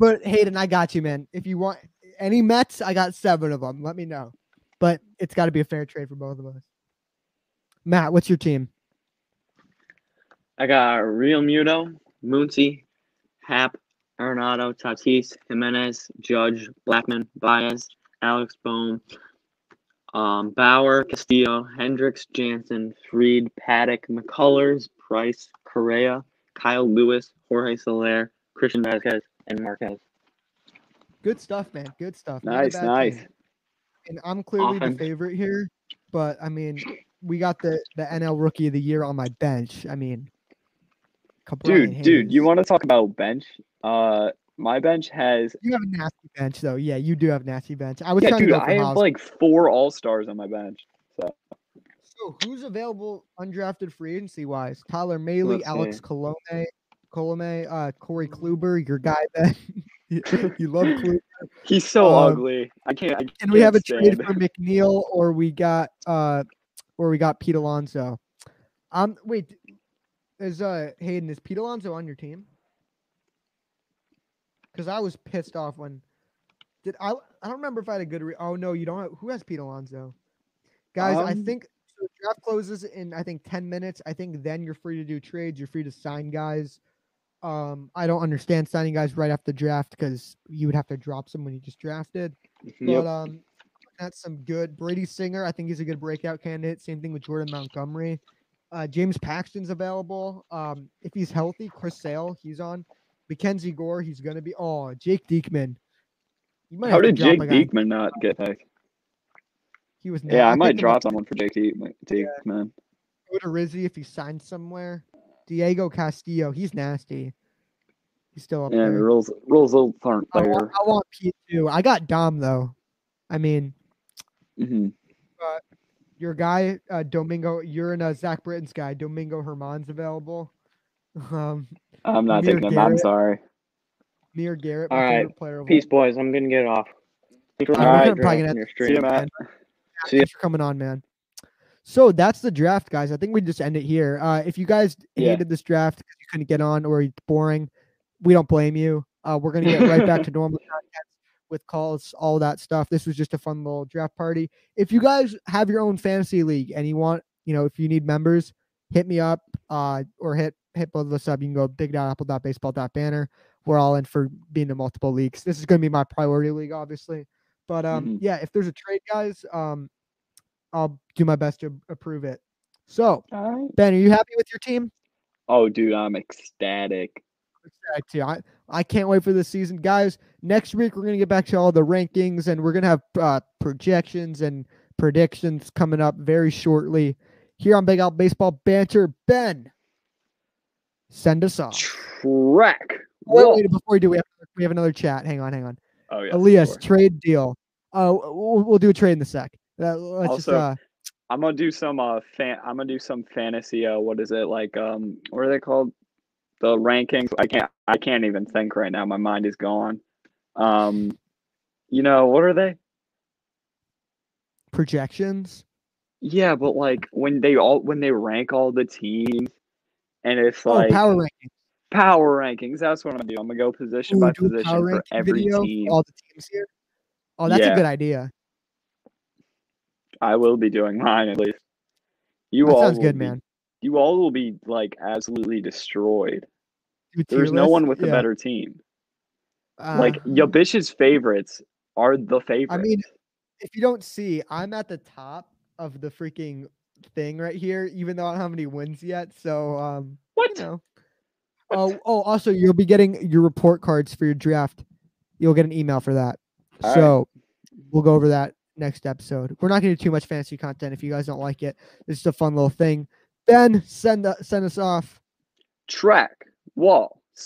Speaker 1: But Hayden, I got you, man. If you want any Mets, I got seven of them. Let me know. But it's got to be a fair trade for both of us. Matt, what's your team?
Speaker 3: I got Real Muto, Muncy, Hap, Arenado, Tatis, Jimenez, Judge, Blackman, Baez, Alex Bohm, um, Bauer, Castillo, Hendricks, Jansen, Freed, Paddock, McCullers, Price, Correa, Kyle Lewis, Jorge Soler, Christian Vasquez, and Marquez.
Speaker 1: Good stuff, man. Good stuff. Not a
Speaker 2: nice,
Speaker 1: bad
Speaker 2: nice.
Speaker 1: team. and I'm clearly
Speaker 3: Offense.
Speaker 1: the favorite here, but I mean, we got the the NL Rookie of the Year on my bench. I mean,
Speaker 2: Dude,
Speaker 1: Cabrian
Speaker 2: dude, you
Speaker 1: Hayes.
Speaker 2: want to talk about bench? Uh, my bench has.
Speaker 1: you have a nasty bench though. Yeah, you do have a nasty bench. I was
Speaker 2: Yeah,
Speaker 1: trying
Speaker 2: dude,
Speaker 1: to go for
Speaker 2: I have
Speaker 1: Hauser.
Speaker 2: like four All Stars on my bench. So
Speaker 1: So who's available undrafted free agency wise? Tyler Maley,
Speaker 3: Let's
Speaker 1: Alex
Speaker 3: see.
Speaker 1: Colome, Colome, uh, Corey Kluber, your guy Ben. [LAUGHS] you you love Kluber.
Speaker 2: he's so
Speaker 1: Um,
Speaker 2: ugly. I can't. I
Speaker 1: And we have a
Speaker 2: can't
Speaker 1: trade
Speaker 2: stand
Speaker 1: for
Speaker 2: him.
Speaker 1: McNeil, or we got uh, or we got Pete Alonso. Um, wait, is uh Hayden is Pete Alonso on your team? Because I was pissed off when did I? I don't remember if I had a good. Re- oh no, you don't. Have, who has Pete Alonso? Guys, I
Speaker 2: Um,
Speaker 1: think so draft closes in I think ten minutes. I think then you're free to do trades. You're free to sign guys. Um, I don't understand signing guys right after the draft because you would have to drop someone you just drafted. But um, that's some good. Brady Singer, I think he's a good breakout candidate. Same thing with Jordan Montgomery. Uh, James Paxton's available. Um, if he's healthy, Chris Sale, he's on. Mackenzie Gore, he's gonna be. Oh, Jake Diekman. You might
Speaker 2: How
Speaker 1: have to
Speaker 2: did
Speaker 1: drop
Speaker 2: Jake
Speaker 1: a guy.
Speaker 2: Diekman not get picked?
Speaker 1: He was.
Speaker 2: Yeah, I might
Speaker 1: drop.
Speaker 2: drop someone for Jake Diekman. Diekman.
Speaker 1: go to Rizzi if he signed somewhere. Diego Castillo, he's nasty. He's still up
Speaker 2: Yeah, the
Speaker 1: there.
Speaker 2: rules rules aren't
Speaker 1: I want,
Speaker 2: there.
Speaker 1: I want Pete too. I got Dom though. I mean,
Speaker 2: hmm
Speaker 1: your guy uh, Domingo, you're in a Zach Britton's guy. Domingo Herman's available. Um,
Speaker 2: I'm not
Speaker 1: Amir
Speaker 2: taking him. I'm
Speaker 1: Garrett.
Speaker 2: sorry.
Speaker 1: Me or Garrett,
Speaker 3: All
Speaker 1: my
Speaker 3: right.
Speaker 1: favorite player of
Speaker 3: Peace, boys. I'm gonna get off.
Speaker 1: All
Speaker 2: right,
Speaker 1: we're probably gonna-
Speaker 3: Your
Speaker 2: See you,
Speaker 3: stream.
Speaker 2: Matt.
Speaker 1: all.
Speaker 3: See ya.
Speaker 1: Thanks for coming on, man. So that's the draft, guys. I think we just end it here. Uh, if you guys
Speaker 2: Yeah.
Speaker 1: hated this draft because you couldn't get on or it's boring, we don't blame you. Uh, we're gonna get right back
Speaker 3: [LAUGHS]
Speaker 1: to normal podcasts with calls, all that stuff. This was just a fun little draft party. If you guys have your own fantasy league and you want, you know, if you need members, hit me up uh, or hit hit both of us up. You can go big.apple.baseball.banner. We're all in for being in multiple leagues. This is going to be my priority league, obviously. But um,
Speaker 2: Mhm.
Speaker 1: yeah, if there's a trade, guys, um, I'll do my best to approve it. So, Ben, are you happy with your team?
Speaker 2: Oh, dude, I'm ecstatic.
Speaker 1: back to you. I, I can't wait for this season, guys. Next week we're gonna get back to all the rankings and we're gonna have uh, projections and predictions coming up very shortly here on Big Out Baseball Banter. Ben, send us off.
Speaker 2: Track.
Speaker 1: Oh. Wait,
Speaker 2: Whoa.
Speaker 1: wait, before we do, we have, we have another chat. Hang on, hang on.
Speaker 2: Oh yeah.
Speaker 1: Elias,
Speaker 2: sure.
Speaker 1: trade deal. Uh, we'll, we'll do a trade in a sec. Uh, let's just,
Speaker 2: Also,
Speaker 1: uh,
Speaker 2: I'm gonna do some uh fan. I'm gonna do some fantasy. Uh, what is it like? Um, what are they called? The rankings. I can't. I can't even think right now. My mind is gone. Um, you know what are they?
Speaker 1: projections.
Speaker 2: Yeah, but like when they all when they rank all the teams, and it's like
Speaker 1: oh, power rankings.
Speaker 2: power rankings. That's what I'm gonna do. I'm gonna go position
Speaker 1: Ooh,
Speaker 2: by
Speaker 1: do a
Speaker 2: position
Speaker 1: power
Speaker 2: for
Speaker 1: ranking
Speaker 2: every
Speaker 1: video for
Speaker 2: team.
Speaker 1: all the teams here. Oh, that's a
Speaker 2: Yeah.
Speaker 1: good idea.
Speaker 2: I will be doing mine at least. You
Speaker 1: that
Speaker 2: all
Speaker 1: sounds
Speaker 2: will
Speaker 1: good,
Speaker 2: be-
Speaker 1: man.
Speaker 2: You all will be like absolutely destroyed.
Speaker 1: Do a tier
Speaker 2: There's no
Speaker 1: list?
Speaker 2: one with a
Speaker 1: Yeah.
Speaker 2: better team.
Speaker 1: Uh,
Speaker 2: like Yabish's favorites are the favorites.
Speaker 1: I mean, if you don't see, I'm at the top of the freaking thing right here, even though I don't have any wins yet. So, um,
Speaker 2: what?
Speaker 1: you know. Oh,
Speaker 2: [LAUGHS]
Speaker 1: oh, also, you'll be getting your report cards for your draft. You'll get an email for that.
Speaker 2: All right.
Speaker 1: so, we'll go over that next episode. We're not going to do too much fantasy content if you guys don't like it. It's just a fun little thing. Ben, send the, send us uh, off.
Speaker 2: Track, wall,